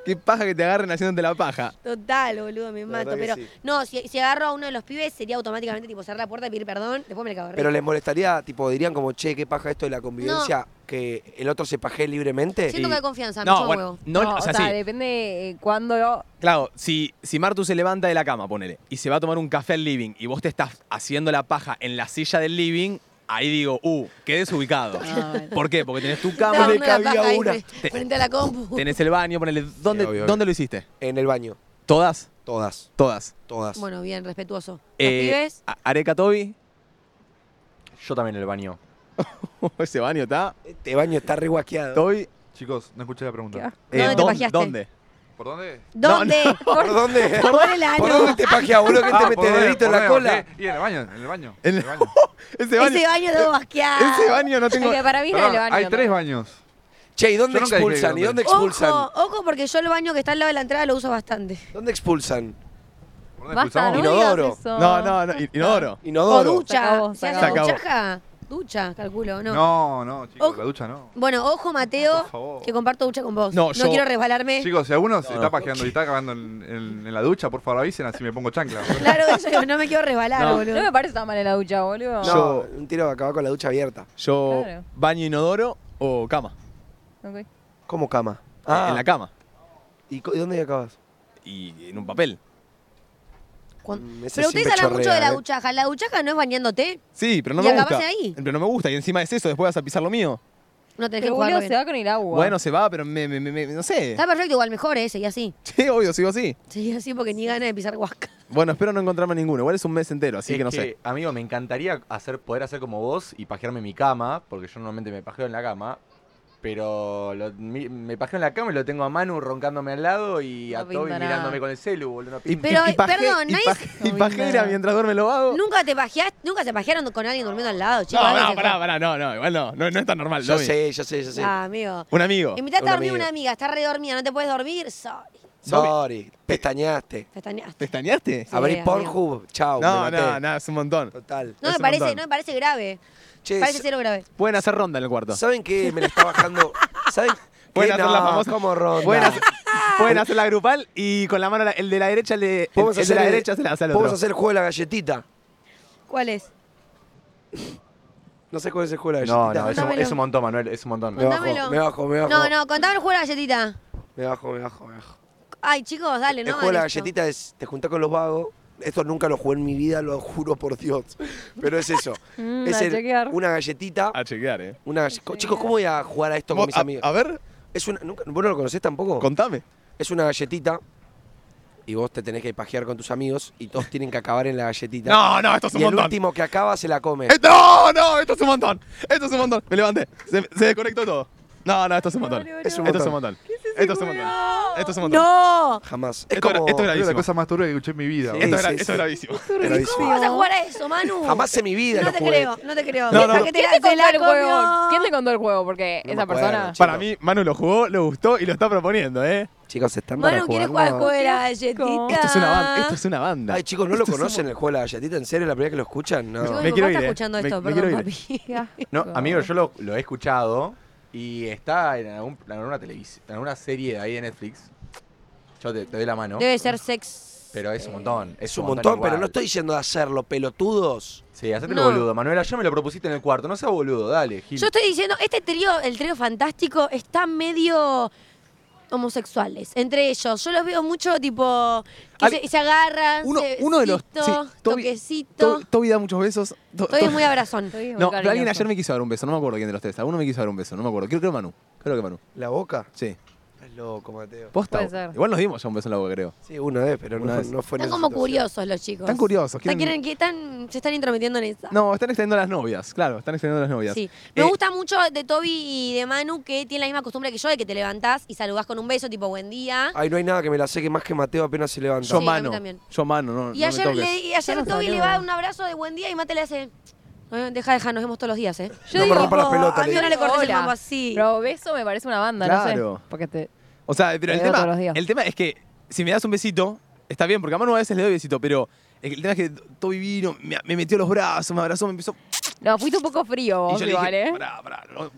Speaker 4: qué paja que te agarren haciéndote la paja.
Speaker 3: Total, boludo, me
Speaker 1: La
Speaker 3: mato. Pero
Speaker 1: verdad que sí.
Speaker 3: no, si, si agarro a uno de los pibes, sería automáticamente tipo cerrar la puerta y pedir perdón. Después me la cago de
Speaker 1: Pero
Speaker 3: risa.
Speaker 1: les molestaría, tipo, dirían como, che, qué paja esto de la convivencia, que el otro se paje libremente.
Speaker 3: Siento que hay confianza, me
Speaker 4: No,
Speaker 3: chupa un
Speaker 4: bueno,
Speaker 3: Ah, huevo.
Speaker 4: no, o sea, sí.
Speaker 2: depende eh, cuándo.
Speaker 4: Claro, si, si Martu se levanta de la cama, ponele, y se va a tomar un café al living y vos te estás haciendo la paja en la silla del living, ahí digo, uh, quedé desubicado. ¿Por qué? Porque tenés tu
Speaker 3: Estaba
Speaker 4: cama,
Speaker 3: dando la paja ahí
Speaker 4: Te-
Speaker 3: fre- frente a la compu.
Speaker 4: tenés el baño, ponele. ¿Dónde,
Speaker 1: obvio, obvio.
Speaker 4: ¿dónde lo hiciste?
Speaker 1: En el baño.
Speaker 4: ¿Todas?
Speaker 1: Todas.
Speaker 4: Todas.
Speaker 1: Todas.
Speaker 3: Bueno, bien, respetuoso. ¿Los
Speaker 12: Eh,
Speaker 3: pibes?
Speaker 4: A- Areca Toby,
Speaker 12: Yo también en el baño.
Speaker 4: ese baño está.
Speaker 1: Este baño está re guasqueado.
Speaker 4: Toby,
Speaker 13: Chicos, no escuché la
Speaker 3: Qué
Speaker 13: pregunta.
Speaker 3: asco. Eh, ¿Dónde te ¿dó- pajeaste? dónde?
Speaker 13: ¿Por dónde?
Speaker 3: ¿Dónde?
Speaker 13: No, no.
Speaker 3: Por-
Speaker 13: ¿Por dónde?
Speaker 3: por el ano.
Speaker 1: ¿Por dónde te pajeás, boludo? ¿Qué te
Speaker 13: Ah,
Speaker 1: metes
Speaker 13: ¿por
Speaker 1: el
Speaker 13: dónde?
Speaker 1: dedito en
Speaker 13: ¿Por
Speaker 1: la
Speaker 13: dónde?
Speaker 1: cola?
Speaker 13: Y en el baño, en el baño.
Speaker 3: Ese baño, de Basquiat.
Speaker 4: este Ese baño no tengo-
Speaker 3: Porque para mí no
Speaker 13: Perdón,
Speaker 3: es el baño,
Speaker 13: Hay
Speaker 3: ¿no?
Speaker 13: tres baños.
Speaker 1: Che, ¿y dónde
Speaker 13: Yo nunca dije
Speaker 1: expulsan? ¿Y dónde expulsan?
Speaker 3: Ojo, ojo, porque yo el baño que está al lado de la entrada lo uso bastante.
Speaker 1: ¿Dónde expulsan?
Speaker 3: Basta, no
Speaker 1: Inodoro.
Speaker 3: digas eso. No, no,
Speaker 4: no, inodoro.
Speaker 1: Inodoro.
Speaker 3: O ducha.
Speaker 4: se
Speaker 3: ¿Se hace
Speaker 4: acabó.
Speaker 3: duchaja? Ducha, calculo, ¿no?
Speaker 13: No, no, chicos,
Speaker 3: Ojo.
Speaker 13: la ducha no.
Speaker 3: Bueno, ojo,
Speaker 13: Por
Speaker 3: Mateo,
Speaker 13: favor.
Speaker 3: que comparto ducha con vos.
Speaker 13: No,
Speaker 3: No,
Speaker 13: yo-
Speaker 3: quiero
Speaker 12: Eh.
Speaker 3: resbalarme.
Speaker 13: Chicos, si alguno se
Speaker 3: No,
Speaker 13: está pajeando y está acabando en, en- en la ducha, por favor avisen, así me pongo chancla.
Speaker 3: Claro, eso, yo no me quiero resbalar,
Speaker 13: No.
Speaker 3: boludo.
Speaker 2: No me parece tan mal en la ducha, boludo.
Speaker 1: No, un tiro acababa con la ducha abierta.
Speaker 4: Yo,
Speaker 2: Claro.
Speaker 4: baño inodoro o cama. eh,
Speaker 2: Ok.
Speaker 1: ¿Cómo cama?
Speaker 4: En la cama.
Speaker 1: ¿Y co- y dónde acabas?
Speaker 4: Y en un papel.
Speaker 1: Mm, ese
Speaker 3: Pero
Speaker 1: siempre
Speaker 3: ustedes hablan mucho de
Speaker 1: chorrea,
Speaker 3: la
Speaker 1: ¿eh?
Speaker 3: duchaja. La duchaja no es bañándote.
Speaker 4: Sí, pero no
Speaker 3: Y
Speaker 4: me
Speaker 3: acabás
Speaker 4: gusta.
Speaker 3: ahí.
Speaker 4: Pero no me gusta. Y encima es eso, después vas a pisar lo mío.
Speaker 3: No tenés
Speaker 2: Pero
Speaker 3: que jugarlo
Speaker 2: boludo
Speaker 3: bien.
Speaker 2: se va con el agua.
Speaker 4: Bueno, se va, pero me, me- me- me- no sé.
Speaker 3: Está perfecto, igual mejor, ¿eh? Seguí así.
Speaker 4: Sí, obvio, sigo así.
Speaker 3: Seguí así porque ni ganas de pisar guasca.
Speaker 4: Bueno, espero no encontrarme ninguno. Igual es un mes entero, así
Speaker 12: Es
Speaker 4: que no
Speaker 12: que,
Speaker 4: sé.
Speaker 12: Amigo, me encantaría hacer, poder hacer como vos y pajearme en mi cama, porque yo normalmente me pajeo en la cama. Pero lo- mi- me pajeo en la cama y lo tengo a Manu roncándome al lado y a
Speaker 3: pinta
Speaker 12: Toby
Speaker 3: nada.
Speaker 12: mirándome con el celu, boludo. no
Speaker 4: Y-
Speaker 12: pinta.
Speaker 3: Pero,
Speaker 4: y pajé-
Speaker 3: perdón,
Speaker 4: y
Speaker 3: nadie
Speaker 4: pajé- Y pajera mientras duerme lo hago.
Speaker 3: Nunca te pajeaste, nunca se pajearon con alguien durmiendo al lado, chicos.
Speaker 4: No,
Speaker 3: Háganse
Speaker 4: no, pará, pará, no, no, igual no, no, no es tan normal.
Speaker 1: Yo
Speaker 4: Domi.
Speaker 1: sé, yo sé, yo sé.
Speaker 3: Ah, amigo.
Speaker 4: Un amigo.
Speaker 3: Invitate a dormir a una amiga, está redormida, no te puedes dormir. Sorry.
Speaker 1: Sorry, pestañaste.
Speaker 3: Pestañeaste.
Speaker 4: ¿Te extrañaste?
Speaker 3: Sí,
Speaker 1: Abrí
Speaker 3: amigo.
Speaker 1: Pornhub, chao.
Speaker 4: No,
Speaker 1: me maté.
Speaker 4: no, no, es un montón.
Speaker 1: Total.
Speaker 3: No me
Speaker 4: Es un
Speaker 3: parece,
Speaker 4: montón.
Speaker 3: no me parece grave.
Speaker 1: Che,
Speaker 3: parece
Speaker 1: sa-
Speaker 3: cero grave.
Speaker 4: Pueden hacer ronda en el cuarto.
Speaker 1: ¿Saben qué? Me la está bajando. ¿Saben?
Speaker 4: Pueden
Speaker 1: qué?
Speaker 4: hacer
Speaker 1: No,
Speaker 4: la famosa.
Speaker 1: ¿Cómo ronda?
Speaker 4: Pueden hacer, pueden hacer la grupal y con la mano la- el de la derecha el de, el,
Speaker 1: Podemos
Speaker 4: el de
Speaker 1: hacer
Speaker 4: la
Speaker 1: el-
Speaker 4: derecha se la hace al otro.
Speaker 1: Podemos hacer el juego de la galletita.
Speaker 3: ¿Cuál es?
Speaker 1: No sé cuál es el juego de la
Speaker 12: No,
Speaker 1: galletita.
Speaker 12: no, es un,
Speaker 3: Dámelo.
Speaker 12: es un montón, Manuel, es un montón.
Speaker 1: Me bajo, me bajo, me bajo.
Speaker 3: No, no, contame el juego de la galletita.
Speaker 1: Me bajo, me bajo, me bajo.
Speaker 3: Ay, chicos, dale,
Speaker 1: El
Speaker 3: no.
Speaker 1: juego de la
Speaker 3: hagan esto.
Speaker 1: galletita es, te juntás con los vagos. Esto nunca lo jugué en mi vida, lo juro por Dios. Pero es eso.
Speaker 2: Mm,
Speaker 1: es
Speaker 2: a
Speaker 1: el-
Speaker 2: chequear.
Speaker 1: una galletita.
Speaker 4: A chequear, eh.
Speaker 1: Una galle- Chicos, ¿cómo voy a jugar a esto con
Speaker 4: Vos,
Speaker 1: mis
Speaker 4: a-
Speaker 1: amigos?
Speaker 4: a ver.
Speaker 1: Es una, nunca, ¿Vos no lo conocés tampoco?
Speaker 4: Contame.
Speaker 1: Es una galletita y vos te tenés que pajear con tus amigos y todos tienen que acabar en la galletita.
Speaker 4: No, no, esto es un
Speaker 1: y
Speaker 4: montón.
Speaker 1: El último que acaba se la come.
Speaker 4: Eh, No, no, esto es un montón. Esto es un montón. Me levanté. Se, se desconectó todo. No, no, esto es un montón.
Speaker 1: Es un
Speaker 4: esto
Speaker 1: montón.
Speaker 4: es un montón. Esto es un montón. Esto es un montón.
Speaker 3: No.
Speaker 1: Jamás. Es
Speaker 4: Esto era-
Speaker 1: como.
Speaker 4: esto era-
Speaker 13: Es la
Speaker 4: Gravísimo.
Speaker 13: cosa más turbia que escuché en mi vida.
Speaker 1: Sí,
Speaker 13: boludo.
Speaker 4: Esto es,
Speaker 1: sí, sí.
Speaker 4: esto es gravísimo.
Speaker 1: Gravísimo.
Speaker 3: ¿Cómo vas a jugar a eso, Manu?
Speaker 1: Jamás en mi vida
Speaker 3: No
Speaker 1: lo
Speaker 3: te
Speaker 1: jugué.
Speaker 3: creo, no te creo.
Speaker 4: No, no.
Speaker 3: Deja que te
Speaker 2: ¿Quién
Speaker 3: la,
Speaker 2: te
Speaker 3: se
Speaker 2: contó
Speaker 3: la
Speaker 2: el juego?
Speaker 3: comió.
Speaker 2: ¿Quién te contó el juego? Porque
Speaker 1: No me
Speaker 2: esa
Speaker 1: acuerdo,
Speaker 2: persona.
Speaker 1: chicos.
Speaker 4: Para mí, Manu lo jugó, lo gustó y lo está proponiendo, ¿eh?
Speaker 1: Chicos, están para
Speaker 3: Manu, ¿quieres jugar al
Speaker 1: ¿no?
Speaker 3: juego de la galletita?
Speaker 4: Esto es una banda. Esto es una banda.
Speaker 1: Ay, chicos, ¿no lo
Speaker 4: Esto Este es un-
Speaker 1: conocen el juego de la galletita? ¿En serio? ¿La primera que lo escuchan? No.
Speaker 3: Chicos,
Speaker 4: Me
Speaker 3: mi
Speaker 4: quiero
Speaker 3: papá está
Speaker 4: ir, eh.
Speaker 3: escuchando
Speaker 4: Me-
Speaker 3: esto,
Speaker 4: me
Speaker 3: perdón,
Speaker 4: quiero
Speaker 3: papi.
Speaker 12: No, amigo, yo lo, lo he escuchado y está en, algún- en alguna televisión, en alguna serie ahí de Netflix. Yo te, te doy la mano.
Speaker 3: Debe ser sex.
Speaker 12: Pero es un montón. Es,
Speaker 1: Es un montón, pero no estoy diciendo de hacerlo, pelotudos.
Speaker 12: Sí, hacete
Speaker 3: No.
Speaker 12: lo boludo. Manuela, ya me lo propusiste en el cuarto. No seas boludo, dale, Gil.
Speaker 3: Yo estoy diciendo, este trío, el trío fantástico, está medio homosexuales entre ellos. Yo los veo mucho tipo que
Speaker 4: Al-
Speaker 3: se, se agarran,
Speaker 4: Uno,
Speaker 3: se
Speaker 4: uno de los.
Speaker 3: besito,
Speaker 4: sí, Toby-
Speaker 3: toquecito.
Speaker 4: To- Toby da muchos besos. To-
Speaker 3: Toby es
Speaker 4: to-
Speaker 3: muy abrazón.
Speaker 4: No, pero alguien ayer me quiso dar un beso, no me acuerdo quién de los tres. Alguno me quiso dar un beso, no me acuerdo. Creo que era Manu. Creo que Manu.
Speaker 1: ¿La boca?
Speaker 4: Sí.
Speaker 1: Estás loco, Mateo.
Speaker 4: Posta.
Speaker 2: Puede ser.
Speaker 4: Igual nos dimos ya un beso en la boca, creo.
Speaker 1: Sí, una vez, pero
Speaker 4: Una
Speaker 1: no,
Speaker 4: vez.
Speaker 1: no fue en
Speaker 3: Están
Speaker 1: esa
Speaker 3: como
Speaker 1: situación.
Speaker 3: curiosos los chicos.
Speaker 4: Están curiosos.
Speaker 3: Están-
Speaker 4: quieren-
Speaker 3: quieren que están, se están intrometiendo en esa.
Speaker 4: No, están extendiendo las novias. Claro, están extendiendo las novias.
Speaker 3: Sí. Me
Speaker 4: Eh,
Speaker 3: gusta mucho de Toby y de Manu que tienen la misma costumbre que yo de que te levantás y saludás con un beso, tipo buen día.
Speaker 1: Ay, no hay nada que me la seque más que Mateo apenas se levanta.
Speaker 3: Sí,
Speaker 4: Yo
Speaker 3: a mí
Speaker 4: mano.
Speaker 3: también.
Speaker 4: Yo mano, no.
Speaker 3: Y
Speaker 4: no me
Speaker 3: ayer,
Speaker 4: toques.
Speaker 3: le- y ayer
Speaker 2: Ya nos
Speaker 3: Toby
Speaker 2: salió.
Speaker 3: le va a dar un abrazo de buen día y Mate le hace. "No, Deja, deja, nos vemos todos los días, ¿eh?
Speaker 2: Yo
Speaker 1: No me
Speaker 2: digo,
Speaker 1: rompa las
Speaker 2: tipo,
Speaker 1: pelotas,
Speaker 2: a mí
Speaker 1: le
Speaker 2: Ah, no
Speaker 3: digo.
Speaker 2: le cortes el
Speaker 3: Hola.
Speaker 2: mambo así. Pero beso me parece una banda, no
Speaker 4: Claro.
Speaker 2: sé. Porque te.
Speaker 4: O sea, pero el
Speaker 2: Te veo todos
Speaker 4: tema,
Speaker 2: los días.
Speaker 4: el tema es que si me das un besito, está bien, porque a Manu a veces le doy besito, pero el tema es que Toby vino, me, me metió los brazos, me abrazó, me empezó.
Speaker 2: No, fuiste un poco frío
Speaker 4: Y
Speaker 2: vos,
Speaker 4: yo le
Speaker 2: igual,
Speaker 4: dije,
Speaker 2: ¿eh?
Speaker 4: pará, pará. no,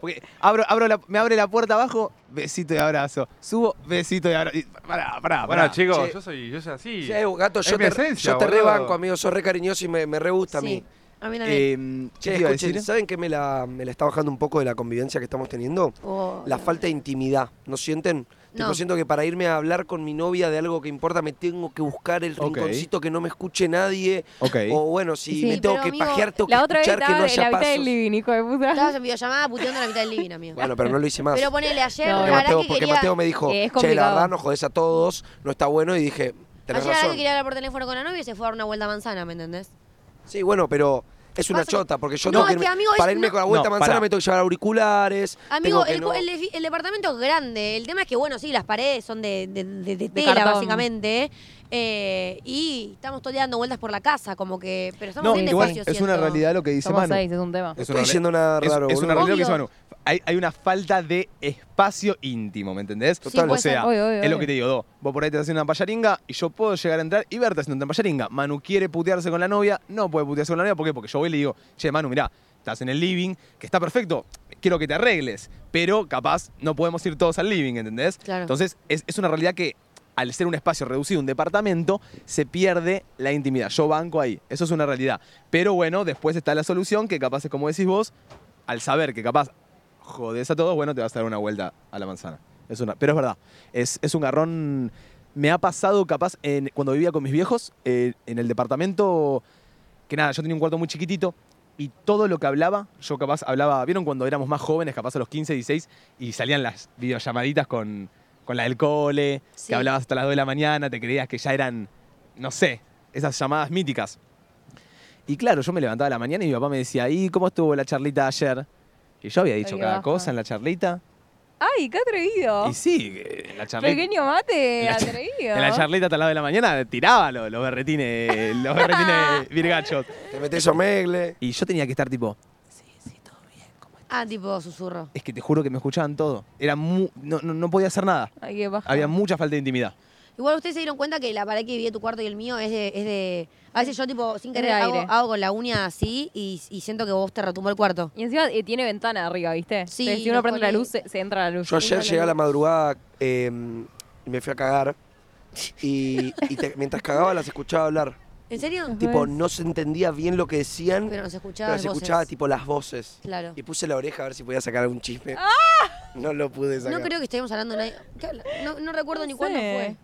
Speaker 4: porque abro, abro la- me abre la puerta abajo, besito y abrazo. Subo, besito y abrazo. y Pará, pará,
Speaker 13: Bueno,
Speaker 4: pará.
Speaker 13: chicos,
Speaker 1: Che.
Speaker 13: yo soy, yo soy así.
Speaker 1: Sí, gato,
Speaker 13: Es
Speaker 1: yo
Speaker 13: mi
Speaker 1: te,
Speaker 13: esencia,
Speaker 1: yo te
Speaker 13: boludo.
Speaker 1: rebanco, amigo. Sos re cariñoso y me, me re gusta a mí.
Speaker 3: Sí, a mí también.
Speaker 4: Eh,
Speaker 1: Che,
Speaker 4: ¿qué te iba a
Speaker 1: escuchen,
Speaker 4: decir?
Speaker 1: ¿saben que me la, me la está bajando un poco de la convivencia que estamos teniendo?
Speaker 3: Oh,
Speaker 1: La
Speaker 3: no.
Speaker 1: falta de intimidad, ¿no sienten? Tipo,
Speaker 3: No.
Speaker 1: siento que para irme a hablar con mi novia de algo que importa me tengo que buscar el
Speaker 4: Ok.
Speaker 1: rinconcito que no me escuche nadie.
Speaker 4: Ok.
Speaker 1: O bueno, si
Speaker 3: Sí,
Speaker 1: me tengo
Speaker 3: pero,
Speaker 1: que
Speaker 3: amigo,
Speaker 1: pajear, tengo
Speaker 2: La
Speaker 1: que
Speaker 2: otra vez
Speaker 1: escuchar que no
Speaker 2: estaba en la
Speaker 1: haya
Speaker 2: mitad del
Speaker 1: pasos.
Speaker 2: living, hijo de puta.
Speaker 3: Estabas en videollamada puteando la mitad del living, amigo.
Speaker 1: Bueno, pero no lo hice más.
Speaker 3: Pero ponele ayer,
Speaker 2: No,
Speaker 1: porque
Speaker 3: la verdad
Speaker 1: Mateo,
Speaker 3: que
Speaker 1: porque
Speaker 3: quería.
Speaker 1: Mateo me dijo,
Speaker 2: Es
Speaker 1: che, la
Speaker 2: complicado.
Speaker 1: verdad no jodés a todos, no está bueno, y dije,
Speaker 3: ayer
Speaker 1: tenés
Speaker 3: la verdad
Speaker 1: razón.
Speaker 3: que quería hablar por teléfono con la novia y se fue a dar una vuelta a manzana, ¿me entendés?
Speaker 1: Sí, bueno, pero Es una chota, porque yo
Speaker 3: No,
Speaker 1: tengo que
Speaker 3: es que,
Speaker 1: irme-
Speaker 3: amigo, es-
Speaker 1: para irme
Speaker 3: no-
Speaker 1: con la vuelta
Speaker 3: No,
Speaker 1: manzana
Speaker 3: pará.
Speaker 1: me tengo que llevar auriculares.
Speaker 3: Amigo,
Speaker 1: tengo que
Speaker 3: el,
Speaker 1: no-
Speaker 3: cu- el defi- el departamento es grande. El tema es que, bueno, sí, las paredes son de, de- de- de tela,
Speaker 2: cartón.
Speaker 3: básicamente. eh, y estamos todo el día dando vueltas por la casa, como que. Pero estamos
Speaker 4: No,
Speaker 3: bien
Speaker 4: igual
Speaker 3: despacio,
Speaker 4: es una
Speaker 3: siento.
Speaker 4: realidad lo que dice
Speaker 2: Somos
Speaker 4: Manu.
Speaker 2: seis, es un tema.
Speaker 4: Es
Speaker 1: Estoy
Speaker 4: una
Speaker 1: diciendo
Speaker 4: re-
Speaker 1: nada
Speaker 4: es-
Speaker 1: raro,
Speaker 4: Es, una
Speaker 1: boludo.
Speaker 4: realidad lo que dice
Speaker 1: Obvio.
Speaker 4: Manu. Hay, hay una falta de espacio íntimo, ¿me entendés?
Speaker 1: Total.
Speaker 4: O
Speaker 1: puede ser.
Speaker 4: sea,
Speaker 1: Obvio, obvio,
Speaker 4: es lo
Speaker 1: obvio.
Speaker 4: que te digo, Do. Vos por ahí te estás haciendo una payaringa y yo puedo llegar a entrar y verte haciendo una payaringa. Manu quiere putearse con la novia, no puede putearse con la novia. ¿Por qué? Porque yo voy y le digo, che, Manu, mirá, estás en el living, que está perfecto, quiero que te arregles, pero capaz no podemos ir todos al living, ¿entendés?
Speaker 3: Claro.
Speaker 4: Entonces, es, es una realidad que al ser un espacio reducido, un departamento, se pierde la intimidad. Yo banco ahí, eso es una realidad. Pero bueno, después está la solución, que capaz es como decís vos, al saber que capaz jodés a todos, bueno, te vas a dar una vuelta a la manzana. Es una, pero es verdad, es, es un garrón. Me ha pasado capaz en- cuando vivía con mis viejos, eh, en el departamento, que nada, yo tenía un cuarto muy chiquitito y todo lo que hablaba, yo capaz hablaba, ¿vieron cuando éramos más jóvenes, capaz a los 15, 16, y salían las videollamaditas con, con la del cole,
Speaker 12: Sí.
Speaker 4: que hablabas hasta las 2 de la mañana, te creías que ya eran, no sé, esas llamadas míticas. Y claro, yo me levantaba a la mañana y mi papá me decía, ¿y cómo estuvo la charlita de ayer? Y yo había dicho
Speaker 2: Ay, qué
Speaker 4: cada
Speaker 2: baja.
Speaker 4: cosa en la charlita.
Speaker 2: ¡Ay, qué atrevido!
Speaker 4: Y sí, que en la charlita.
Speaker 2: Pequeño mate,
Speaker 4: En la cha-
Speaker 2: atrevido.
Speaker 4: En la charleta hasta las 2 de la mañana tiraba lo- los, berretines, los berretines virgachos.
Speaker 1: Te metes omegle.
Speaker 4: Y yo tenía que estar tipo,
Speaker 3: Ah, tipo susurro.
Speaker 4: es que te juro que me escuchaban todo. Era mu- no, no, no podía hacer nada.
Speaker 2: Ay, qué baja.
Speaker 4: Había mucha falta de intimidad.
Speaker 3: Igual ustedes se dieron cuenta que la pared que divide tu cuarto y el mío es de. Es de a veces yo, tipo, sin
Speaker 2: Es de
Speaker 3: querer, hago,
Speaker 2: aire.
Speaker 3: hago con la uña así y, y siento que vos te retumbó el cuarto.
Speaker 2: Y encima eh, tiene ventana arriba, ¿viste?
Speaker 3: Sí,
Speaker 2: Entonces, si uno
Speaker 3: lo
Speaker 2: prende la
Speaker 3: pone-
Speaker 2: luz, se, se entra la luz.
Speaker 1: Yo ayer llegué a la madrugada eh, y me fui a cagar. Y, y te- mientras cagaba las escuchaba hablar.
Speaker 3: ¿En serio?
Speaker 1: Tipo, no se entendía bien lo que decían.
Speaker 3: Pero no se escuchaba
Speaker 1: Pero
Speaker 3: las
Speaker 1: se
Speaker 3: voces.
Speaker 1: escuchaba tipo las voces.
Speaker 3: Claro. ¡Ah!
Speaker 1: Y puse la oreja a ver si podía sacar algún chisme. No lo pude sacar.
Speaker 3: No creo que estemos hablando de nadie. ¿Qué habla? No, no recuerdo ni cuándo fue.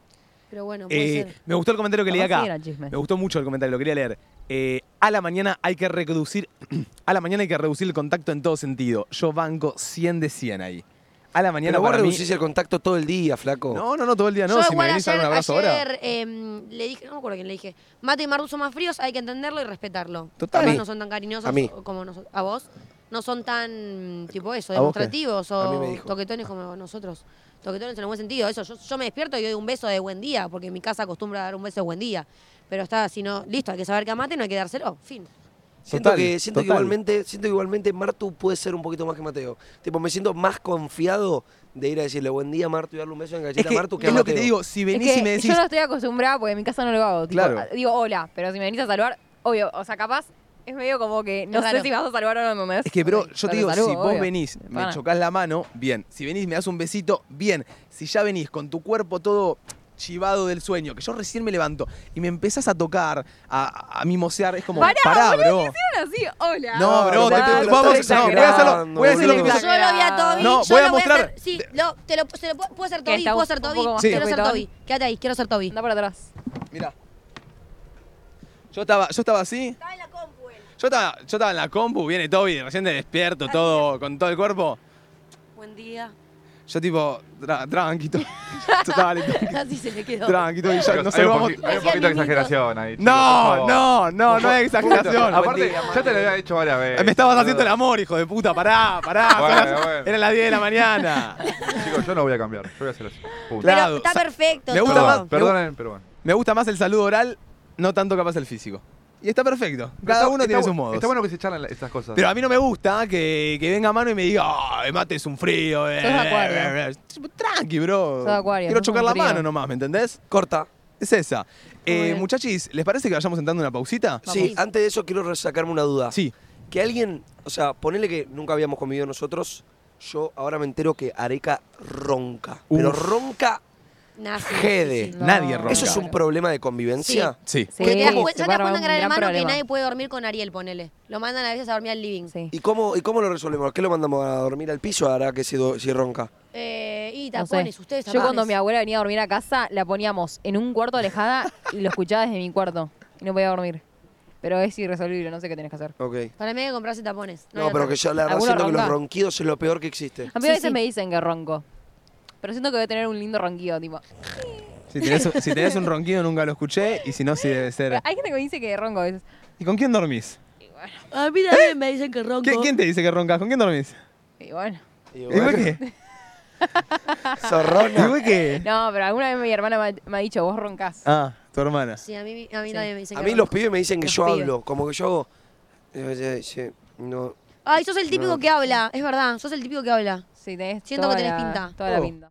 Speaker 3: Pero bueno, puede
Speaker 4: Eh,
Speaker 3: ser.
Speaker 4: me gustó el comentario que leí
Speaker 3: Capaz
Speaker 4: acá.
Speaker 3: sí eran chismes.
Speaker 4: Me gustó mucho el comentario, lo quería leer. Eh, a la mañana hay que reducir. a la mañana hay que reducir el contacto en todo sentido. Yo banco 100 de 100 ahí. A la mañana
Speaker 1: Pero vos
Speaker 4: para mí-
Speaker 1: reducís el contacto todo el día, flaco.
Speaker 4: No, no, no, todo el día no.
Speaker 3: Yo
Speaker 4: si me
Speaker 3: igual
Speaker 4: venís a
Speaker 3: ayer,
Speaker 4: dar un abrazo ahora.
Speaker 3: ayer, em, le dije, no me acuerdo quién le dije, Mate y Mardu son más fríos, hay que entenderlo y respetarlo.
Speaker 4: Total.
Speaker 3: Capaz
Speaker 4: A mí.
Speaker 3: no son tan cariñosos
Speaker 4: A mí.
Speaker 3: o como nosotros. A vos. No son tan, tipo eso,
Speaker 4: ¿A vos qué?
Speaker 3: demostrativos
Speaker 4: A mí me
Speaker 3: o
Speaker 4: dijo.
Speaker 3: toquetones como nosotros. Toquetones en el buen sentido. Eso, yo, yo me despierto y doy un beso de buen día, porque en mi casa acostumbra a dar un beso de buen día. Pero está, si no, listo, hay que saber que a Mate no hay que dárselo. Fin.
Speaker 1: Siento,
Speaker 4: Total,
Speaker 1: que, siento, que
Speaker 4: total.
Speaker 1: igualmente, siento que igualmente Martu puede ser un poquito más que Mateo. Tipo, me siento más confiado de ir a decirle buen día Martu y darle un beso en la
Speaker 4: Es,
Speaker 1: galleta
Speaker 4: que,
Speaker 1: a Martu que
Speaker 4: es
Speaker 1: a
Speaker 4: lo que te
Speaker 1: Mateo.
Speaker 4: digo, si
Speaker 2: Es
Speaker 4: venís
Speaker 2: que
Speaker 4: y me decís.
Speaker 2: Yo no estoy acostumbrada porque en mi casa no lo hago. Tipo,
Speaker 4: Claro.
Speaker 2: a- Digo, hola, pero si me venís a saludar, obvio. O sea, capaz es medio como que no
Speaker 3: Es
Speaker 2: sé
Speaker 3: raro.
Speaker 2: si me vas a saludar o no, me
Speaker 4: Es que, bro, yo te digo, si vos venís, me
Speaker 2: Pana.
Speaker 4: chocás la mano, bien. Si venís, me das un besito, bien. Si ya venís con tu cuerpo todo chivado del sueño, que yo recién me levanto y me empezás a tocar, a, a mimosear, es como,
Speaker 2: Pará,
Speaker 4: pará,
Speaker 2: boludo,
Speaker 4: bro.
Speaker 2: así, hola.
Speaker 4: No, bro, te-
Speaker 1: pará,
Speaker 4: te-
Speaker 1: pero
Speaker 4: vamos,
Speaker 1: estás
Speaker 4: no, voy a hacerlo,
Speaker 1: exagerando,
Speaker 4: voy a hacer lo que
Speaker 1: boludo.
Speaker 4: me
Speaker 3: Yo lo vi a Toby.
Speaker 4: No,
Speaker 3: yo
Speaker 4: voy a
Speaker 3: lo
Speaker 4: mostrar.
Speaker 3: hacer- sí, lo, te lo, se lo puedo, puedo ser
Speaker 2: Que
Speaker 3: Toby,
Speaker 2: está
Speaker 3: puedo
Speaker 2: un-
Speaker 3: ser
Speaker 2: un poco
Speaker 3: Toby.
Speaker 2: más
Speaker 3: Quiero ser
Speaker 2: coquetón.
Speaker 3: Toby. Quédate ahí, quiero ser Toby.
Speaker 2: Anda para atrás.
Speaker 4: Mira. Yo estaba, yo estaba así. Yo estaba, yo estaba en la compu, viene Toby, recién despierto, todo, con todo el cuerpo.
Speaker 3: Buen día.
Speaker 4: Yo tipo, tra- tranquito. Dale, tranqui.
Speaker 3: Así se le quedó.
Speaker 4: Tranquito, y ya
Speaker 13: Chicos,
Speaker 4: nos
Speaker 13: hay un
Speaker 4: salvamos.
Speaker 13: poqui- hay un poquito de exageración ahí. chicos, por
Speaker 4: No,
Speaker 13: favor.
Speaker 4: no, no, no es
Speaker 13: Poquito.
Speaker 4: exageración.
Speaker 13: Aparte, ya te lo había hecho varias veces.
Speaker 4: Me estabas haciendo el amor, hijo de puta. Pará, pará. son
Speaker 13: Bueno,
Speaker 4: las-
Speaker 13: bueno.
Speaker 4: Eran las 10 de la mañana.
Speaker 13: Chicos, yo no voy a cambiar. Yo voy a hacer así. Punto.
Speaker 4: Claro, sa- Me gusta
Speaker 13: Perdón,
Speaker 4: más, me gu-
Speaker 13: Perdonen, pero bueno.
Speaker 4: Me gusta más el saludo oral, no tanto capaz el físico. Y está perfecto. Cada
Speaker 13: Está-
Speaker 4: uno
Speaker 13: está
Speaker 4: tiene
Speaker 13: bu-
Speaker 4: sus modos.
Speaker 13: Está bueno que se charlan la- estas cosas.
Speaker 4: Pero a mí no me gusta que, que venga mano y me diga, "Ah, el mate es un frío. eh,
Speaker 2: Sos acuario.
Speaker 4: eh, eh". Tranqui, bro.
Speaker 2: Sos acuario,
Speaker 4: Quiero
Speaker 2: sos
Speaker 4: chocar
Speaker 2: un
Speaker 4: la
Speaker 2: frío.
Speaker 4: mano nomás, ¿me entendés?
Speaker 1: Corta.
Speaker 4: Es esa. Eh,
Speaker 1: bien.
Speaker 4: muchachis, ¿les parece que vayamos entrando en una pausita?
Speaker 1: Sí, antes de eso quiero sacarme una duda.
Speaker 4: Sí.
Speaker 1: Que alguien, o sea, ponele que nunca habíamos comido nosotros. Yo ahora me entero que Areca ronca. Pero
Speaker 4: Uf.
Speaker 1: ronca
Speaker 3: Nazi.
Speaker 1: jede.
Speaker 4: No. Nadie ronca.
Speaker 1: ¿Eso es un problema de convivencia?
Speaker 4: Sí.
Speaker 3: Que te das
Speaker 1: ¿Cómo-
Speaker 3: cuen- ya te das
Speaker 2: barba,
Speaker 3: cuenta en Gran
Speaker 2: un gran
Speaker 3: Hermano que
Speaker 2: problema.
Speaker 3: nadie puede dormir con Ariel, ponele. Lo mandan a veces a dormir al living.
Speaker 1: ¿Y cómo, ¿Y cómo lo resolvemos? ¿Qué lo mandamos a dormir al piso ahora que si, do- si ronca?
Speaker 3: Eh, y
Speaker 2: No sé.
Speaker 3: tapones, ustedes
Speaker 2: Yo
Speaker 3: tapones.
Speaker 2: cuando mi abuela venía a dormir a casa, la poníamos en un cuarto alejada y lo escuchaba desde mi cuarto. Y no podía dormir. Pero es irresoluble, no sé qué tenés que hacer.
Speaker 1: Ok.
Speaker 3: Para mí hay que comprarse tapones.
Speaker 1: No, pero que yo la verdad
Speaker 2: ¿Alguno
Speaker 1: siento que los
Speaker 2: ronca?
Speaker 1: ronquidos es lo peor que existe.
Speaker 2: A mí a veces me dicen que ronco. Pero siento que voy a tener un lindo ronquido, tipo.
Speaker 4: Si tenés, si tenés un ronquido, nunca lo escuché. Y si no, sí debe ser.
Speaker 2: Hay gente que me dice que ronco a veces.
Speaker 4: ¿Y con quién dormís?
Speaker 2: bueno.
Speaker 3: A mí también me dicen que ronco.
Speaker 4: ¿Qui- ¿Eh? ¿Quién te dice que roncas? ¿Con quién dormís?
Speaker 2: Y bueno.
Speaker 4: ¿Y vos qué? ¿Y vos qué?
Speaker 2: No, pero alguna vez mi hermana me ha- me ha dicho, vos roncás.
Speaker 4: Ah, tu hermana.
Speaker 3: Sí, a mí, a mí también me dicen
Speaker 1: A
Speaker 3: que
Speaker 1: mí
Speaker 3: ronco.
Speaker 1: los pibes me dicen que
Speaker 3: Los
Speaker 1: yo
Speaker 3: pibes.
Speaker 1: hablo, como que yo hago. eh, eh, sí, no.
Speaker 3: Ay, sos el típico
Speaker 1: No.
Speaker 3: que habla, es verdad, sos el típico que habla.
Speaker 2: Sí, tenés
Speaker 3: Siento
Speaker 2: toda
Speaker 3: que tenés
Speaker 2: la-
Speaker 3: pinta.
Speaker 2: toda la
Speaker 1: Oh.
Speaker 2: pinta.